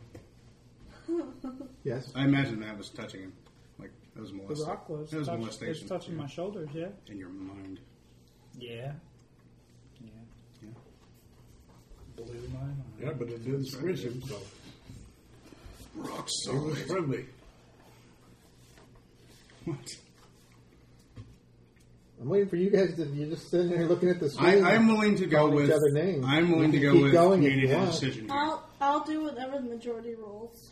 F: Yes.
A: I imagine that was touching him. Like, that was
E: The
A: molestation.
E: rock was,
A: That was
E: touch- was
A: molestation.
E: touching my shoulders, yeah?
A: In your mind.
E: Yeah. Yeah.
A: Yeah.
E: Blew my mind.
D: yeah, but it didn't switch him, so.
A: Rock solid. Friendly. What?
F: I'm waiting for you guys to. You're just sitting there looking at the
A: I,
F: screen.
A: I'm willing to go
F: Calling
A: with.
F: each other names.
A: I'm willing
F: You
A: to
F: can
A: go
F: keep
A: with
F: going if
A: community
F: you
A: has
F: want.
A: decision. here.
C: I'll I'll do whatever the majority rules.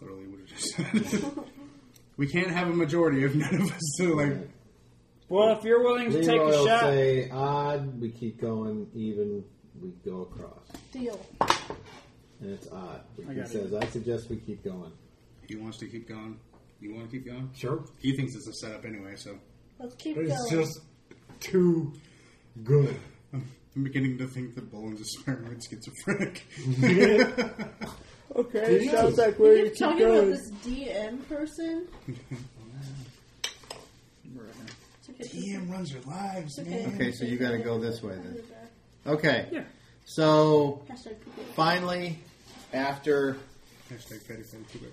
A: Literally what it just said. we can't have a majority if none of us are like.
E: Well, if you're willing to
F: Leroy
E: take a
F: will
E: shot,
F: say odd. We keep going. Even we go across,
C: Deal.
F: and it's odd.
E: I
F: He
E: got it.
F: says, "I suggest we keep going."
A: He wants to keep going. You want to keep going?
D: Sure.
A: He thinks it's a setup anyway, so
C: Let's keep
D: It's
C: going.
D: just too good.
A: I'm I'm beginning to think that Bolin's a sperm and schizophrenic.
F: Okay, sounds like
C: We keep talking about this DM person. It's okay, it's
A: DM runs your lives,
C: okay.
A: man.
F: Okay, so you gotta go this way then. Okay.
E: Yeah.
F: So
C: Hashtag people.
F: finally, after
A: Hashtag fatty, fatty, too bad.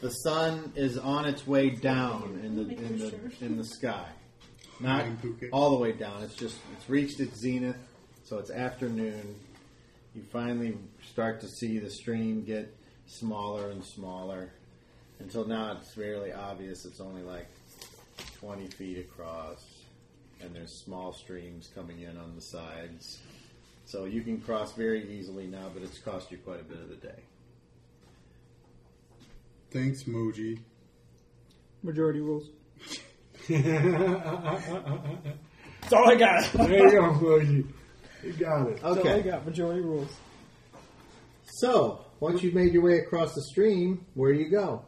F: the sun is on its way down in the in the in the sky, not all the way down. It's just it's reached its zenith, so it's afternoon. You finally start to see the stream get smaller and smaller, until now it's fairly obvious. It's only like twenty feet across, and there's small streams coming in on the sides. So you can cross very easily now, but it's cost you quite a bit of the day.
A: Thanks, Moji.
E: majority rules.
G: That's all I got.
D: There you go, buddy. You got it.
E: That's all I got. Majority rules.
F: So, once you've made your way across the stream, where do you go?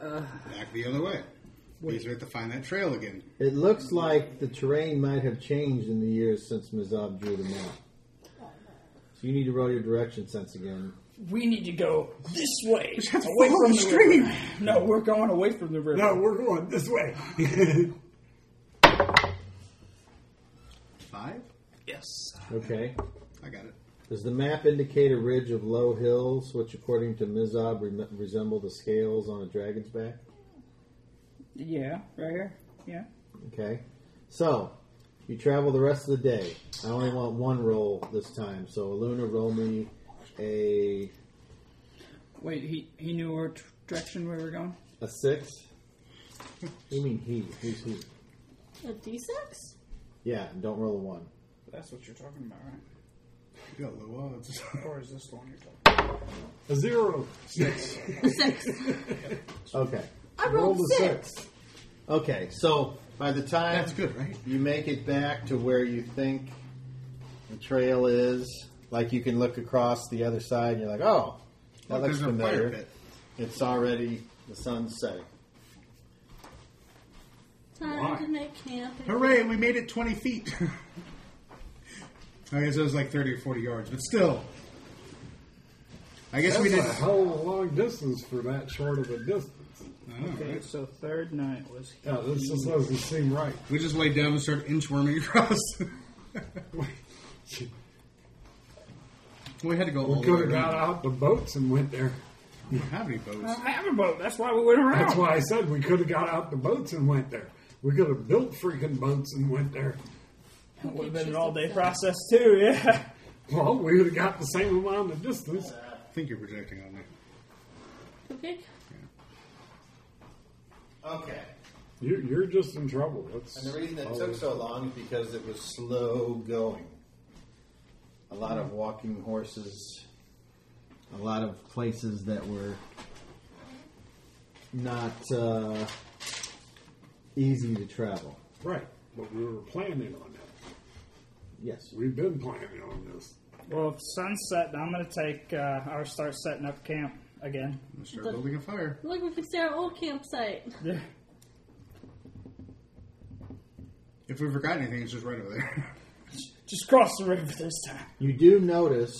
A: Back the other way. We just have to find that trail again.
F: It looks like the terrain might have changed in the years since Mazab drew the map. So you need to roll your direction sense again.
G: We need to go this way.
E: Away from the stream. No, we're going away from the river.
D: No, we're going this way.
A: Five?
G: Yes.
F: Okay.
A: I got it.
F: Does the map indicate a ridge of low hills, which according to Mizab re- resemble the scales on a dragon's back?
E: Yeah, right here. Yeah.
F: Okay. So, you travel the rest of the day. I only want one roll this time, so Luna, roll me a,
E: Wait, he he knew our t- direction where we were going.
F: a six. You mean he? Who's he?
C: A D6?
F: Yeah, and don't roll a one.
G: That's what you're talking about, right?
A: You got low odds.
G: Or is this the one you're talking about?
D: A zero.
F: Okay.
C: I
D: Roll
C: rolled
D: the
C: six.
D: six.
F: Okay, so by the time
A: That's good, right?
F: you make it back to where you think the trail is, like you can look across the other side and you're like, oh, that
A: Look,
F: looks
A: there's a fire
F: familiar.
A: pit.
F: It's already the sun's setting.
C: Time to make camp.
A: Hooray, we made it 20 feet. I guess it was like 30 or 40 yards, but still. I guess
D: That's
A: we did.
D: a hell of a long distance for that short of a distance. Mm.
A: I don't know,
E: Okay,
A: right?
E: so third night was
D: Yeah, this just doesn't seem right.
A: We just laid down and started inchworming across. we had to go all
D: We
A: the
D: could
A: way
D: have got
A: around.
D: out the boats and went there.
A: We don't have any boats.
G: I have a boat. That's why we went around.
D: That's why I said we could have got out the boats and went there. We could have built freaking boats and went there.
G: It would have been an all day process, too, yeah.
D: Well, we would have got the same amount of distance.
A: I think you're projecting on me.
C: Okay.
F: Okay.
D: You're, you're just in trouble. That's
F: And the reason it
D: all
F: took
D: is-
F: so long is because it was slow going. A lot of walking horses, a lot of places that were not uh, easy to travel.
D: Right, but we were planning on that.
F: Yes.
D: We've been planning on this.
E: well if sunset. I'm gonna take uh, or start setting up camp again.
A: Let's start building a fire.
C: Look, we can see our old campsite.
E: Yeah.
A: If we forgot anything, it's just right over there.
G: Just cross the river this time.
F: You do notice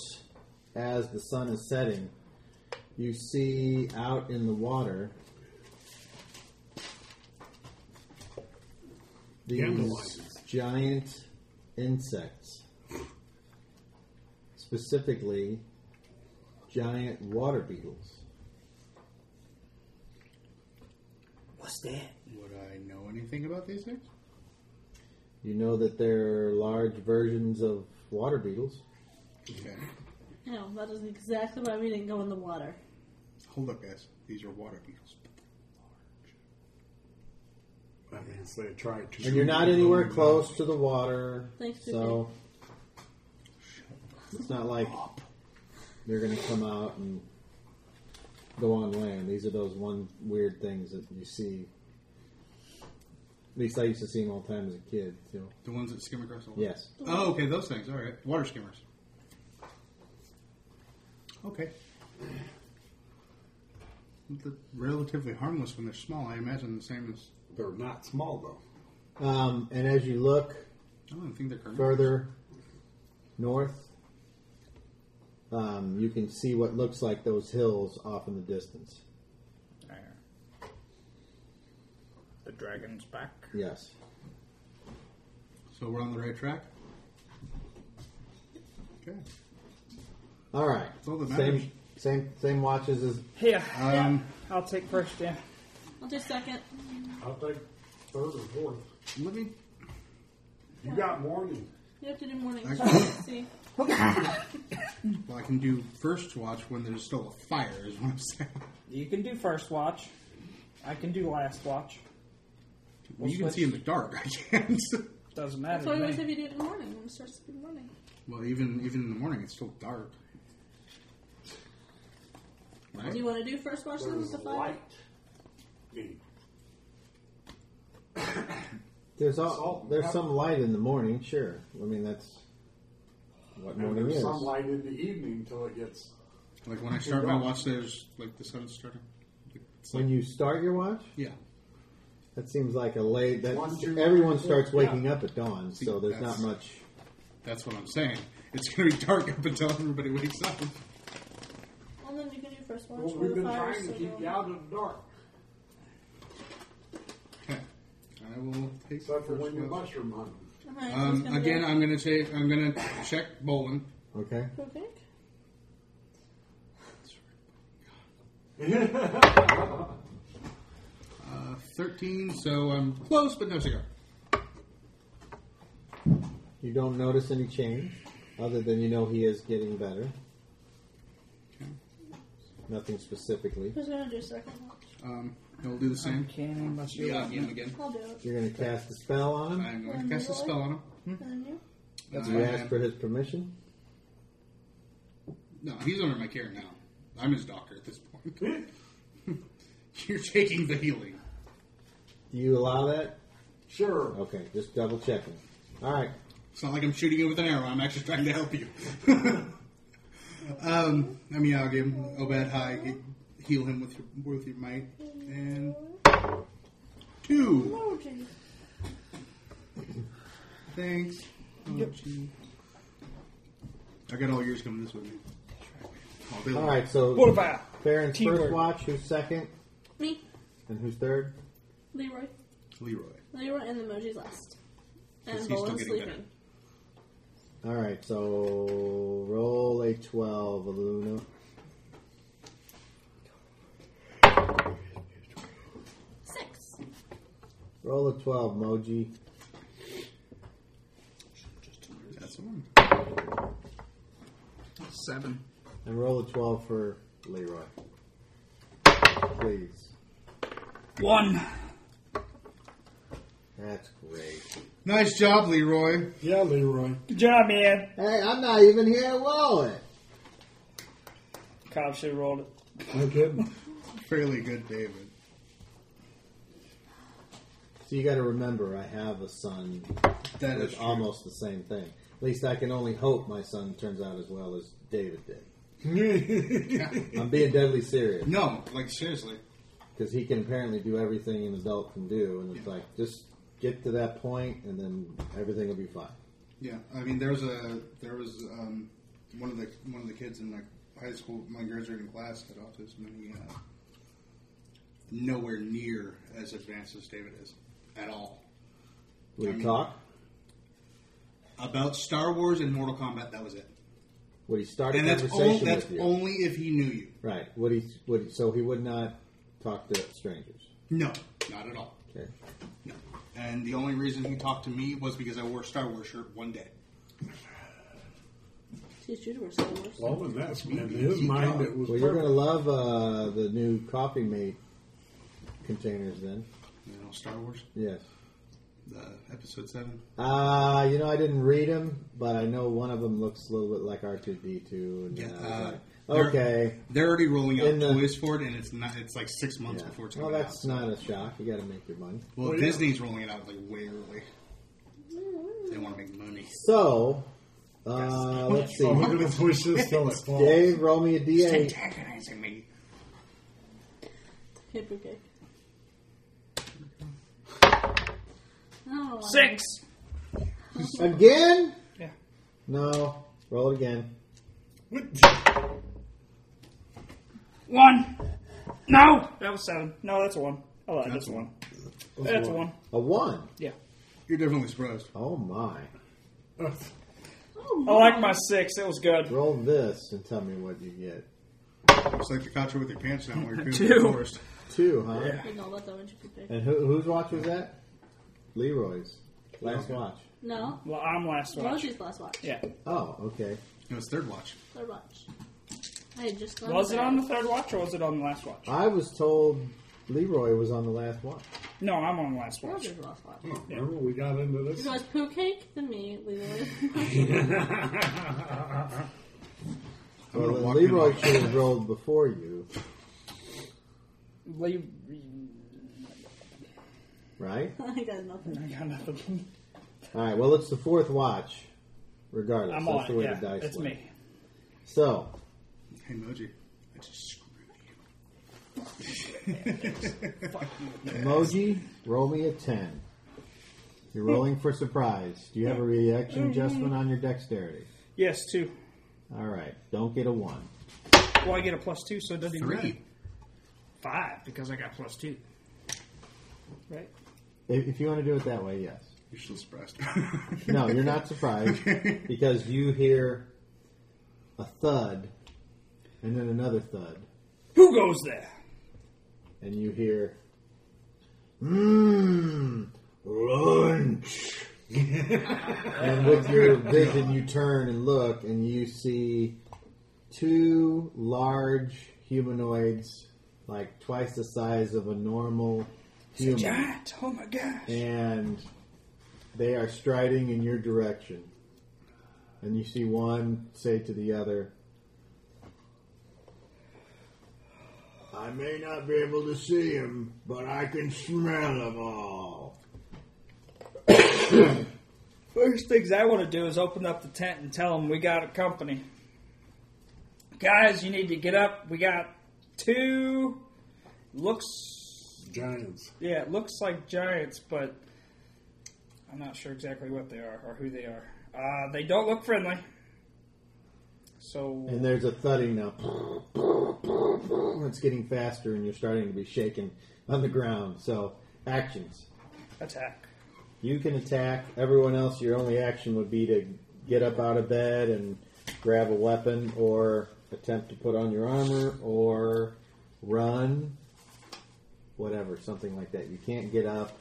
F: as the sun is setting, you see out in the water these
D: Dandelions.
F: giant insects. Specifically, giant water beetles.
G: What's that?
A: Would I know anything about these things?
F: You know that they're large versions of water beetles.
A: Okay.
C: No, that is exactly why we didn't go in the water.
A: Hold up, guys. These are water beetles. but they're
D: I mean, so they tried to.
F: And you're not anywhere close to the water,
C: Thanks,
F: so it's not like they're going to come out and go on land. These are those one weird things that you see. At least I used to see them all the time as a kid. too.
A: The ones that skim across the water.
F: yes,
A: Oh, okay, those things. All right, water skimmers. Okay. They're relatively harmless when they're small. I imagine the same as.
D: They're not small though.
F: um, and as you look
A: I don't think they're carnivorous.
F: further north, um, you can see what looks like those hills off in the distance.
E: There. The dragon's back.
F: Yes.
A: So we're on the right track. Okay.
F: All right.
A: It's all that matters.
F: Same, same, same watches as
E: Here,
A: Um,
E: I'll take first. Yeah.
C: I'll do second.
D: I'll take third or fourth.
A: Let me.
D: You got warning.
C: You have to do morning.
A: Okay.
C: Let's see.
A: Well, I can do first watch when there's still a fire. Is what I'm saying.
E: You can do first watch. I can do last watch.
A: Well, you can see in the dark. I can't.
E: Doesn't
C: That's why I
E: matter.
C: always
E: To
C: have
E: me.
C: you do it in the morning when it starts to be morning.
A: well, even even in the morning, it's still dark. Right?
C: Do you want to do first watch then with the fire?
F: There's all, there's some light in the morning, sure. I mean that's what
H: And
F: morning
H: there's
F: is.
H: sunlight in the evening till it gets.
A: Like when I start my watch, there's like the sun's starting. It's like
F: When you start your watch,
A: yeah.
F: that seems like a late. That
H: One, two,
F: everyone
H: three,
F: starts
H: four,
F: waking up at dawn, so there's not
A: that's-
F: much.
A: That's what I'm saying. It's gonna be dark up until everybody wakes up.
C: Well, then you can do first watch
H: Well,
C: with
H: we've
C: the
H: been
C: fire.
H: trying
C: So
H: to keep you
C: you'll-
H: out of the dark,
A: Okay. I will take
H: except for
A: first
H: when you're
A: watch.
H: mushroom hunting.
C: Alright, so it's
A: Um,
C: gonna be
A: again,
C: like-
A: I'm gonna take. I'm gonna check Bolin.
F: Okay,
C: Go back.
A: Uh, Thirteen. So I'm close, but no cigar.
F: you don't notice any change, other than you know he is getting better.
A: Okay.
F: Nothing specifically.
C: Who's gonna do second watch?
A: Um, I'll do the same.
E: Can unless you.
A: Yeah, him again.
C: I'll do it.
F: You're going to cast a spell on him.
A: I'm going to cast a spell on him.
C: And then you?
A: That's
F: you ask for his permission.
A: No, he's under my care now. I'm his doctor at this point. You're taking the healing.
F: Do you allow that?
H: Sure.
F: Okay, just double checking. All right.
A: It's not like I'm shooting you with an arrow. I'm actually trying to help you. um, I mean, I'll give him Obed High, get, heal him with your, with your might, and two.
C: Oh, geez.
A: Thanks. Oh, gee. I got all yours coming this way. man. Oh, All day
F: All
A: long.
F: right. So
E: What about
F: Baron's
E: Teamwork.
F: first watch. Who's second?
C: Me,
F: And who's third?
C: Leroy.
A: Leroy.
C: Leroy and the Moji's last. And
A: Because he's still
C: Bolin's
A: getting
C: sleeping.
A: better.
F: All right, so roll a twelve, Luna.
C: Six.
F: Roll a twelve, Moji.
A: That's the one.
E: Seven.
F: And roll a 12 for Leroy. Please.
E: One.
F: That's great.
A: Nice job, Leroy.
D: Yeah, Leroy.
E: Good job, man.
F: Hey, I'm not even here to roll it.
E: Cobb should have rolled it.
D: No kidding.
A: Fairly good, David.
F: So you got to remember, I have a son
A: That is
F: that's
A: almost.
F: almost the same thing. At least I can only hope my son turns out as well as David did. I'm being deadly serious
A: No, like seriously.
F: because he can apparently do everything an adult can do, and it's like just get to that point, and then everything will be fine.
A: Yeah, I mean, there was a there was um, one of the one of the kids in like high school, my graduating class, had autism, and he uh, nowhere near as advanced as David is at all.
F: We
A: I mean-
F: talk.
A: About Star Wars and Mortal Kombat, that was it,
F: Would he start a
A: and that's
F: conversation
A: only, that's
F: with you?
A: only if he knew you.
F: right. Would he? Would he, so he would not talk to strangers.
A: No, not at all.
F: Okay.
A: No. And the only reason he talked to me was because I wore a Star Wars shirt one day.
C: Yes, you were Star Wars.
D: All in that. In his mind, it was
F: Well, you're going to
D: perfect.
F: love uh, the new Coffee Mate containers then.
A: You know, Star Wars,
F: Yes.
A: the Episode Seven.
F: Uh, you know, I didn't read them, but I know one of them looks a little bit like R2D2. And
A: Yeah,
F: uh, I was
A: uh,
F: like,
A: they're-
F: okay.
A: They're already rolling out
F: In the-
A: toys for it, and it's not. It's like six months
F: Yeah.
A: before it's
F: Well,
A: coming out.
F: that's not a shock. You got to make your money.
A: Well,
D: Well, yeah.
A: Disney's rolling it out like way early. They want to make money.
F: So, uh, let's see.
D: Oh, we're going to push this till it falls.
F: Dave, roll me a D8.
A: Antagonizing me.
C: Hypocrite. Oh,
E: Six.
F: Again?
E: Yeah.
F: No. Roll it again.
E: One. No, that was seven. No, that's a one. Oh, that's, a one. That's a one.
F: A one.
E: Yeah.
A: You're definitely surprised.
F: Oh my.
E: I like my six. It was good.
F: Roll this and tell me what you get.
A: Looks like the couch with your pants down while you're feeling
E: Two.
A: the forest.
F: Two, huh?
C: No, that's not what you picked.
F: And who, whose watch was that? Leroy's. Last watch.
C: No,
E: Well, I'm last watch.
C: Rosie's last watch.
E: Yeah.
F: Oh, okay.
A: No, it's third watch.
C: Third watch. I had just gone
E: Was
C: to
E: it
C: bed.
E: on the third watch or was it on the last watch?
F: I was told Leroy was on the last watch.
E: No, I'm on the last watch.
C: Rosie's last watch.
D: Remember we got into
C: You
D: this?
C: guys poo cake than me, Leroy.
A: I'm
F: Well,
A: gonna
F: then
A: walk
F: Leroy
A: in.
F: should have rolled before you,
E: Leave.
F: right?
C: I got nothing.
E: I got nothing.
F: All right. Well, it's the fourth watch. Regardless,
E: I'm
F: that's
E: on.
F: the way
E: it,
F: the
E: Yeah,
F: dice
E: it's
F: work.
E: me.
F: So,
A: Hey, Moji. I just screwed you.
F: Moji, roll me a ten. You're rolling for surprise. Do you have a reaction adjustment on your dexterity?
E: Yes, two.
F: All right. Don't get a one.
E: Well, I get a plus two, so it doesn't even
A: Three.
E: matter. Five because I got plus two. Right.
F: If, if you want to do it that way, yes.
A: You're still surprised.
F: No, you're not surprised because you hear a thud and then another thud,
E: Who goes there?
F: and you hear, mmm, lunch. and with your vision, you turn and look, and you see two large humanoids, like twice the size of a normal human
E: Giant. Oh my gosh.
F: and they are striding in your direction. And you see one say to the other, I may not be able to see him, but I can smell them all.
E: First things I want to do is open up the tent and tell them we got a company. Guys, you need to get up. We got two. Looks,
D: Giants.
E: yeah, it looks like giants, but I'm not sure exactly what they are or who they are. Uh, they don't look friendly. So
F: And there's a thudding now. It's getting faster, and you're starting to be shaken on the ground. So, actions.
E: attack.
F: You can attack. Everyone else, your only action would be to get up out of bed and grab a weapon, or attempt to put on your armor, or run, whatever, something like that. You can't get up,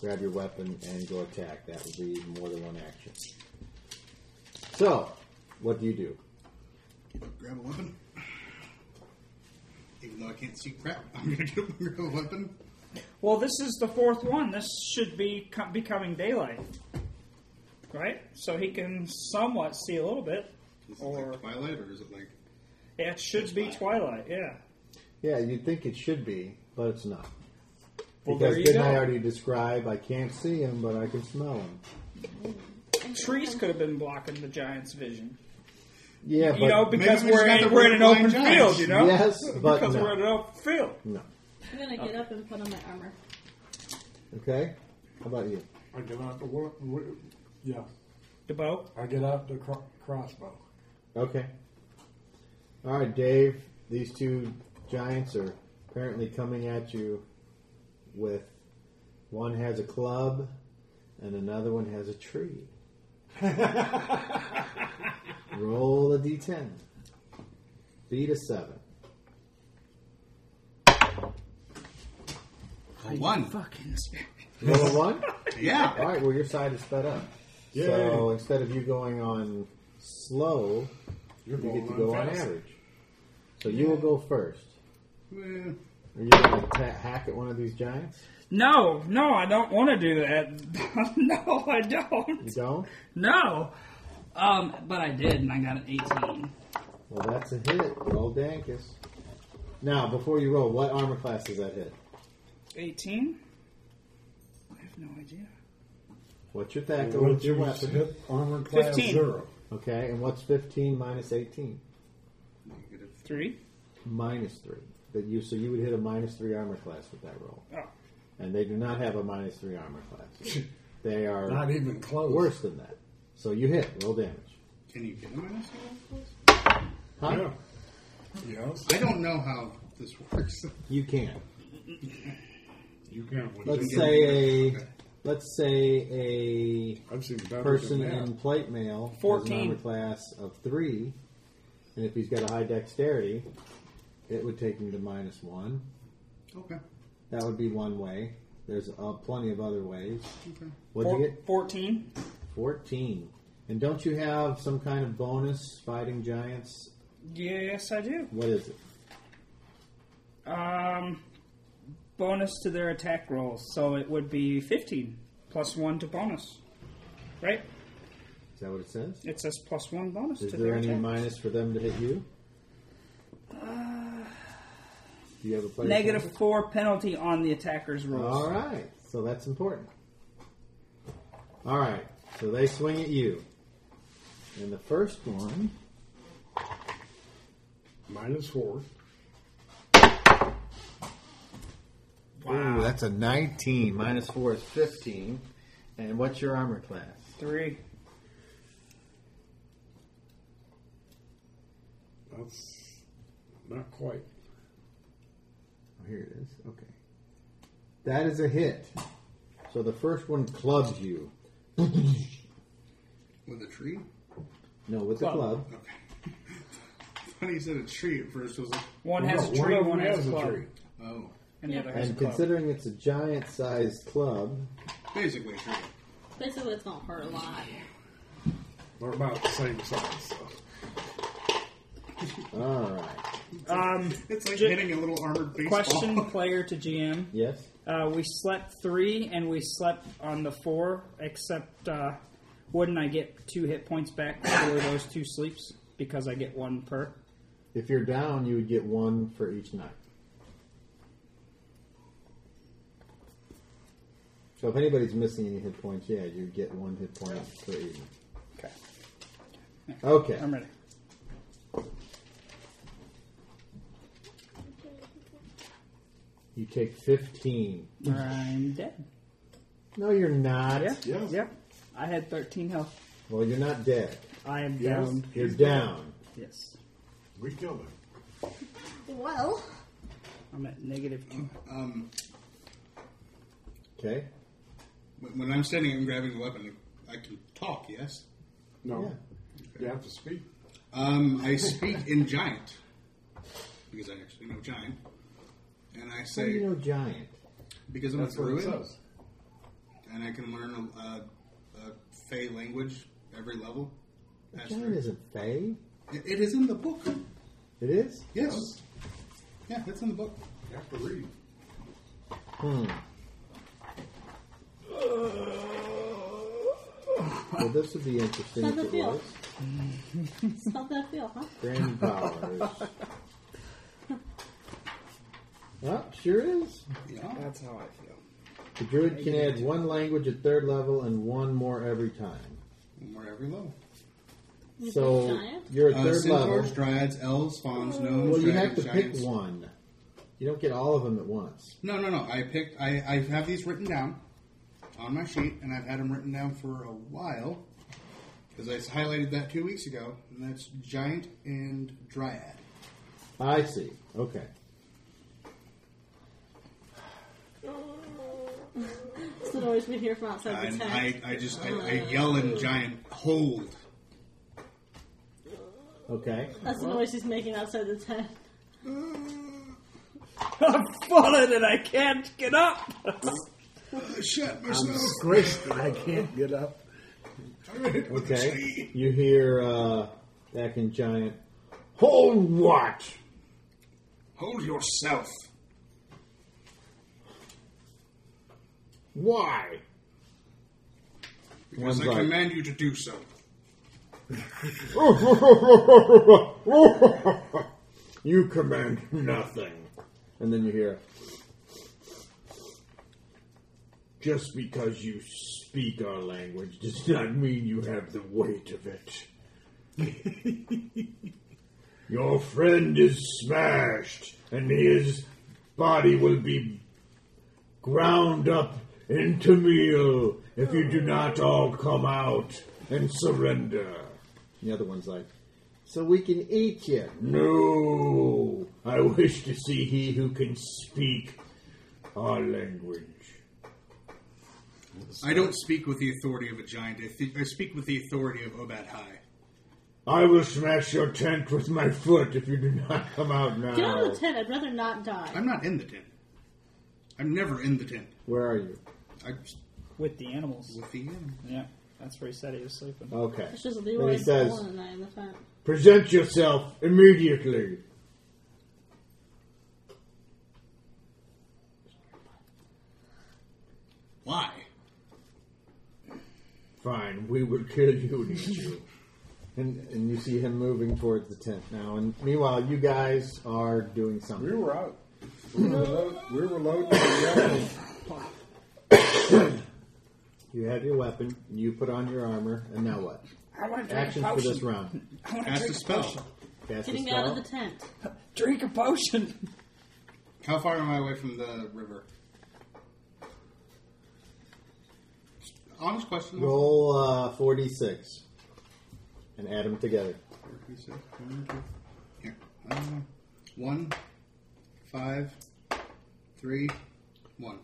F: grab your weapon, and go attack. That would be more than one action. So, what do you do?
A: grab a weapon. Even though I can't see crap, I'm going to get up and grab a weapon.
E: Well, this is the fourth one. This should be co- becoming daylight, right? So he can somewhat see a little bit.
A: Is it
E: Or-
A: like Twilight or is it like.
E: Yeah, it should be twilight. Yeah.
F: Yeah, you'd think it should be, but it's not.
E: Well,
F: because
E: there you
F: didn't
E: go.
F: I already describe I can't see him, but I can smell him?
E: Trees could have been blocking the Giants' vision.
F: Yeah,
E: You
F: but
E: know, because
A: maybe we just
E: we're,
A: got
E: in,
A: the
E: we're in an open
A: blind Giants.
E: field, you know?
F: yes, but
E: because
F: no.
E: we're in an open field.
F: no.
C: I'm gonna get up and put on my armor.
F: Okay. How about you?
H: I get out the wo- wo- yeah.
E: DeBoe?
H: I get out the cro- crossbow.
F: Okay. All right, Dave. These two giants are apparently coming at you with one has a club and another one has a tree. Roll a d10. Beat a 7.
A: A one.
E: Fucking.
F: Roll a 1? All
A: Yeah.
F: right, well, your side is sped up. So instead of you going on slow,
H: You're
F: You
H: going
F: get to go on
H: fast.
F: average. So you will go first.
A: Well,
F: Are you going to ta- hack at one of these giants?
E: No, no, I don't want to do that. no, I
F: You
E: don't.
F: don't?
E: No. Um, but I did, and I got an 18.
F: Well, that's a hit. Roll Dankus. Now, before you roll, what armor class does that hit?
E: 18? I have no idea.
F: What's your thackle?
H: What's
F: What's your
H: your
F: weapon?
H: hit armor class
E: 15.
H: zero?
F: Okay, and what's 15 minus 18?
A: negative.
E: 3?
F: Minus 3. That you So you would hit a minus 3 armor class with that roll.
E: Oh.
F: And they do not have a minus 3 armor class. They are
H: Not even close.
F: worse than that. So you hit. Roll damage.
A: Can you get a minus one?
F: Huh?
H: Yeah. Yes.
A: I don't know how this works.
F: You can.
H: You can't win.
F: Let's
A: get
F: say a
A: Okay.
F: let's say
H: I've seen better
F: a person
H: than that.
F: in plate mail has an
E: 14.
F: armor class of three, and if he's got a high dexterity, it would take him to minus one.
A: Okay.
F: That would be one way. There's uh, plenty of other ways.
A: Okay.
F: What'd you
E: Four-
F: get?
E: 14?
F: Fourteen. And don't you have some kind of bonus fighting giants?
E: Yes, I do.
F: What is it?
E: Um, bonus to their attack rolls, so it would be 15. Plus 1 to bonus. Right?
F: Is that what it says?
E: It says plus 1 bonus
F: Is
E: to
F: there
E: their
F: any
E: attack.
F: minus for them to hit you? Do you have a player
E: Uh, Negative 4 penalty on the attacker's rolls.
F: All right, so that's important. All right, so they swing at you, and the first one
H: Minus four.
F: Ooh, that's a 19. Minus 4 is 15. And what's your armor class?
E: 3.
H: That's not quite.
F: Oh, here it is. Okay. That is a hit. So the first one clubs you.
A: With a tree?
F: No, with the club.
A: Okay. Funny you said a tree at first. I was like,
E: One has
H: No,
E: a tree,
H: of
E: one,
H: them
E: has a club.
H: tree.
A: oh,
E: And the other has a
F: And
E: club.
F: considering it's a giant sized club,
A: basically a tree.
C: Basically, it's gonna hurt a lot.
H: They're about the same size. So.
F: all right.
E: Um,
A: It's like
E: Ju-
A: hitting a little armored baseball.
E: question player to GM.
F: Yes?
E: Uh, we slept three and we slept on the four, except uh, wouldn't I get two hit points back for those two sleeps because I get one per?
F: If you're down, you would get one for each night. So if anybody's missing any hit points, yeah, you get one hit point per evening.
E: Okay,
F: Okay.
E: I'm ready.
F: You take 15.
E: I'm dead.
F: No, you're not.
E: Yeah.
H: Yes.
E: Yep. I had 13 health.
F: Well, you're not dead.
E: I am
H: Yes.
E: down.
F: You're down.
E: Yes.
H: We killed him.
C: Well,
E: I'm at negative two.
A: Um,
F: Okay?
A: when when I'm standing and grabbing the weapon, I can talk, yes?
H: No.
F: Yeah.
H: You have to speak.
A: Um, I speak in giant. Because I actually know giant. And I
F: How do
A: say,
F: you know giant?
A: because I'm a
H: That's what it
A: druid,
H: says.
A: and I can learn a, a, a fey language every level. That's
F: Giant
A: true.
F: isn't Fey.
A: It- it is in the book.
F: It is?
A: Yes. Yeah, it's in the book.
H: You have to read.
F: Hmm. Well, this would be interesting if
C: Doesn't
F: it
C: feel.
F: was.
C: it's not that feel, huh?
F: Grand powers. Oh, sure is.
A: Yeah.
E: That's how I feel.
F: The druid can add one language at third level and one more every time.
A: We're every level.
C: You
F: So
C: think giant?
F: you're at
A: Uh,
F: third level.
A: centaurs, dryads, elves,
E: Oh.
A: fauns, gnomes.
F: Well, you have
A: dragons,
F: to pick
A: giants.
F: one. You don't get all of them at once.
A: No, no, no. I picked. I, I have these written down on my sheet, and I've had them written down for a while because I highlighted that two weeks ago, and that's giant and dryad.
F: I see. Okay.
C: This would always be here from outside the
A: And
C: tent.
A: I, I just I, I
E: Oh.
A: yell in giant hold.
F: Okay.
C: That's the noise he's making outside the tent.
E: I'm falling and I can't get up.
A: Shut myself.
H: Disgraced that I can't get up.
F: Okay. You hear uh, Acting giant. Hold what?
A: Hold yourself.
F: Why?
A: Because
F: One's
A: I
F: like-
A: command you to do so.
F: you command nothing. And then you hear, just because you speak our language does not mean you have the weight of it. Your friend is smashed, and his body will be ground up into meal if you do not all come out and surrender. The other one's like, So we can eat you. No! I wish to see he who can speak our language.
A: I don't speak with the authority of a giant. I, thi- I speak with the authority of Obad High.
F: I will smash your tent with my foot if you do not come out now.
C: Get out of the tent. I'd rather not die.
A: I'm not in the tent. I'm never in the tent.
F: Where are you?
A: I'm just
E: with the animals.
A: with the inn.
E: Yeah, that's where he said he was sleeping.
F: Okay.
C: It's just
F: Then
C: Leroy
F: he says-
C: Dolan and I in the tent.
F: Present yourself immediately.
A: Why?
F: Fine, we will kill you and eat you. And, and you see him moving towards the tent now. And meanwhile, you guys are doing something.
H: We were out. We were, load, we were loading the animals.
F: You have your weapon, you put on your armor, and now what?
G: I want to drink a
F: Action for this
G: potion.
F: round.
G: I want to
A: Cast a
G: drink a potion.
A: spell.
F: Cast a
C: Getting out of
F: spell.
C: the tent.
G: Drink a potion.
A: How far am I away from the river? Honest question.
F: Roll uh, 46 and add them together.
A: Here. Uh, one, five, three, one.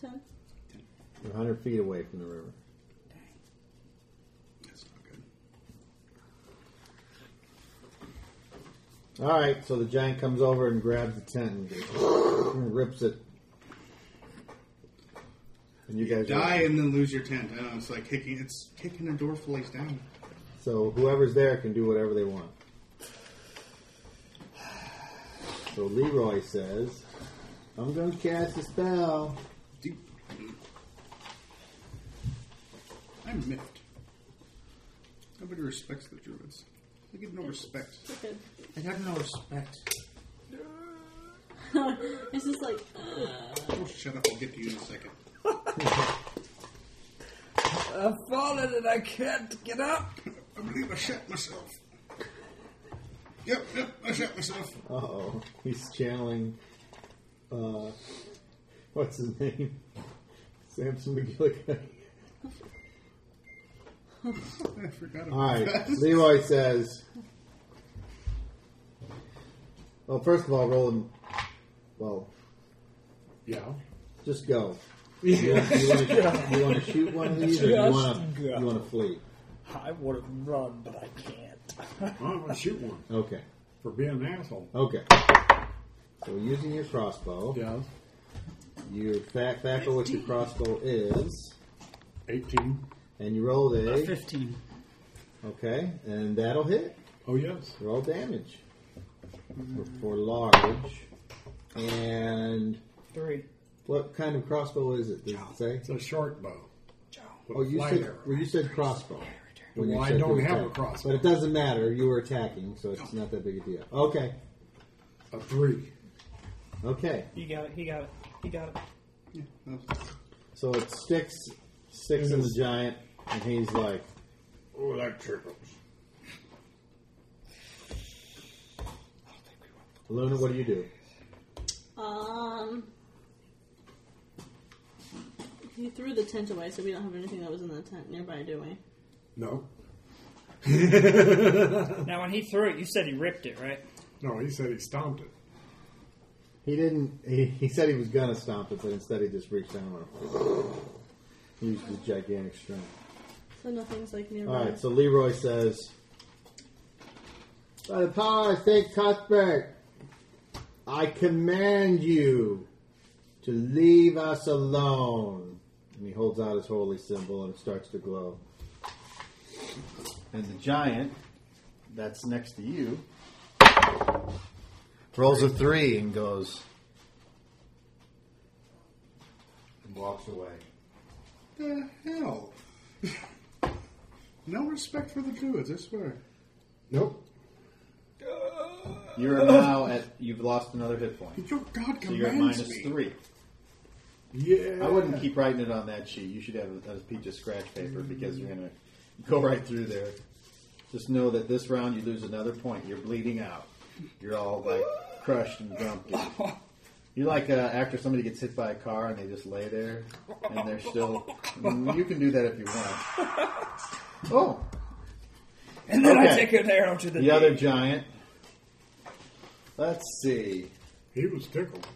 C: Tent.
F: You're 100 feet away from the river.
A: That's not good.
F: All right, so the giant comes over and grabs the tent and, just rips it. And you guys are-
A: Die and then lose your tent. I don't know, it's like kicking. It's kicking a door flies down.
F: So whoever's there can do whatever they want. So Leroy says, I'm going to cast a spell.
A: Deep. I'm miffed. Nobody respects the druids. They give no respect.
C: Okay.
A: They have no respect.
C: it's just like,
A: Oh, shut up! I'll get to you in a second.
G: I've fallen and I can't get up.
A: I believe I shut myself. Yep, yep, I shut myself.
F: Uh oh. He's channeling, uh, what's his name? Samson McGillicuddy.
A: I forgot about
F: Alright,
A: that.
F: Leroy says, Well, first of all, roll him. Well,
H: Yeah.
F: just go. You want to shoot one of these or you
G: Just
F: want
G: go.
F: to flee?
G: I want to run, but I can't.
H: I'm going to shoot one
F: Okay.
H: for being an asshole.
F: Okay. So using your crossbow,
H: Yeah.
F: you back back what your crossbow is,
H: 18.
F: and you rolled a
E: Fifteen.
F: okay, and that'll hit.
H: Oh, yes.
F: Roll damage for, for large. And
E: Three.
F: what kind of crossbow is it? Does it say?
H: It's a short bow. With
F: Oh, you
H: flight
F: said
H: arrow.
F: well, you said crossbow. when you
H: Well, I
F: said you
H: don't
F: were
H: have a
F: attacking.
H: crossbow.
F: but it doesn't matter. You were attacking, so it's not that big a deal. Okay,
H: A three.
F: okay.
E: You got it. He got it. He got it.
F: So it sticks sticks in the giant, and he's like,
H: Mm. Oh, that trickles.
F: "Luna, what do you do?"
C: um. He threw the tent away, so we don't have anything that was in the tent nearby, do we?
H: No.
E: Now, when he threw it, you said he ripped it, right?
H: No, he said he stomped it.
F: He didn't. He, he said he was gonna stomp it, but instead he just reached down and used his gigantic strength.
C: So nothing's like
F: All
C: nearby.
F: right. So Leroy says, "By the power of Saint Cuthbert, I command you to leave us alone." And he holds out his holy symbol, and it starts to glow. And the giant that's next to you rolls a three and goes and walks away.
A: The hell? no respect for the druids, I swear.
D: Nope.
F: You are now at you've lost another hit point,
A: Your god
F: so you're at
A: commands
F: minus
A: me.
F: three.
D: Yeah.
F: I wouldn't keep writing it on that sheet. You should have a, a piece of scratch paper because you're going to go right through there. Just know that this round you lose another point. You're bleeding out. You're all like crushed and grumpy. You're like uh, after somebody gets hit by a car and they just lay there and they're still. Mm, You can do that if you want. Oh,
I: And then I
F: Okay.
I: take an arrow to the,
F: the other giant. Let's see.
D: He was tickled.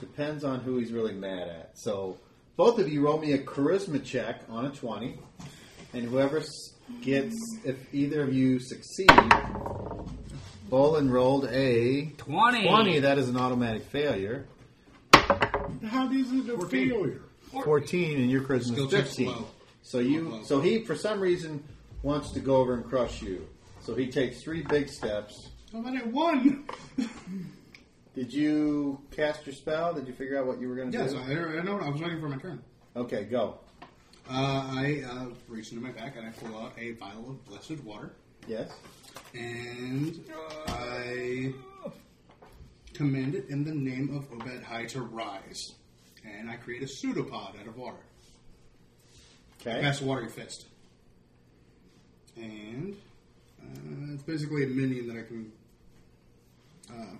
F: Depends on who he's really mad at. So both of you roll me a charisma check on a twenty, and whoever s- gets, if either of you succeed, Bolin rolled a
E: 20.
F: twenty. That is an automatic failure.
D: How is it a failure?
F: Fourteen, and your charisma
A: Skill
F: is
A: check's
F: fifteen.
A: low.
F: So you, so he for some reason wants to go over and crush you. So he takes three big steps.
A: Oh, but I won!
F: Did you cast your spell? Did you figure out what you were going to
A: Yes,
F: do?
A: I, I know. I was waiting for my turn.
F: Okay, go.
A: Uh, I uh, reach into my back and I pull out a vial of blessed water,
F: Yes.
A: and I command it in the name of Obed High to rise, and I create a pseudopod out of water.
F: Okay.
A: Cast a watery fist, and uh, it's basically a minion that I can uh,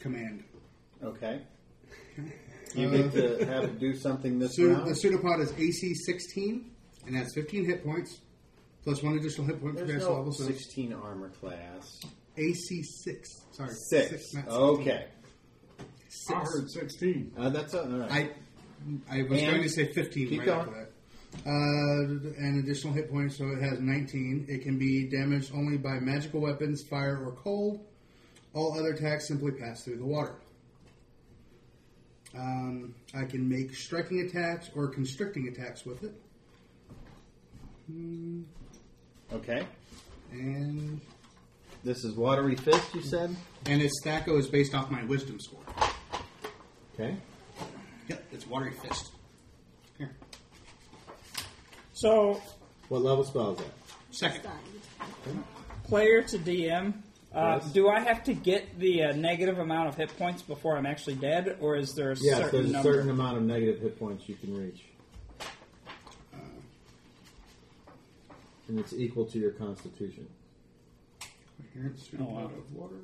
A: command.
F: Okay. You get to have it do something this
A: So
F: round.
A: the pseudopod is AC 16 and has 15 hit points, plus one additional hit point for
F: There's
A: gas
F: no
A: level. So
F: 16 armor class.
A: AC 6. Sorry.
F: Six.
A: not 16.
F: okay.
A: Six.
D: I heard 16.
F: Uh, that's all right.
A: I, I was
F: And-
A: going to say 15
F: keep
A: right
F: going.
A: after that. Uh, an additional hit point, so it has 19. It can be damaged only by magical weapons, fire, or cold. All other attacks simply pass through the water. Um, I can make striking attacks or constricting attacks with it.
F: okay.
A: And
F: This is Watery Fist, you said?
A: And his stacko is based off my wisdom score.
F: Okay.
A: Yep, it's watery fist. Here.
E: So,
J: What level spell is that?
A: Second.
E: player to DM, uh,
J: Yes.
E: do I have to get the uh, negative amount of hit points before I'm actually dead, or is there a
J: Yes,
E: certain
J: there's a
E: number?
J: certain amount of negative hit points you can reach.
E: Uh,
J: And it's equal to your constitution.
A: Coherence through
E: Oh, wow.
A: blood of water.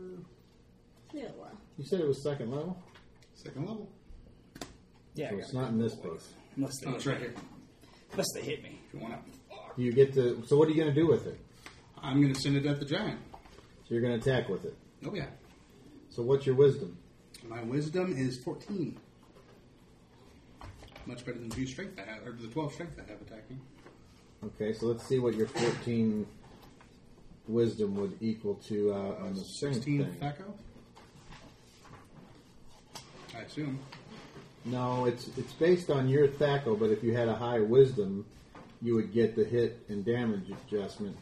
C: Yeah, well.
J: You said it was second level?
A: Second level.
E: yeah, I
J: So
E: got
J: it's
E: it.
J: not in this book.
E: unless they,
A: Oh, it's right here.
E: unless they hit me.
A: If you want it.
J: You get to. So what are you going to do with it?
A: I'm going to send it at the giant.
J: So you're going to attack with it.
A: Oh, yeah.
J: So what's your wisdom?
A: My wisdom is 14. Much better than the strength I have, or the 12 strength I have attacking.
J: Okay, so let's see what your 14 wisdom would equal to uh, on the strength
A: 16
J: thing.
A: stacko. I assume.
J: No, it's it's based on your Thaco, but if you had a high wisdom, you would get the hit and damage adjustment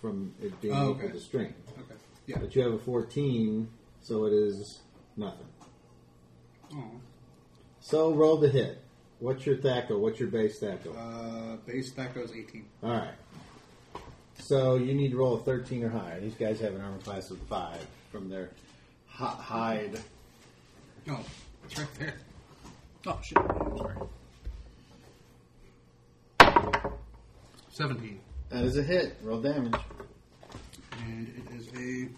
J: from it being
A: Oh,
J: equal
A: okay.
J: to strength.
A: Okay. Yeah.
J: But you have a 14, so it is nothing.
A: Oh.
J: So roll the hit. What's your Thaco? What's your base Thaco?
A: Uh, base stacko is 18.
J: All right. So you need to roll a 13 or higher. These guys have an armor class of 5 from their hi- hide.
A: No, it's right there. Oh shit! I'm sorry. Seventeen,
F: That is a hit. Roll damage.
A: and it is a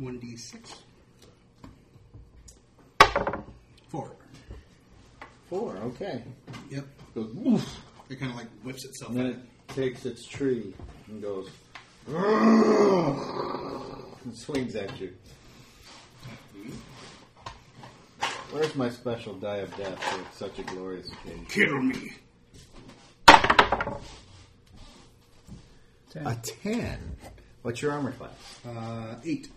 A: one d six. Four.
F: Four. Okay.
A: Yep.
F: Goes woof.
A: It kind of like whips itself.
F: And then it takes its tree and goes. and swings at you. Where's my special die of death for such a glorious occasion?
A: Kill me.
F: A ten. What's your armor class?
A: Uh, eight.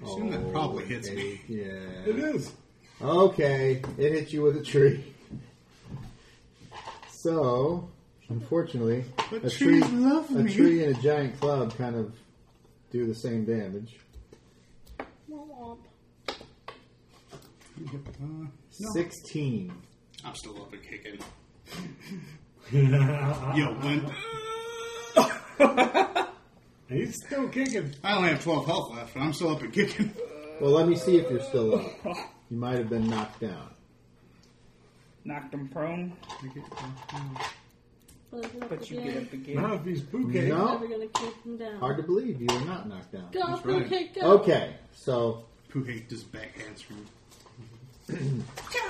A: I assume that probably hits
F: Oh,
A: me.
J: Yeah.
D: is.
J: Okay, it hits you with a tree.
F: So, unfortunately,
A: But
F: a tree,
A: trees love
F: a
A: me.
F: tree and a giant club kind of do the same damage.
C: Womp womp.
F: Sixteen.
A: I'm still up and kicking. Yo, when
D: He's still kicking.
A: I only have 12 health left, and I'm still up and kicking.
F: Well, let me see if you're still up. You might have been knocked down.
E: Knocked him prone,
C: But, it's not
E: but you
C: the
E: get
C: game.
E: up again.
D: Not if he's pooking.
C: I'm
F: No,
C: never gonna kick him down.
F: Oh. hard to believe you were not knocked down.
C: go,
A: That's right.
C: okay, go.
F: Okay, so
A: Puke just backhands from me.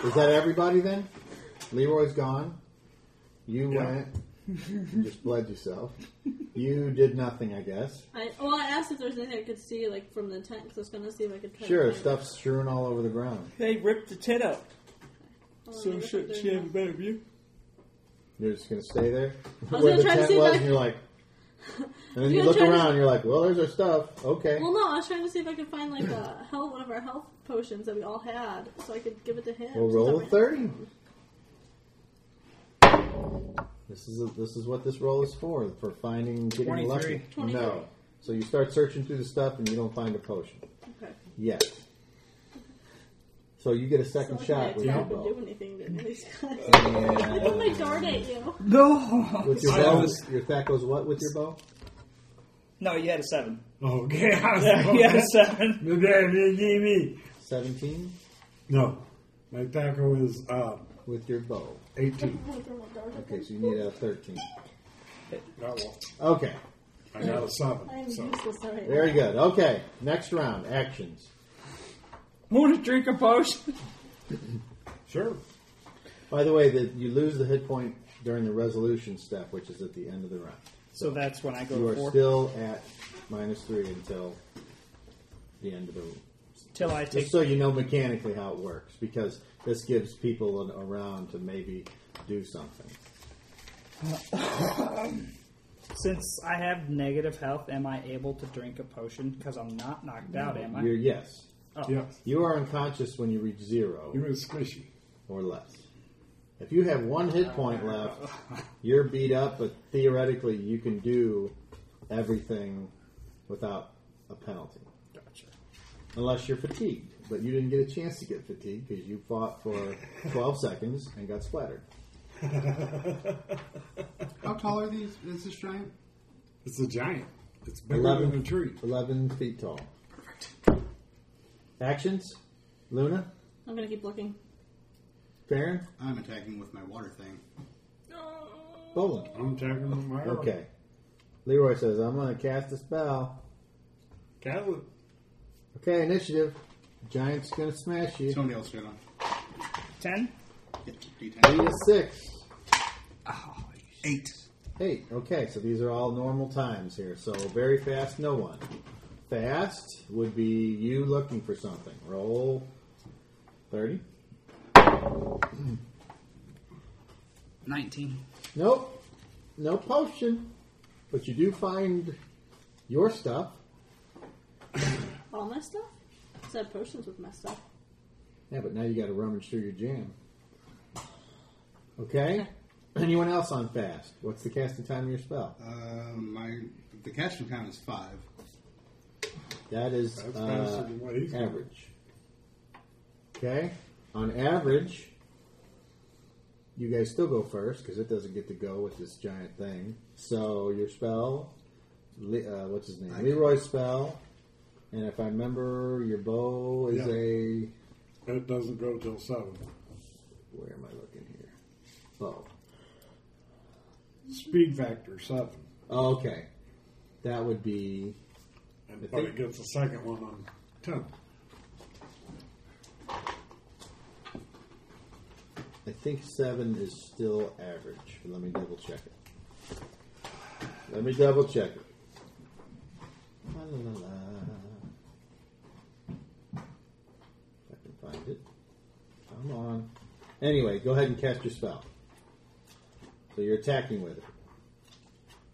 F: is that everybody then? Leroy's gone. You went. You just bled yourself. You did nothing, I guess.
C: I, well, I asked if there was anything I could see, like from the tent, because I was gonna see if I could. Try
F: Sure,
C: to find
F: stuff's strewn all over the ground.
G: They ripped the tent up.
C: it. Hold on,
G: So
C: look
G: should
C: at
G: she
C: Oh, their-
G: have a better view?
F: You're just gonna stay there
C: was
F: where
C: gonna
F: the
C: try to
F: tent
C: see if
F: was,
C: I-
F: and you're like, and then
C: was
F: you
C: gonna
F: look
C: try to-
F: around, and you're like, well, there's our stuff. Okay,
C: Well, no, I was trying to see if I could find like a health, one of our health potions that we all had, so I could give it to him.
F: we'll
C: since
F: roll
C: I'm-
F: a thirty. This is a, this is what this roll is for for finding getting lucky.
C: 23.
F: No, so you start searching through the stuff, and you don't find a potion
C: Okay.
F: yet. So you get a
C: So
F: second
C: like,
F: shot with
C: my
F: your
C: attack would do
F: bow.
C: anything to these guys. I
F: And
C: threw my dart at you.
E: No,
F: with your
G: I
F: bow,
G: was-
F: your that goes what with your bow?
G: No, you had a seven.
D: Okay, Oh, I was
G: Yeah, you had a
D: yes.
G: seven.
D: The damn you gave me.
F: Seventeen
D: No, my tackle is uh,
F: with your bow.
D: 18.
C: I threw oh my dart at
F: Okay,
C: you.
F: so you need a thirteen.
D: That one.
F: Okay.
D: Oh, I got a seven.
C: I'm
D: So
C: useless right
F: Very good. Okay, next round actions.
G: Want to drink a potion?
D: sure.
F: By the way, that you lose the hit point during the resolution step, which is at the end of the round.
E: so that's when I
F: You
E: go
F: are
E: for
F: still at minus three until the end of the.
E: till I take.
F: Just so you know mechanically how it works, because this gives people an, a round to maybe do something.
E: Since I have negative health, am I able to drink a potion? Because I'm not knocked out, am
F: You're
E: I?
F: yes,
E: Oh.
D: Yes.
F: you are unconscious when you reach zero
D: He was squishy.
F: or less. If you have one hit point left, you're beat up, but theoretically you can do everything without a penalty.
E: Gotcha.
F: Unless you're fatigued. But you didn't get a chance to get fatigued because you fought for 12 seconds and got splattered.
A: How tall are these? Is this giant?
D: It's a giant. It's bigger
F: 11,
D: than a tree.
F: 11 feet tall. Actions? Luna?
C: I'm gonna keep looking.
F: Farron?
A: I'm attacking with my water thing.
F: Bolin.
D: I'm attacking with my arrow.
F: Okay. Leroy says, I'm going to cast a spell.
D: Cattle.
F: Okay, initiative. Giant's going to smash you.
A: Somebody else did on.
E: Ten.
A: Yep,
F: Beat
A: D10.
F: a six.
A: Eight.
F: Eight. Okay, so these are all normal times here. So very fast, no one. Fast would be you looking for something. Roll thirty.
E: Nineteen.
F: Nope. No potion. But you do find your stuff.
C: All my stuff? So I had potions with my stuff.
F: Yeah, but now you got to rummage through your jam. Okay. Anyone else on fast? What's the casting time of your spell?
A: Um, my the casting time is five.
F: That is
D: That's faster
F: uh,
D: than what he's doing.
F: average. Okay? On average, you guys still go first because it doesn't get to go with this giant thing. So your spell, Le- uh, what's his name? Leroy's spell. And if I remember, your bow is
D: Yeah.
F: a.
D: It doesn't go till seven.
F: Where am I looking here? Bow.
D: Speed factor seven.
F: Oh, Okay. That would be. I
D: And but
F: think-
D: it gets a second one on ten.
F: I think seven is still average. Let me double check it. Let me double check it. La, la, la, la. If I can find it. Come on. Anyway, go ahead and cast your spell. So you're attacking with it.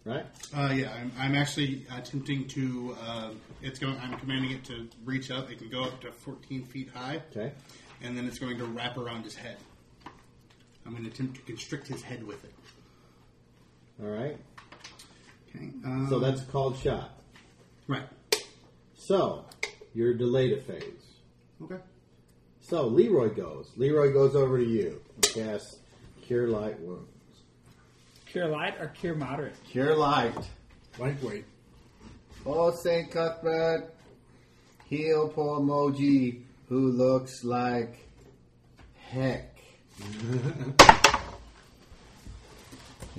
F: Right?
A: Uh, yeah, I'm, I'm actually attempting to. Uh, it's going. I'm commanding it to reach up. It can go up to 14 feet high,
F: Okay.
A: and then it's going to wrap around his head. I'm going to attempt to constrict his head with it.
F: All right.
A: Okay. Um,
F: So that's a called shot.
A: right.
F: So you're delayed a phase.
A: Okay.
F: So Leroy goes. Leroy goes over to you. Yes. Cure light wounds.
E: Cure light or cure moderate?
K: Cure light.
D: Lightweight.
K: Oh, St. Cuthbert, heal poor Moji, who looks like heck. and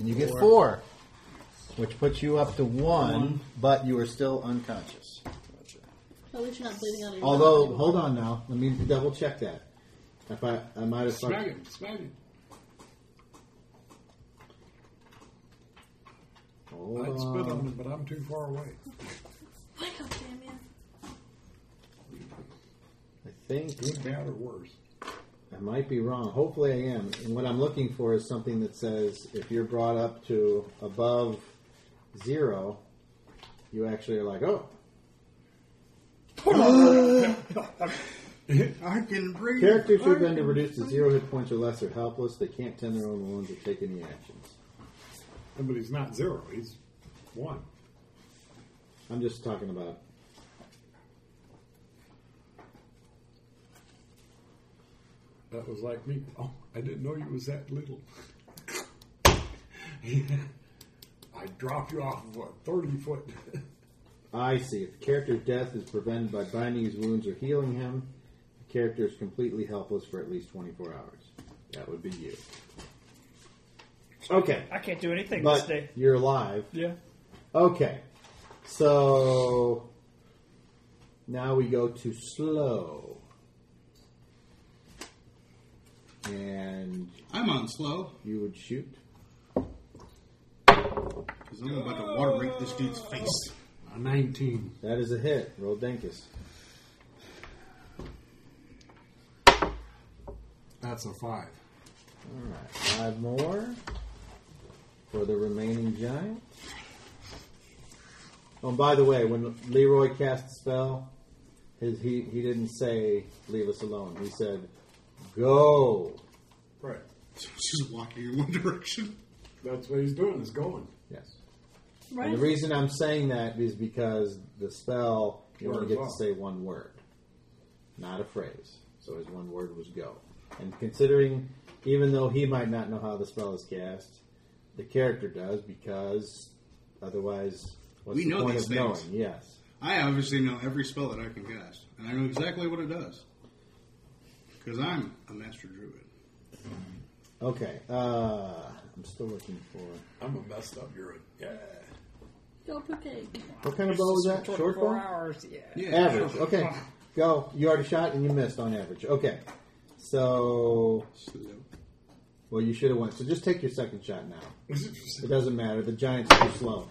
K: you get four, which puts you up to one, but you are still unconscious.
C: At least you're not bleeding out of your
F: Although,
C: mouth.
F: hold on now. Let me double check that. If I, I might have.
D: Smack him, smack him.
F: Hold
D: I'd spit on
F: on.
D: him, but I'm too far away.
C: Wake up, Damien.
F: I think
D: Good, bad, or worse.
F: I might be wrong. Hopefully, I am. And what I'm looking for is something that says if you're brought up to above zero, you actually are like, oh,
A: I can breathe.
F: Characters who have
A: I
F: been
A: can-
F: reduced to zero hit points or less are helpless. They can't tend their own wounds or take any actions.
D: But he's not zero. He's one.
F: I'm just talking about.
D: That was like me. Oh, I didn't know you was that little. I dropped you off of a thirty foot.
F: I see. If the character's death is prevented by binding his wounds or healing him, the character is completely helpless for at least 24 hours. That would be you. Okay,
E: I can't do anything this
F: but
E: day.
F: you're alive.
E: Yeah.
F: Okay, so now we go to slow. And
A: I'm on slow
F: you would shoot.
A: because I'm about to water break this dude's face.
D: A nineteen.
F: That is a hit. Roll Dinkus.
D: That's a five.
F: Alright, five more for the remaining giant. Oh, and by the way, when Leroy cast the spell, his, he, he didn't say, leave us alone. He said, go.
D: Right.
A: She's walking in one direction.
D: That's what he's doing. Is going.
F: Yes. And the
C: Right?
F: reason I'm saying that is because the spell, you
D: Word
F: only get
D: as well.
F: to say one word, not a phrase. So his one word was go. And considering, even though he might not know how the spell is cast, the character does because otherwise, what's
A: We
F: the
A: know
F: point
A: these
F: of
A: things.
F: knowing? Yes.
A: I obviously know every spell that I can cast, and I know exactly what it does because I'm a master druid.
F: Okay. Uh, I'm still looking for.
D: I'm a messed up urine. Yeah.
C: Go Pookie.
F: What kind of bow was that? Short bow?
E: Four hours, yeah.
A: Yeah,
F: Average. Okay. Go. You already shot and you missed on average. Okay. So,
A: Slow.
F: well, you should have won. So just take your second shot now.
D: Is it just
F: It doesn't matter. The Giants are slow.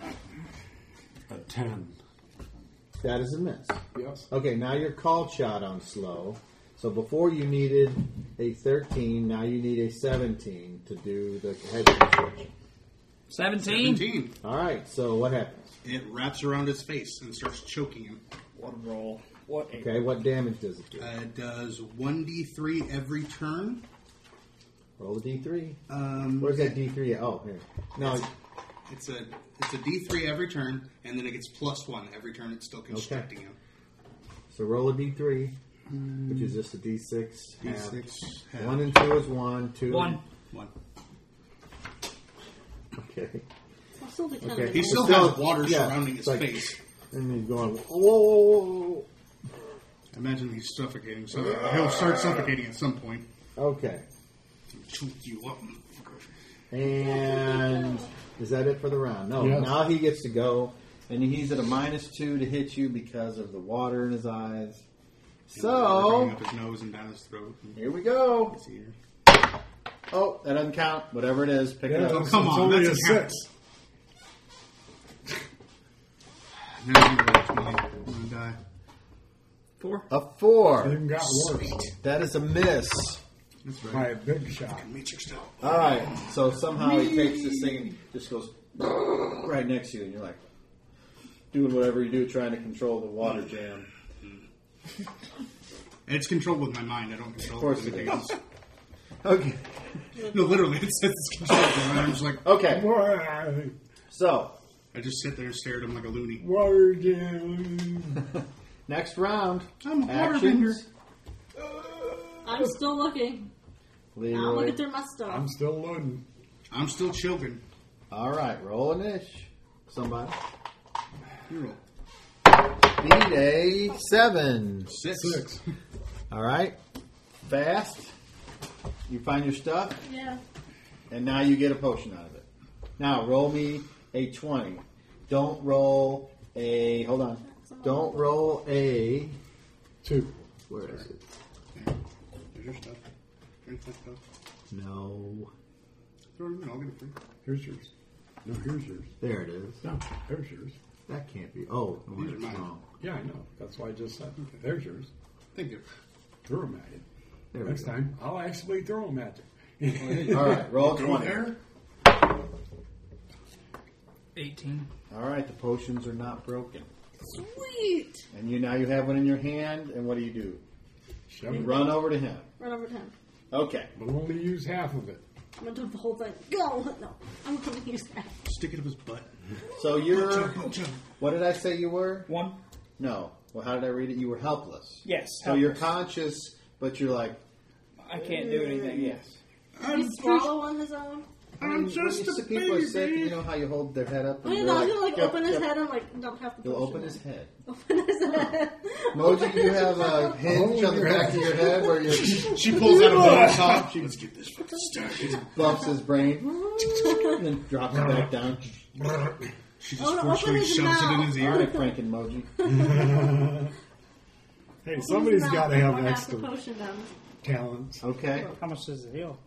D: a ten?
F: That is a miss.
D: Yes.
F: Okay, now your call shot on slow. So before you needed a 13, now you need a 17 to do the head switch.
E: 17?
A: 17.
F: All right, so what happens?
A: It wraps around his face and starts choking him.
E: What a roll. What a
F: Okay, what damage does it do?
A: Uh, it does 1d3 every turn.
F: Roll a d3.
A: Um,
F: Where's that d3? Oh, here. No,
A: it's a it's a d3 every turn, and then it gets plus one every turn. It's still constricting him.
F: so roll a d3, which is just a d6. halved.
A: D6 halved.
F: One and two is one. Two.
E: One.
A: One.
F: Okay.
C: I'll still be kind
F: Okay.
A: He
C: of
A: still
F: Still,
A: has water
F: yeah,
A: surrounding his
F: it's like-
A: face.
F: And he's going, whoa, whoa, whoa, whoa.
A: Imagine he's suffocating. So he'll start suffocating at some point.
F: Okay.
A: Choke you up. motherfucker.
F: And is that it for the round? No.
D: Yes.
F: Now he gets to go.
K: And he's at a minus two to hit you because of the water in his eyes.
A: Going
K: So,
A: up his nose and down his throat. and
K: here we go.
A: his ear.
K: Oh, that doesn't count. Whatever it is, pick it
D: Yeah,
K: up.
A: Oh, come
D: it's
A: on,
D: only
A: that's
D: a
A: a count.
D: six.
A: Now you roll 20. I'm gonna die.
E: four.
K: A four.
D: Even got worse
K: That is a miss.
A: That's
D: by
A: right.
D: a big shot.
A: Matrix style.
K: All right. So somehow he takes this thing and just goes right next to you, and you're like doing whatever you do, trying to control the water jam.
A: And it's controlled with my mind. I don't control
K: Of course
A: it with
K: it
A: anything else.
F: Okay.
A: No, literally, it says it's controlled. And I'm just like,
F: Okay.
D: Why?
F: So
A: I just sit there and stare at him like a loony.
D: Water down.
F: next round.
A: I'm a
F: Actions.
C: I'm still looking. I'll look
F: Leroy.
C: at through my stuff.
D: I'm still loading.
A: I'm still children.
F: All right. Roll an ish. Somebody.
A: You roll.
F: Beat a seven.
A: Six.
F: All right. Fast. You find your stuff,
C: Yeah.
F: and now you get a potion out of it. Now roll me a twenty. Don't roll a. Hold on.
L: Don't roll a.
D: Two.
L: Where is it?
A: There's your stuff. Drink my stuff.
L: No.
A: Throw it in. I'll get it free.
D: Here's yours. No, here's yours.
L: There it is.
D: No, there's yours.
L: That can't be. Oh,
A: These are
L: it's
A: mine.
L: wrong.
D: Yeah, I know. That's why I just said there's yours.
A: Thank you.
D: Throw 'em at you.
L: There
D: Next
L: we go.
D: time, I'll actually throw 'em at you.
F: All right. Roll
A: Go
F: twenty.
A: there.
E: 18.
F: All right. The potions are not broken,
C: Sweet.
F: and you now you have one in your hand. And what do you do?
D: Shove it.
F: Run over to him.
C: Run over to him.
F: Okay.
D: But only use half of it.
C: I'm gonna dump the whole thing. Go. No. I'm gonna use that.
A: Stick it up his butt.
F: So you're.
A: Chug, chug.
F: What did I say you were?
E: One?
F: No. Well, how did I read it? You were helpless.
E: Yes.
F: So you're conscious, but you're like,
E: I can't do anything.
F: yes.
C: Can he swallow on his own?
A: I'm just
F: When you
A: a
F: see people are sick, you
A: baby.
F: know how you hold their head up.
C: I mean,
F: they're
C: Oh, no, I'm gonna like
F: yep,
C: open his
F: yep.
C: head and like dump half the
F: You'll
C: potion
F: open
C: in.
F: his head.
C: Open his head.
F: Moji, you have a hinge on the back of your head where you
A: She pulls out a bone top. She let's get this fucking started.
F: bumps his brain and then drops it back down.
A: She just
C: Oh, no,
A: forcefully
C: open his
A: shoves it in
C: mouth.
A: his
F: All
A: ear.
F: right, Frank and Moji.
D: Hey, somebody's got to have extra
C: potion down.
D: talents.
F: Okay,
E: How much does it heal?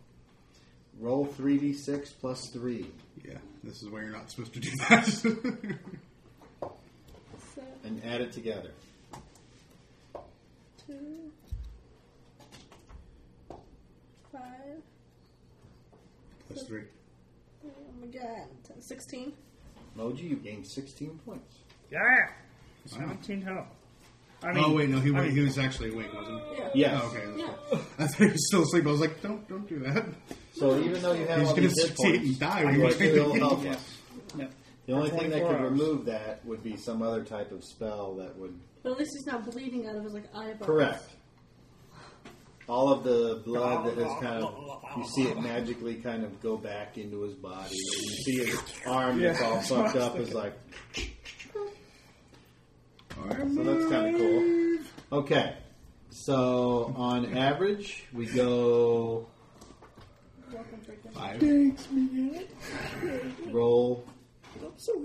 F: roll three d six plus three,
A: Yeah, this is why you're not supposed to do that.
C: Seven,
F: and add it together.
C: two, five.
A: Plus three.
C: Oh my god. Ten, Sixteen.
F: Moji, you gained sixteen points.
E: Yeah. 17 health. I mean,
A: Oh wait, no, he
E: I
A: wa-
E: mean-
A: he was actually awake, wasn't he?
C: Yeah.
F: Yes.
A: Oh, okay.
C: Yeah.
A: I thought he was still asleep. I was like, don't don't do that.
F: So even though you have
A: He's
F: all
A: gonna
F: these hit
A: succeed
F: points,
A: and die
F: you
A: when
F: are
A: you take
F: still
A: the-
F: helpless.
E: No.
F: The only thing that
E: 24
F: could
E: hours.
F: remove that would be some other type of spell that would
C: But at least he's not bleeding out of his like eyeballs.
F: Correct. All of the blood that has kind of, you see it magically kind of go back into his body. And you see his arm that's all fucked up is like, so that's kind of cool. Okay, so on average, we go
C: Welcome, freaking.
A: Five.
F: roll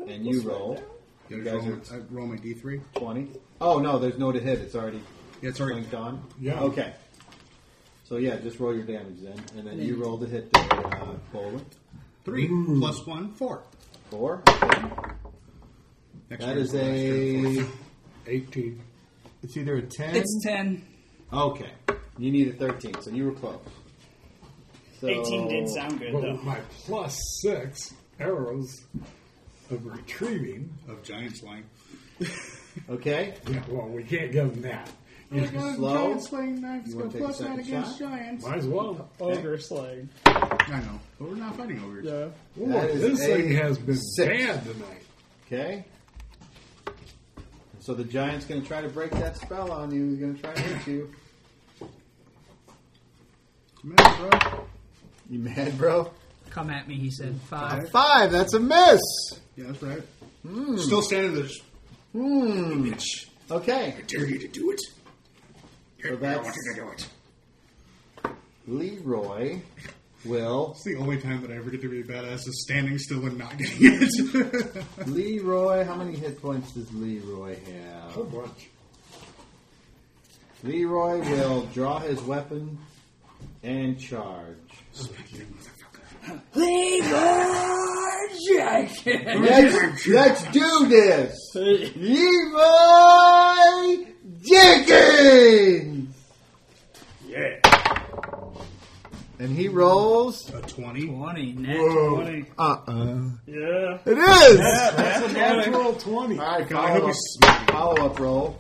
F: and you roll
A: You
F: guys
A: guys roll,
F: are-
A: I roll my D three.
F: 20. Oh, no, there's no to hit. It's already
A: Yeah, it's already
F: linked on.
D: Yeah.
F: Okay. So yeah, just roll your damage then, and then you roll to hit the uh, bowler.
A: three plus one, four.
F: Four.
A: Next
F: That
A: round,
F: is
A: last round,
F: a.
A: four.
D: 18.
L: It's either a 10.
E: It's 10.
F: Okay. You need a 13, so you were close. So,
M: 18 did sound good,
D: Well,
F: Oh,
M: though.
D: with my plus six arrows of retrieving.
A: of giant slang.
F: Okay.
D: Yeah, well, we can't give them that.
C: Oh
F: Slow.
A: Giant slang knives
F: You
A: go
F: wanna take a
A: plus nine
F: second
A: against
F: shot?
A: giants.
D: Might as well.
M: Ogre slaying.
A: I know, but we're not fighting over here.
D: Boy,
F: That is
D: this
F: a
D: thing has been
F: six.
D: bad tonight.
F: Okay. So the giant's going to try to break that spell on you. He's going to try to hit you.
A: Come here, bro.
F: You mad, bro?
E: Come at me, he said. Five.
F: Five. That's a miss.
A: Yeah, that's right. Still standing there. just,
F: Hmm.
A: Bitch,
F: Okay.
A: I dare you to do it.
F: So
A: I
F: that's
A: want you to do it.
F: Leroy. Will
A: It's the only time that I ever get to be a badass is standing still and not getting it.
F: Leroy? How many hit points does Leroy have?
D: So much.
F: Leroy will draw his weapon and charge. Leroy Jenkins! Let's, let's do this! Leroy Jenkins! Yeah. And he rolls.
A: a 20.
E: 20. Nat 20.
F: Uh uh
M: Yeah.
F: It is!
D: That's a natural 20.
F: Alright,
A: I hope
F: follow,
A: he's smart.
F: follow up roll.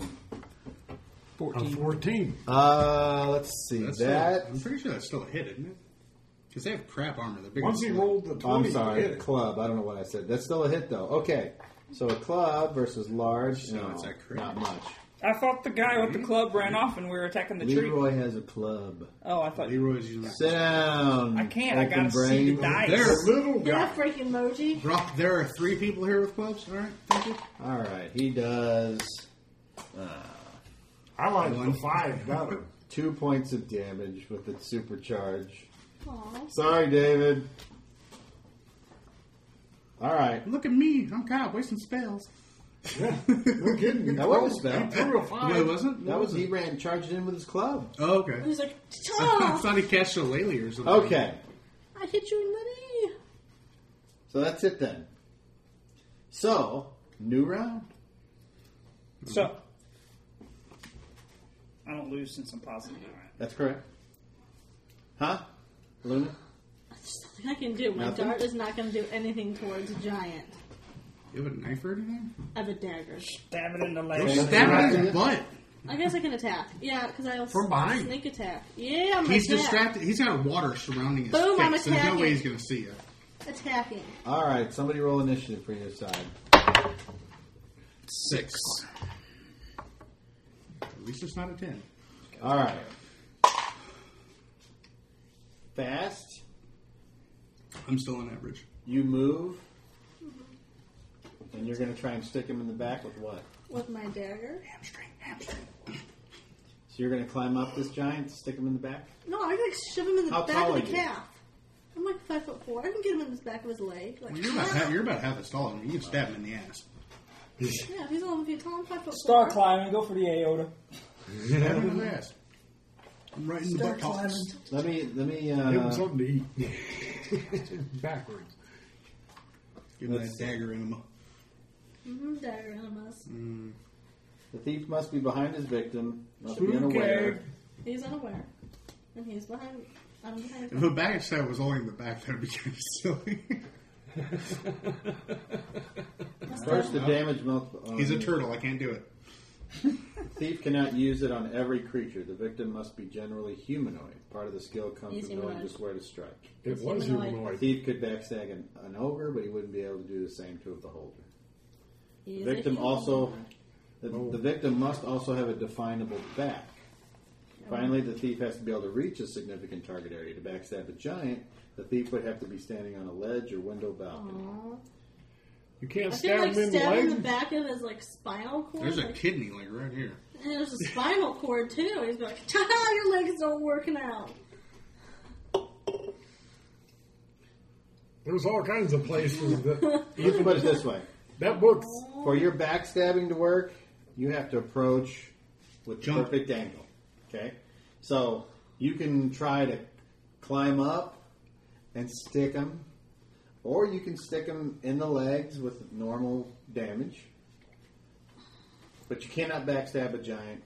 D: A 14.
F: Uh, let's see.
A: That's
F: that Uh,
A: still- I'm pretty sure that's still a hit, isn't it? Because they have crap armor. They're big
D: Once he
A: and
D: rolled the
N: Oh, I'm
D: 20, he hit
N: sorry,
D: it.
N: club. I don't know what I said. That's still a hit, though. Okay, so a club versus large.
A: No,
N: No,
A: it's a crit.
N: not much.
E: I thought the guy with the club ran off and we were attacking the tree.
N: Leroy has a club.
E: Oh, I thought.
A: Leroy's using
N: Sit down.
E: I can't. I gotta see the dice.
A: There,
D: Little
C: Yeah,
D: guy.
C: freaking emoji.
A: Brock, there are three people here with clubs. All right, thank you.
N: All right, he does uh,
D: I like
A: One.
D: the five better.
F: Two points of damage with the supercharge.
C: Aw.
F: Sorry, David. All right.
A: Look at me. I'm God, wasting spells.
D: No kidding. You
F: That wasn't
D: throw- you
F: a spell.
D: threw a
A: No, it
D: five.
A: wasn't.
F: That was he ran charged in with his club.
A: Oh, okay.
C: He's like,
A: I
C: "Ta-ta!
A: thought he catched a lily or something.
F: Okay,
C: I hit you in the knee.
F: so that's it then. So new round.
E: So. I don't lose since I'm positive. All right.
F: That's correct. Huh, Luna?
C: There's nothing I can do. My
F: Nothing?
C: dart is not going to do anything towards a giant.
A: You have a knife or anything?
C: I have a dagger.
E: Stab it in the
A: Don't
E: leg.
A: stab him in his butt.
C: I guess I can attack. Yeah, because I'll
A: From behind.
C: sneak attack. Yeah,
E: Oh,
C: I'm
A: He's
C: attack.
A: distracted. He's got water surrounding his
C: Boom,
A: face. so
C: I'm
A: there's no
C: attacking.
A: way he's going to see you.
C: attacking.
F: All right, somebody roll initiative for your side.
A: Six. At least it's not a ten.
F: All right. Fast.
A: I'm still on average.
F: You move, and you're going to try and stick him in the back with what?
C: With my dagger?
A: Hamstring, hamstring.
F: So you're going to climb up this giant, to stick him in the back.
C: No, I like shove him in the
F: How
C: back
F: tall
C: of
F: are
C: the
F: you?
C: calf. I'm like five foot four. I can get him in the back of his leg. Like,
A: Well, you're about half, you're about half as tall. I mean, you can stab him in the ass.
C: yeah, if he's eleven feet tall. I'm five foot
E: Star
C: four.
E: climbing. Go for the aorta.
A: Stab him in his ass. I'm right in the
E: Star
A: butt.
E: climbing.
F: Let me let me
D: Give him
F: uh,
D: something to eat. Backwards.
A: Give him that dagger in him.
C: Mhm, dagger animals.
F: Mm. The thief must be behind his victim, must be
D: Okay.
F: unaware.
C: He's unaware, and he's behind. I'm behind.
A: If a bag stab was only in the back, that'd be kind of silly.
F: First, the damage multiple.
A: He's a turtle. I can't do it.
F: Thief cannot use it on every creature. The victim must be generally humanoid. Part of the skill comes
C: He's
F: from knowing
C: humanoid.
F: just where to strike.
D: It
C: It's
D: was
C: humanoid.
F: The
D: humanoid.
F: thief could backstab an, an ogre, but he wouldn't be able to do the same to the holder.
C: He's
F: The
C: a
F: victim
C: human.
F: also, the, the victim must also have a definable back. Finally, the thief has to be able to reach a significant target area. To backstab a giant, the thief would have to be standing on a ledge or window balcony.
C: Aw.
D: You
C: I
D: can't
C: feel
D: stab
C: like
D: him in the
C: stabbing in the
D: leg.
C: back of his like spinal cord.
A: There's a
C: like-
A: kidney like right here.
C: And there's a spinal cord too. He's like, ta your legs don't working out.
D: There's all kinds of places that
F: Let's put it this way:
D: that book's
F: for your backstabbing to work, you have to approach with the
A: Jump.
F: perfect angle. Okay, so you can try to climb up and stick them, or you can stick them in the legs with normal damage. But you cannot backstab a giant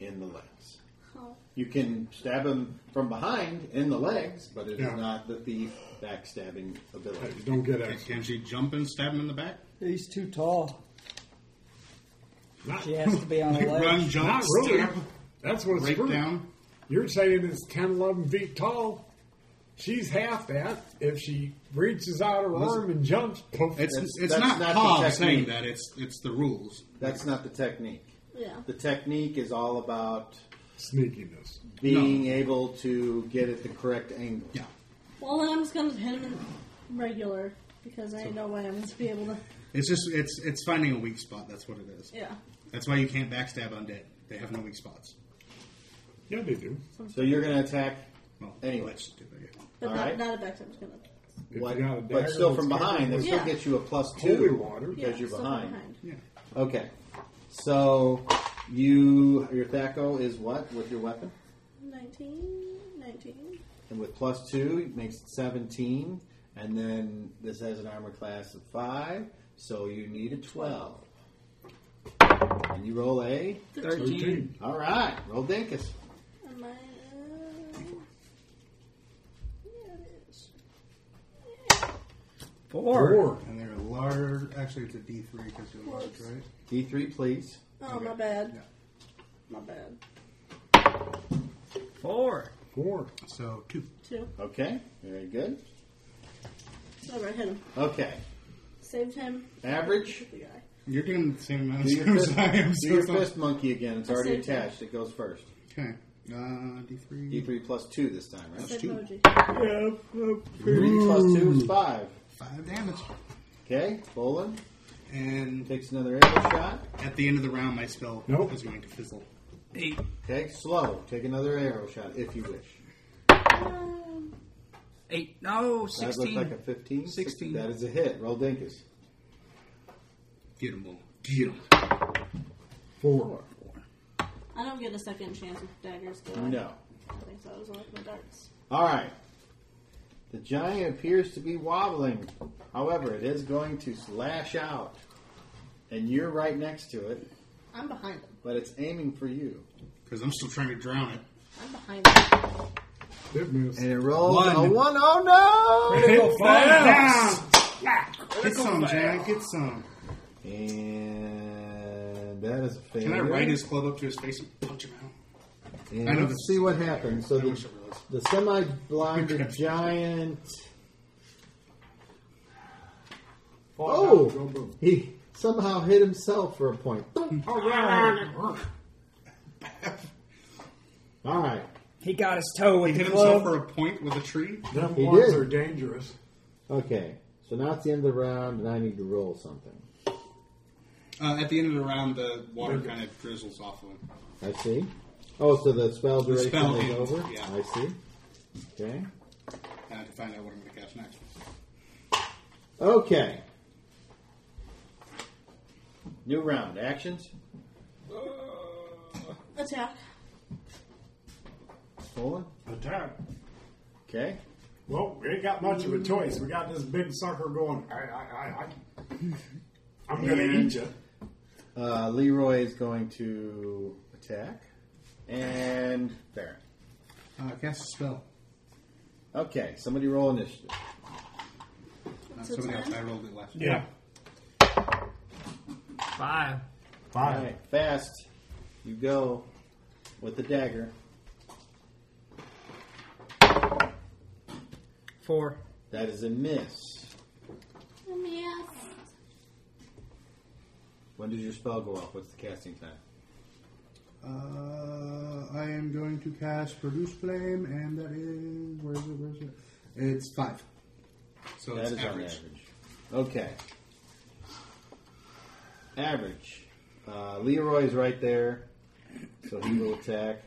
F: in the legs.
C: Oh.
F: You can stab him from behind in the legs, but it is
D: Yeah.
F: not the thief backstabbing ability.
D: You don't get
A: Can-
D: it.
A: Can she jump and stab him in the back?
E: He's too tall.
D: Not,
E: She has to be on a
A: Run,
E: ledge.
A: jump,
D: not really.
A: stab,
D: That's what it's
A: break
D: for.
A: down.
D: You're saying it's 10, 11 feet tall. She's half that. If she reaches out her arm and jumps, poof.
A: It's
F: That's-
A: it's
F: that's
A: not,
F: not the
A: Cobb
F: technique.
A: saying that. It's it's the rules.
F: That's not the technique.
C: Yeah.
F: The technique is all about
D: sneakiness.
F: being able to get at the correct angle.
A: Yeah.
C: Well, then I'm just gonna hit him in regular because I ain't no way I'm gonna be able to.
A: It's just it's it's finding a weak spot. That's what it is.
C: Yeah.
A: That's why you can't backstab undead. They have no weak spots.
D: Yeah, they do.
F: So you're going to attack,
A: Well,
F: Anyway.
A: that's stupid, yeah.
C: But
F: All
C: not,
F: right.
C: not a back. I'm just gonna.
D: If
F: what-
D: you got a
F: but
D: dagger
F: still
D: that's
F: from behind. That
D: covered
F: still
C: Yeah.
F: gets you a plus
D: with
F: two
D: Holy water.
F: because
C: yeah,
F: you're
C: still
F: behind.
A: Yeah.
F: Okay, so you your thaco is what with your weapon,
C: 19, 19.
F: and with plus two it makes it seventeen, and then this has an armor class of five, so you need a twelve. And you roll a.
E: Thirteen.
F: All right, roll dinkus.
C: Am I? Uh, yeah, it is.
E: Four.
A: And they're large. Actually, it's a D three because you're large, right?
F: D three, please.
C: Oh, my bad. My bad.
E: Four.
O: Four.
A: So two.
C: Two.
F: Okay, very good.
C: Whatever, I hit him.
F: Okay,
C: Saved him.
F: average.
C: The guy.
A: You're doing the same amount of
F: Do your
A: steps
F: fist,
A: I am.
F: do your
A: So
F: fist monkey again. It's
C: I
F: already
C: saved him.
F: attached. It goes first.
A: Okay. Uh, D3.
F: D3 plus 2 this time, right?
C: Save emoji.
F: 3 plus 2 is 5.
A: Five damage.
F: Okay, Bolin
A: And
F: takes another arrow shot.
A: at the end of the round, my spell
O: Nope.
A: is going to fizzle.
F: Okay, slow. Take another arrow shot if you wish.
C: Um,
E: Eight. No,
F: That looks
E: 16.
F: like a 15.
E: 16.
F: That is a hit. Roll Dinkus.
A: Get him, Bull. Get him.
O: Four.
C: I don't get a second chance with daggers, do I?
F: No.
C: I think so. It was all my darts.
F: All right. The giant appears to be wobbling. However, it is going to slash out. And you're right next to it,
C: I'm behind him.
F: but it's aiming for you.
A: Because I'm still trying to drown it.
C: I'm behind him.
O: It moves.
F: And it rolls
A: One.
F: a 1. Oh no!
A: Get some, Jack. Get some.
F: And that is a failure.
A: Can I write his club up to his face and punch him out?
F: And
A: I know
F: let's
A: this-
F: see what happens. So
A: I wish
F: the,
A: I realized.
F: the semi-blinded giant.
D: Go boom.
F: Oh, he somehow hit himself for a point. All right,
E: He got his toe
A: He
E: with the
A: hit himself
E: glove.
A: for a point with a tree.
O: Them
F: He
O: ones
F: did.
O: are dangerous.
F: okay. So now it's the end of the round, and I need to roll something.
A: Uh, at the end of the round, the water kind of drizzles off of him.
F: I see. Oh, so the spell
A: The
F: duration
A: spell
F: is
A: ends,
F: over.
A: yeah.
F: I see. Okay.
A: I have to find out what I'm going to cast next.
F: Okay. New round actions.
C: Attack.
F: Rolling.
D: Attack.
F: Okay.
D: Well, we ain't got much of a choice. We got this big sucker going. I, I, I, I I'm gonna eat you.
F: Uh, Leroy is going to attack. And Baron.
A: Uh, cast a spell.
F: Okay, somebody roll initiative.
A: Not somebody else. I rolled it last.
O: Yeah.
E: Five.
F: All
O: Five.
F: right, fast. You go with the dagger.
E: Four.
F: That is a miss.
C: Let me ask.
F: When does your spell go off? What's the casting time?
A: Uh, I am going to cast Produce Flame, and that is where is it? Where is it? It's five. So
F: That
A: it's
F: is
A: average.
F: on average. Okay. Average. Uh, Leroy's right there, so he will attack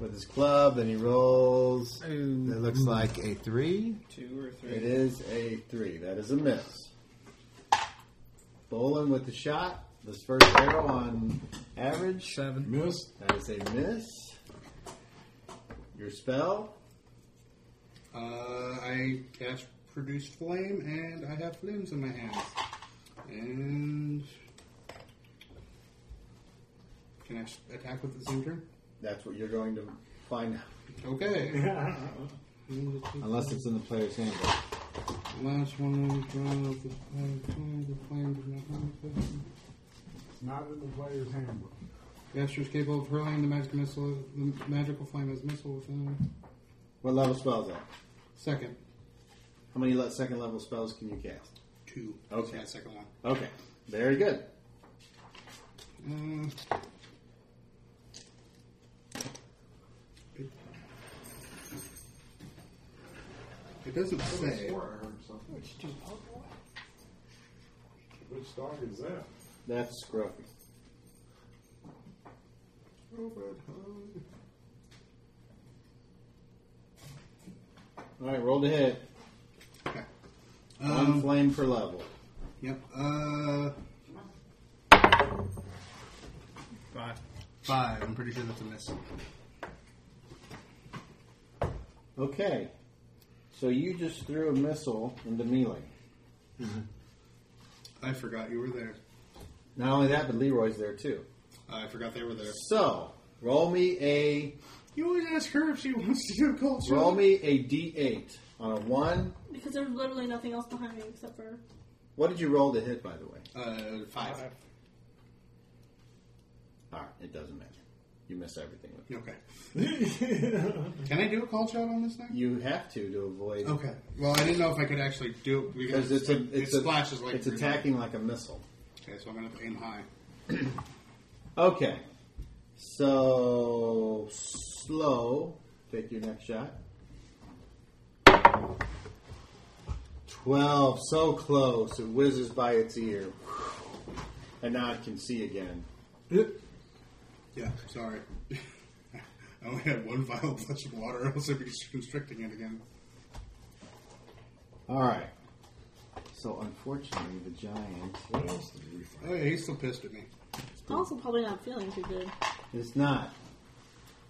F: with his club, and he rolls. That looks like a three.
E: Two or three.
F: It is a three. That is a miss. Bowling with the shot. This first arrow on average.
E: Seven.
O: Miss.
F: That is a miss. Your spell.
A: Uh, I cast Produce Flame, and I have flames in my hands. And can I s- attack with the same turn?
F: That's what you're going to find out.
A: Okay.
F: Unless it's in the player's handbook.
A: Last one on the draw of the flame. The flame does not harm the person.
O: It's not in the player's handbook.
A: Master is capable of hurling the magic missile, the magical flame as missile within.
F: What level spell is that?
A: Second.
F: How many le- second level spells can you cast?
A: Two.
F: Okay.
A: Yeah, second one.
F: Okay, very good.
A: Uh, it, it doesn't say.
D: Which dog is that?
F: That's Scruffy. All right, roll to hit.
A: Okay.
F: One
A: Um,
F: flame per level.
A: yep. Uh,
E: Five.
A: five. I'm pretty sure that's a miss.
F: Okay, so you just threw a missile into melee.
A: I forgot you were there.
F: Not only that, but Leroy's there too.
A: I forgot they were there.
F: So roll me a
A: You always ask her if she wants to do a cold
F: roll me a d8 on a one.
C: Because there's literally nothing else behind me except for.
F: What did you roll to hit, by the way?
A: Uh, five.
F: All right, it doesn't matter. You miss everything with it.
A: Okay. Can I do a call shot on this thing?
F: You have to to avoid
A: Okay. Well, I didn't know if I could actually do it
F: because
A: because
F: it's a it's
A: it
F: a,
A: splashes like
F: it's
A: green.
F: attacking like a missile.
A: Okay, so I'm gonna have to aim high.
F: Okay, so slow. Take your next shot. Twelve, so close. It whizzes by its ear, and now it can see again.
A: Yeah, sorry. I only had one vial touch of water, else I'd be just constricting it again.
F: All right. So unfortunately, the giant
A: Oh yeah, he's still pissed at me.
C: Also, probably not feeling too good.
F: is not,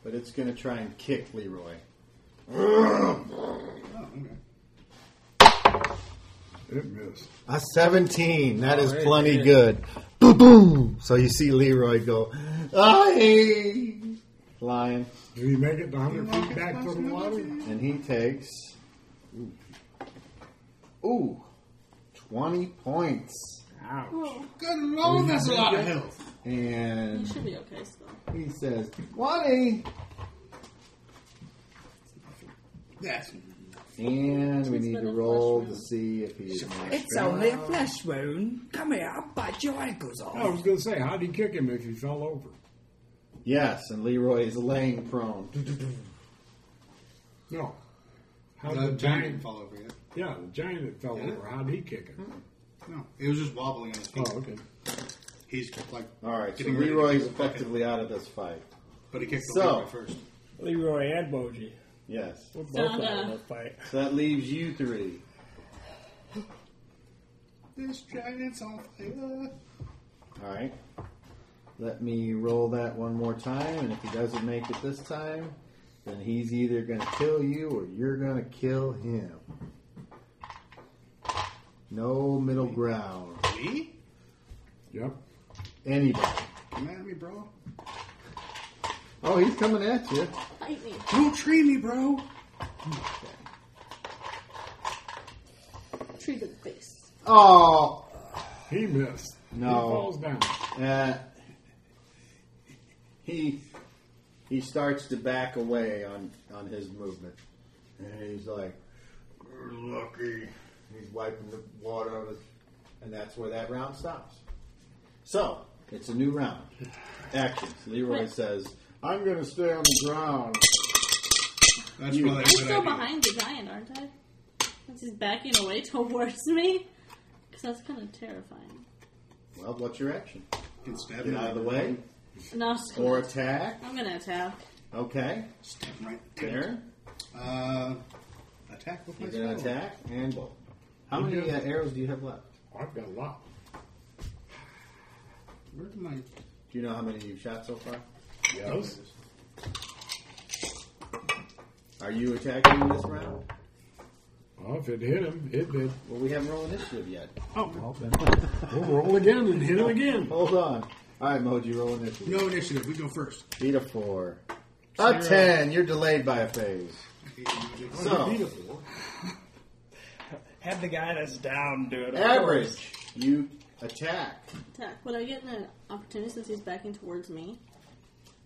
F: but it's going to try and kick Leroy.
A: Oh, okay.
D: It missed.
F: A 17. That is plenty good. Boom, boom. So you see Leroy go, Aye! Lion.
D: Did he make it 100 feet back to the water?
F: And he takes. Ooh. Ooh. 20 points.
C: Oh,
A: Good lord, that's a lot of health.
C: you
F: And
C: should be okay still.
F: he says, 20!
A: That's
F: And we
C: It's
F: need
C: been
F: to
C: a
F: roll
C: flash
F: to
C: round.
F: see if he is.
E: It's only a flesh wound. Come here, I'll bite your ankles off.
D: I was going to say, how'd he kick him if he fell over?
F: Yes, and Leroy is laying prone.
D: No. How
A: the
D: did the
A: giant
D: giant?
A: fall over yet.
D: Yeah, the giant that fell
A: Yeah. Mm-hmm.
D: over. How'd he kick him?
A: No, it was just wobbling on his feet.
D: Oh, okay.
A: He's like,
F: All right, so
A: Getting ready to
F: Leroy
A: kick
F: is
A: the bucket.
F: effectively out of this fight.
A: but he kicked the
F: So-
A: so. first.
E: Leroy and Boji.
F: Yes.
E: We're both
C: Donna.
E: out of the fight.
F: So that leaves you three.
A: This giant's uh, on fire.
F: All right. Let me roll that one more time, and if he doesn't make it this time, then he's either going to kill you or you're going to kill him. No middle ground.
A: Me?
D: Yep.
F: Anybody.
A: Come at me, bro.
F: Oh, he's coming at you.
C: Bite me.
A: Don't tree me, bro.
C: Tree to the face.
F: Oh,
D: He missed. He falls
F: no.
D: down.
F: Uh, he he starts to back away on, on his movement. And he's like, "You're lucky. He's wiping the water out of his. And that's where that round stops. So, it's a new round. Actions. Leroy says, I'm going to stay on the ground.
A: That's
F: You-
A: probably a
C: I'm
A: good
C: still
A: idea.
C: behind the giant, aren't I? Since he's backing away towards me? Because that's kind of terrifying.
F: Well, what's your action?
A: Can stab
F: Get
A: him
F: out of the way
C: No, I'm just
F: or
C: gonna,
F: attack.
C: I'm gonna attack.
F: Okay.
A: Stab him right there.
F: There.
A: Uh, attack with my
F: You're going to
A: spell.
F: attack and blow. How many uh, arrows do you have left?
D: I've got a lot.
A: Where did my
F: Do you know how many you've shot so far?
D: Yes.
F: Are you attacking this round?
D: Well, if it hit him, it did.
F: Well, we haven't rolled initiative yet.
D: We'll roll again and hit him again.
F: Hold on. All right, Moji, roll initiative.
A: no initiative? We go first.
F: Beat a four. A ten. You're delayed by a phase. So
E: Have the guy that's down do it.
F: average. You attack.
C: Attack. Would I get an opportunity since he's backing towards me?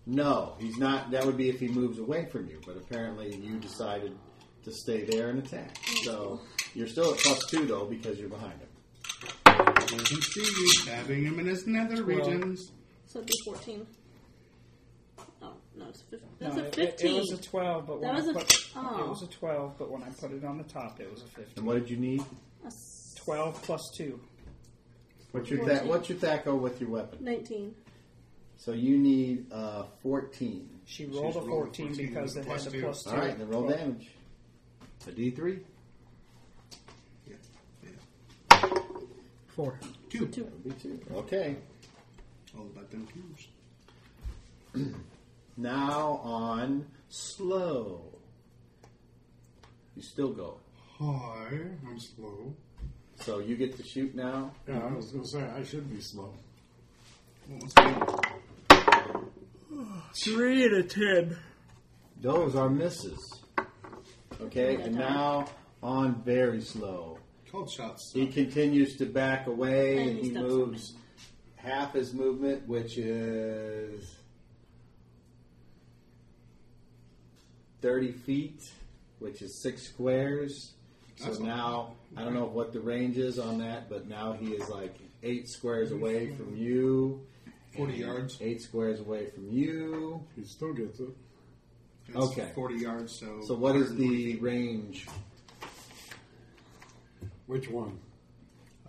F: No, he's not. That would be if he moves away from you. But apparently, you decided to stay there and attack. So you're still at plus two though because you're behind him.
A: You can see you stabbing him in his nether regions.
C: So it'd be 14. Oh, no, it's a 15.
E: No,
C: That's a
E: it-
C: 15.
E: It, it was a 12, but when
C: That was
E: I
C: a-
E: put,
C: oh.
E: it was a 12, but when I put it on the top, it was a 15.
F: And what did you need?
C: A s-
E: 12 plus 2.
F: What's your tha- what's your thaco with your weapon?
C: 19.
F: So you need uh, fourteen.
E: She rolled a
A: rolled a
E: 14,
A: 14
E: because
A: with a
E: it
A: plus
E: has a
A: two.
E: plus 2.
F: All right, then roll
E: Well,
F: damage. A D three.
A: Yeah. yeah.
P: 4.
A: Two.
C: Two.
F: That would be two. Okay.
A: All about them cubes.
F: Now on slow. You still go.
A: Hi, I'm slow.
F: So you get to shoot now.
D: Yeah, I was going to say, I should be slow.
A: What was that?
E: 3 and a 10.
F: Those are misses. Okay, and now on very slow.
A: Twelve shots.
F: He continues to back away
C: And
F: and
C: he
F: he
C: steps on
F: moves half his movement, which is 30 feet, which is six squares. So
A: That's a
F: now, I don't know what the range is on that, but now he is like eight squares away from you.
A: 40 yards.
F: Eight squares away from you.
Q: He still gets it.
A: That's
F: Okay.
A: 40 yards, so.
F: So, what is
A: 140
F: the
A: feet.
F: range?
D: Which one?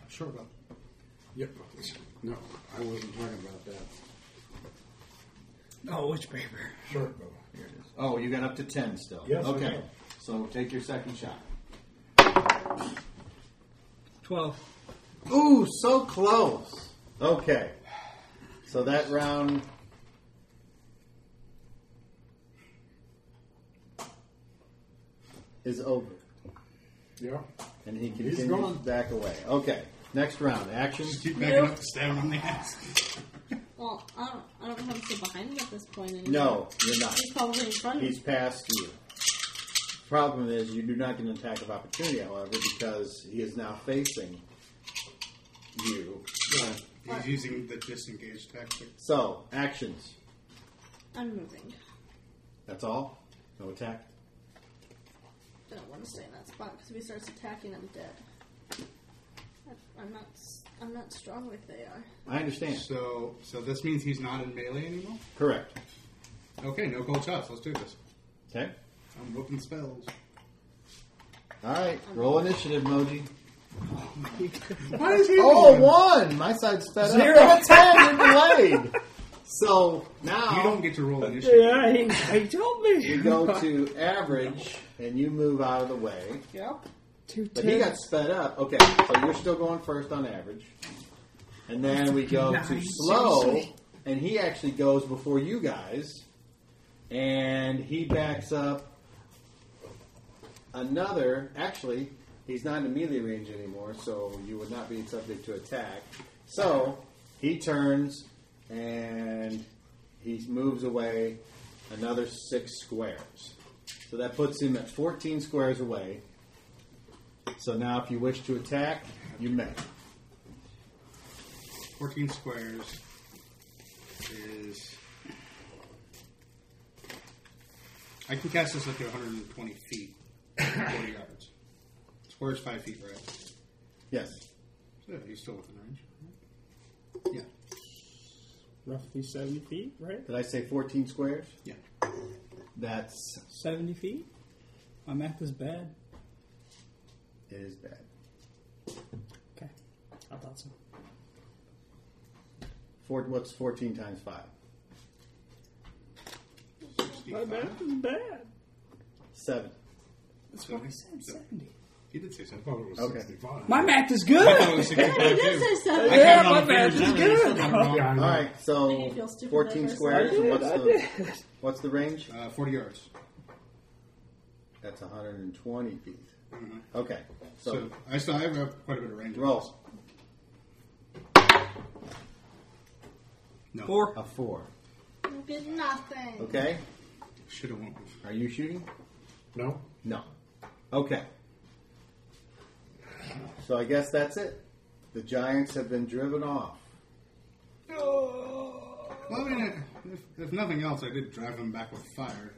A: Sure, well,
D: Yep. No, I wasn't talking about that.
E: Oh, which paper?
D: Sure.
F: Oh, you got up to 10 still.
Q: Yes, I
F: okay.
Q: know.
F: So, take your second shot.
R: Twelve.
F: Ooh, so close. Okay. So that round. Is over.
Q: Yeah.
F: And he
Q: He's
F: continues
Q: gone.
F: back away. Okay. Next round. Action.
A: just keep backing up, stab him in the ass.
C: Well, I don't, I don't know if I'm still behind him at this point anymore.
F: No, you're not.
C: He's probably in front of me.
F: He's past you. Problem is, you do not get an attack of opportunity, however, because he is now facing you.
A: He's using the disengage tactic.
F: So, actions.
C: I'm moving.
F: That's all? No attack?
C: I don't want to stay in that spot because if he starts attacking, I'm dead. I- I'm not. s- I'm not strong like they are.
F: I understand.
A: So, so this means he's not in melee anymore?
F: Correct.
A: Okay, no cold shots. Let's do this.
F: Okay.
A: I'm whipping spells.
F: All right. Roll initiative, Moji.
A: Why is he
F: Oh,
A: doing-
F: one! My side sped
R: Zero.
F: up. Zero. ten in delayed. So, now
A: You
C: Oh.
A: don't get to roll initiative.
R: Yeah, he, he told me.
F: we go to average, and you move out of the way.
R: Yep. Two
F: But
R: ten.
F: he got sped up. Okay, so you're still going first on average. And then we go to
R: Nine,
F: slow,
R: seriously?
F: and he actually goes before you guys. And he backs up another. Actually, he's not in melee range anymore, so you would not be subject to attack. So he turns and he moves away another six squares. So that puts him at 14 squares away. So now, if you wish to attack, you may.
A: 14 squares is. I can cast this up to 120 feet, 40 yards. Square's 5 feet, right?
F: Yes.
A: So he's still within range. Yeah.
E: Roughly 70 feet, right?
F: Did I say 14 squares?
A: Yeah.
F: That's
E: 70 feet? My math is bad.
F: it is bad.
E: Okay. I thought so.
F: Four, what's 14 times 5?
A: 65.
E: is bad.
F: 7.
E: That's
A: what
E: what
A: I
E: I
A: said,
E: said,
A: So-
E: 70.
A: He did say so. Oh,
D: I thought it was
F: Okay.
D: 65.
E: My math is
A: I thought it
E: good!
A: was 65
C: This
A: too.
C: is
A: I
C: so.
A: counted on
E: my
A: the
E: bad,
A: fingers
E: it's
A: earlier,
E: good.
A: so I'm wrong.
D: Yeah, I know.
F: All right,
C: Made me
F: so
C: feel stupid
F: 14
C: that first
F: squares.
C: time.
F: and what's, the, what's the range?
A: Uh, 40 yards.
F: That's 120 feet.
A: Mhm.
F: Okay,
A: So,
F: so,
A: I still I have quite a bit of range. on this.
F: roll
A: No.
E: Oh,
F: a 4.
C: You did nothing.
F: Okay,
A: Should have won.
F: are you shooting?
D: No?
F: No. Okay. So I guess that's it. The Giants have been driven off.
A: Well, I mean, if, if nothing else, I did drive him back with fire.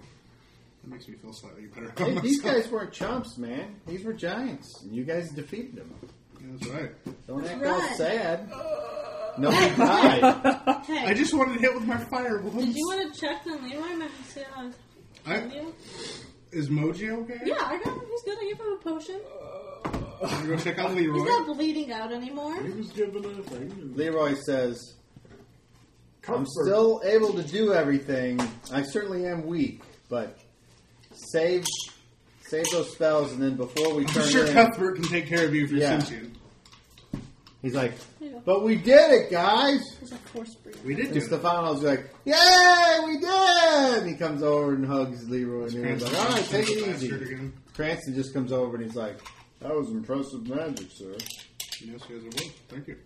A: That makes me feel slightly better about
F: Hey,
A: myself.
F: these guys weren't chumps, man. These were giants, and you guys defeated them.
A: Yeah, that's right.
F: Don't act
C: Run.
F: all sad.
A: Uh.
F: No, you died.
C: Hey,
A: I just wanted to hit with my fire once.
C: did you want to check on Leroy and see how I was
A: I-
C: you?
A: Is Moji okay?
C: Yeah, I got him. He's good. I gave him a potion.
A: I'm gonna go check out
C: He's
A: Leroy.
C: not bleeding out anymore.
Q: He was giving a thing.
F: Leroy says,
Q: Comfort.
F: "I'm still able to do everything. I certainly am weak, but save save those spells, and then before we
A: I'm
F: turn
A: sure
F: in,
A: Cuthbert can take care of you if you're
F: Yeah.
A: sentient.
F: he's like,
C: There you go.
F: but we did it, guys."
C: He's a force breather.
A: We did
F: And
A: do it.
F: Stefano's like, "Yay, we did!" And he comes over and hugs Leroy, and he's like, "All right, take it
A: Bastard
F: easy."
A: Again.
F: Cranston just comes over and he's like, "That was impressive magic, sir."
A: Yes, yes, it was. Thank you.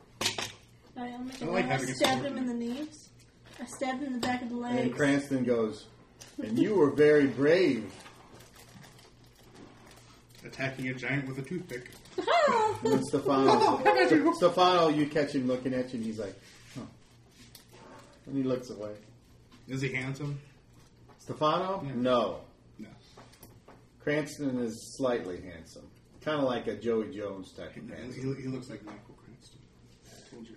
C: I, um,
A: I like
C: I
A: having a
C: stabbed
A: sword.
C: him in the knees. I stabbed him in the back of the
F: And then
C: legs.
F: Cranston goes, "And you were very brave."
A: Attacking a giant with a toothpick.
F: And then Stefano, Stefano, you catch him looking at you, and he's like, "Huh," and he looks away.
A: Is he handsome?
F: Stefano,
A: Yeah.
F: no.
A: No.
F: Cranston is slightly handsome, kind of like a Joey Jones type of
A: He,
F: handsome.
A: he looks like Michael Cranston. I told you.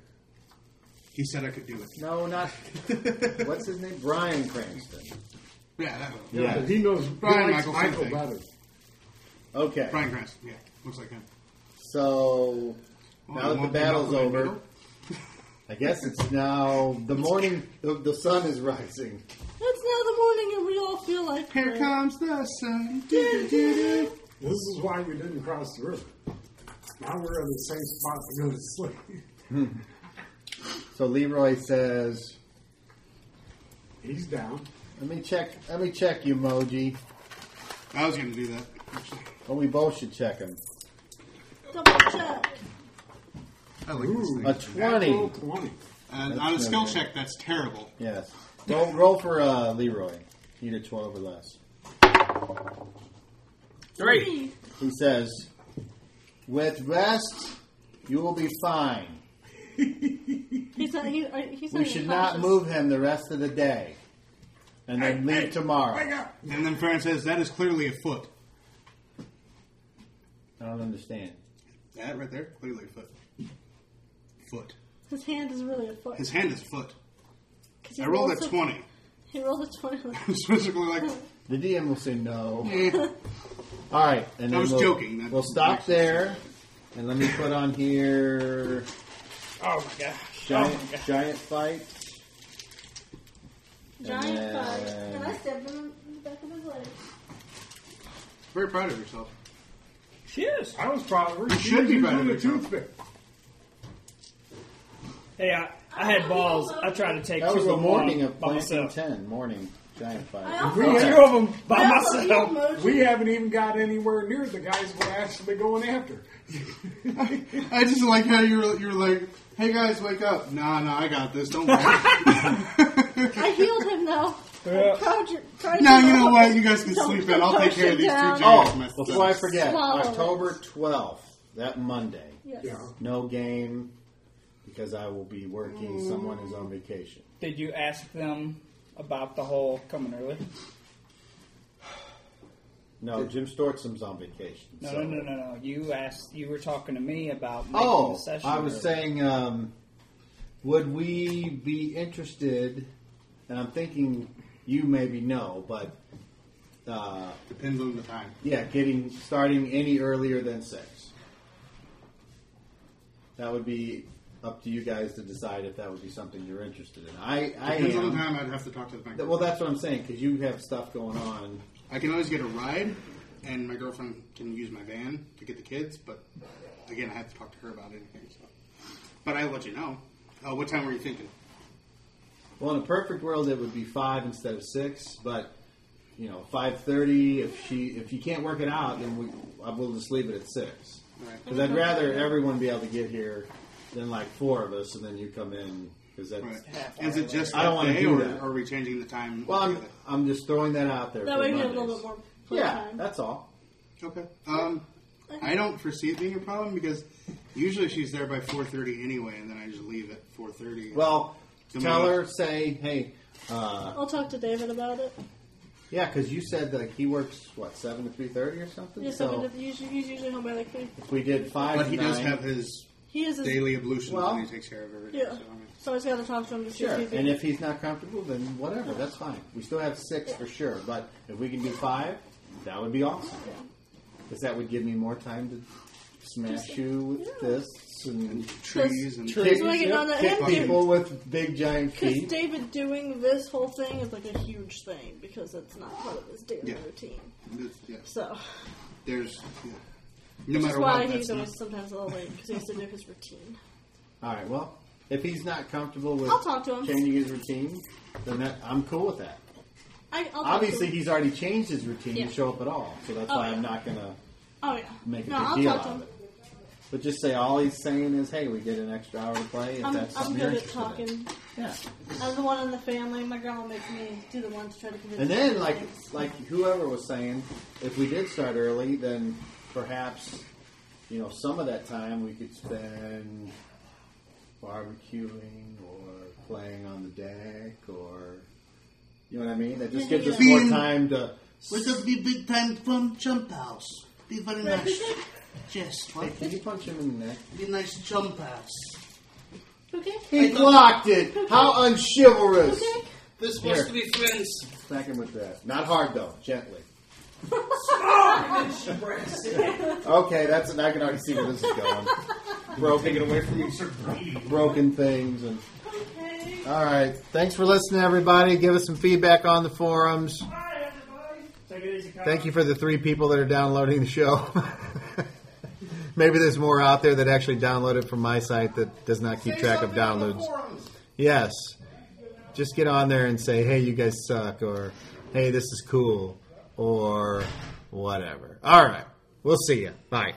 A: He said I could do it.
F: No, not what's his name? Brian Cranston.
A: Yeah, that one.
F: Yeah.
D: He knows
A: Brian
D: he likes
A: Michael
D: Michael
A: something.
D: better.
F: Okay.
A: Brian Cranston. Yeah, looks like him.
F: So now that the battle's over, I guess it's now the morning. The, the sun is rising.
C: It's now the morning and we all feel like
A: Here
C: crap.
A: comes the sun. Do-do-do-do.
D: This is why we didn't cross the river. Now we're in the same spot to go to sleep.
F: So Leroy says,
D: He's down.
F: "Let me check. Let me check you, Moji.
A: I was going to do that. Actually,
F: Well, Oh, we both should check him.
C: Double check.
A: I like this
F: A
A: thing.
F: twenty.
D: Natural 20.
A: And
F: that's
A: on a
F: no
A: skill
F: good.
A: check, that's terrible.
F: Yes. Roll, roll for uh, Leroy. Either twelve or less."
C: Three.
F: He says, "With rest, you will be fine.
C: He's not. He, uh, he's not
F: We
C: even
F: should not
C: conscious.
F: move him the rest of the day, and then leave tomorrow."
A: And then Farron says, that is clearly a foot.
F: I don't understand.
A: That right there, clearly a foot. Foot.
C: His hand is really a foot.
A: His hand is foot.
C: 'Cause he
A: I rolled
C: rolls
A: a 20.
C: He rolled a twenty.
A: It's basically like,
F: The DM will say no.
A: eh.
F: All right, and
A: I
F: then
A: was
F: we'll,
A: joking. That
F: we'll
A: doesn't make
F: stop
A: sense.
F: there, and let me put on here
E: Oh my gosh.
F: giant
A: Oh,
F: giant fight.
C: Giant
F: And-
C: five. And I stabbed him in the back of his leg.
A: very proud of yourself.
E: She is.
D: I was proud of her.
A: You should be better
D: doing
A: than
D: a toothpick.
E: Hey, I, I had balls. I tried to take
F: That
E: two
F: was
E: of
F: the
E: them
F: morning
E: on
F: of
E: by
F: planting
E: myself.
F: ten. Morning giant
C: I
F: fight.
C: also
D: We,
E: Two
D: haven't,
E: of them by
C: I also
E: myself.
C: healed Moji.
D: we haven't even got anywhere near the guys we're actually going after.
A: I just like how you're, you're like, hey guys, wake up. Nah, nah, I got this. Don't worry.
C: I healed him though.
E: Yeah.
C: Proud you- proud
A: now,
C: of
A: you know what? You guys can
C: Don't
A: sleep
C: put
A: in. I'll take care
C: potion
A: of these two
C: down.
A: giants.
F: Oh,
A: myself.
F: before I forget,
C: Swallow it.
F: October twelfth, that Monday.
C: Yes.
F: No game because I will be working. Someone is on vacation.
E: Did you ask them about the whole coming early?
F: No, Jim Stortzum's on vacation.
E: No,
F: so-
E: no, no, no, no. You asked. You were talking to me about making the
F: Oh,
E: session.
F: I was
E: early.
F: saying, um, would we be interested? And I'm thinking you maybe know, but uh,
A: Depends on the time.
F: yeah, getting starting any earlier than six. That would be up to you guys to decide if that would be something you're interested in. I, I
A: Depends on the
F: am.
A: time. I'd have to talk to the bank.
F: Well, that's what I'm saying because you have stuff going on.
A: I can always get a ride, and my girlfriend can use my van to get the kids. But again, I have to talk to her about anything. So, but I'll let you know. Uh, what time were you thinking?
F: Well, in a perfect world, it would be five instead of six, but you know, five thirty. If she, if you can't work it out, then we, I will just leave it at six.
A: All right.
F: Because I'd rather everyone be able to get here than like four of us, and then you come in. Because that's
A: Right. Is it just
F: I don't
A: that
F: wanna
A: day,
F: do
A: or
F: that.
A: are we changing the time?
F: well, I'm,
A: altogether?
F: I'm just throwing that out there.
C: That
F: for
C: way we have a
F: Mondays.
C: little bit more play
F: Yeah,
C: time.
F: that's all.
A: okay. Um, I don't foresee it being a problem because usually she's there by four thirty anyway, and then I just leave at four thirty.
F: Well,
A: Some
F: tell
A: of-
F: her, say, hey, uh,
C: I'll talk to David about it.
F: yeah, because you said that he works what seven to three thirty or something.
C: Yes, I'm
F: so
C: gonna- he's he's usually home by like three.
F: if we did five,
A: but
F: to
A: he does
F: nine-
A: have his
C: He is his,
A: daily ablutions
F: Well,
A: and he takes care of everything.
C: Yeah.
A: So, I mean,
C: so I just gotta talk to him to see
F: Sure,
C: if he
F: and if he's not comfortable, then whatever, that's fine. We still have six for sure, but if we can do five, that would be awesome. Because that would give me more time to smash you with fists and
A: trees and
C: Trees. So I can run that
F: kick
C: in.
F: people with big giant
C: because
F: feet.
C: David doing this whole thing is like a huge thing because it's not part of his daily
A: Yeah.
C: routine.
A: Yeah.
C: So
A: There's yeah. no
C: that's
A: matter what.
C: why
A: that's
C: he's
A: not-
C: always sometimes a little late because he has to do his routine.
F: All right, well, if he's not comfortable with
C: I'll talk to him.
F: changing his routine, then that, I'm cool with that.
C: I, I'll talk
F: Obviously,
C: to him.
F: he's already changed his routine
C: Yeah.
F: to show up at all, so that's
C: Oh,
F: why
C: yeah.
F: I'm not going to
C: oh yeah,
F: make a
C: no,
F: big
C: I'll
F: deal
C: talk
F: out
C: to him.
F: of it. But just say all he's saying is, "Hey, we get an extra hour to play." If
C: I'm,
F: that's
C: I'm
F: something you're
C: good at
F: interested in."
C: talking.
F: Yeah.
C: I'm the one in the family. My grandma makes me do the one to try to convince.
F: And then,
C: her
F: like,
C: things.
F: like whoever was saying, if we did start early, then perhaps, you know, some of that time we could spend barbecuing or playing on the deck or, you know what I mean? That just
C: Yeah,
F: gives us
C: yeah.
F: more
A: Being-
F: time to
A: Where's that be big time from jump house? Be very nice. Yes, what?
F: Can you punch him in the neck?
A: Be nice jump house.
C: Okay.
F: He blocked it. How unchivalrous!
C: Okay.
A: This
F: Here.
A: wants to be friends.
F: Smack him with that. Not hard though. Gently. okay, that's. I can already see where this is going. Broken. away from Broken things and.
C: Okay.
F: All right. Thanks for listening, everybody. Give us some feedback on the forums. Thank you for the three people that are downloading the show. Maybe there's more out there that actually download it from my site that does not keep track of downloads. Yes. Just get on there and say, hey, you guys suck, or hey, this is cool, or whatever. All right. We'll see you. Bye.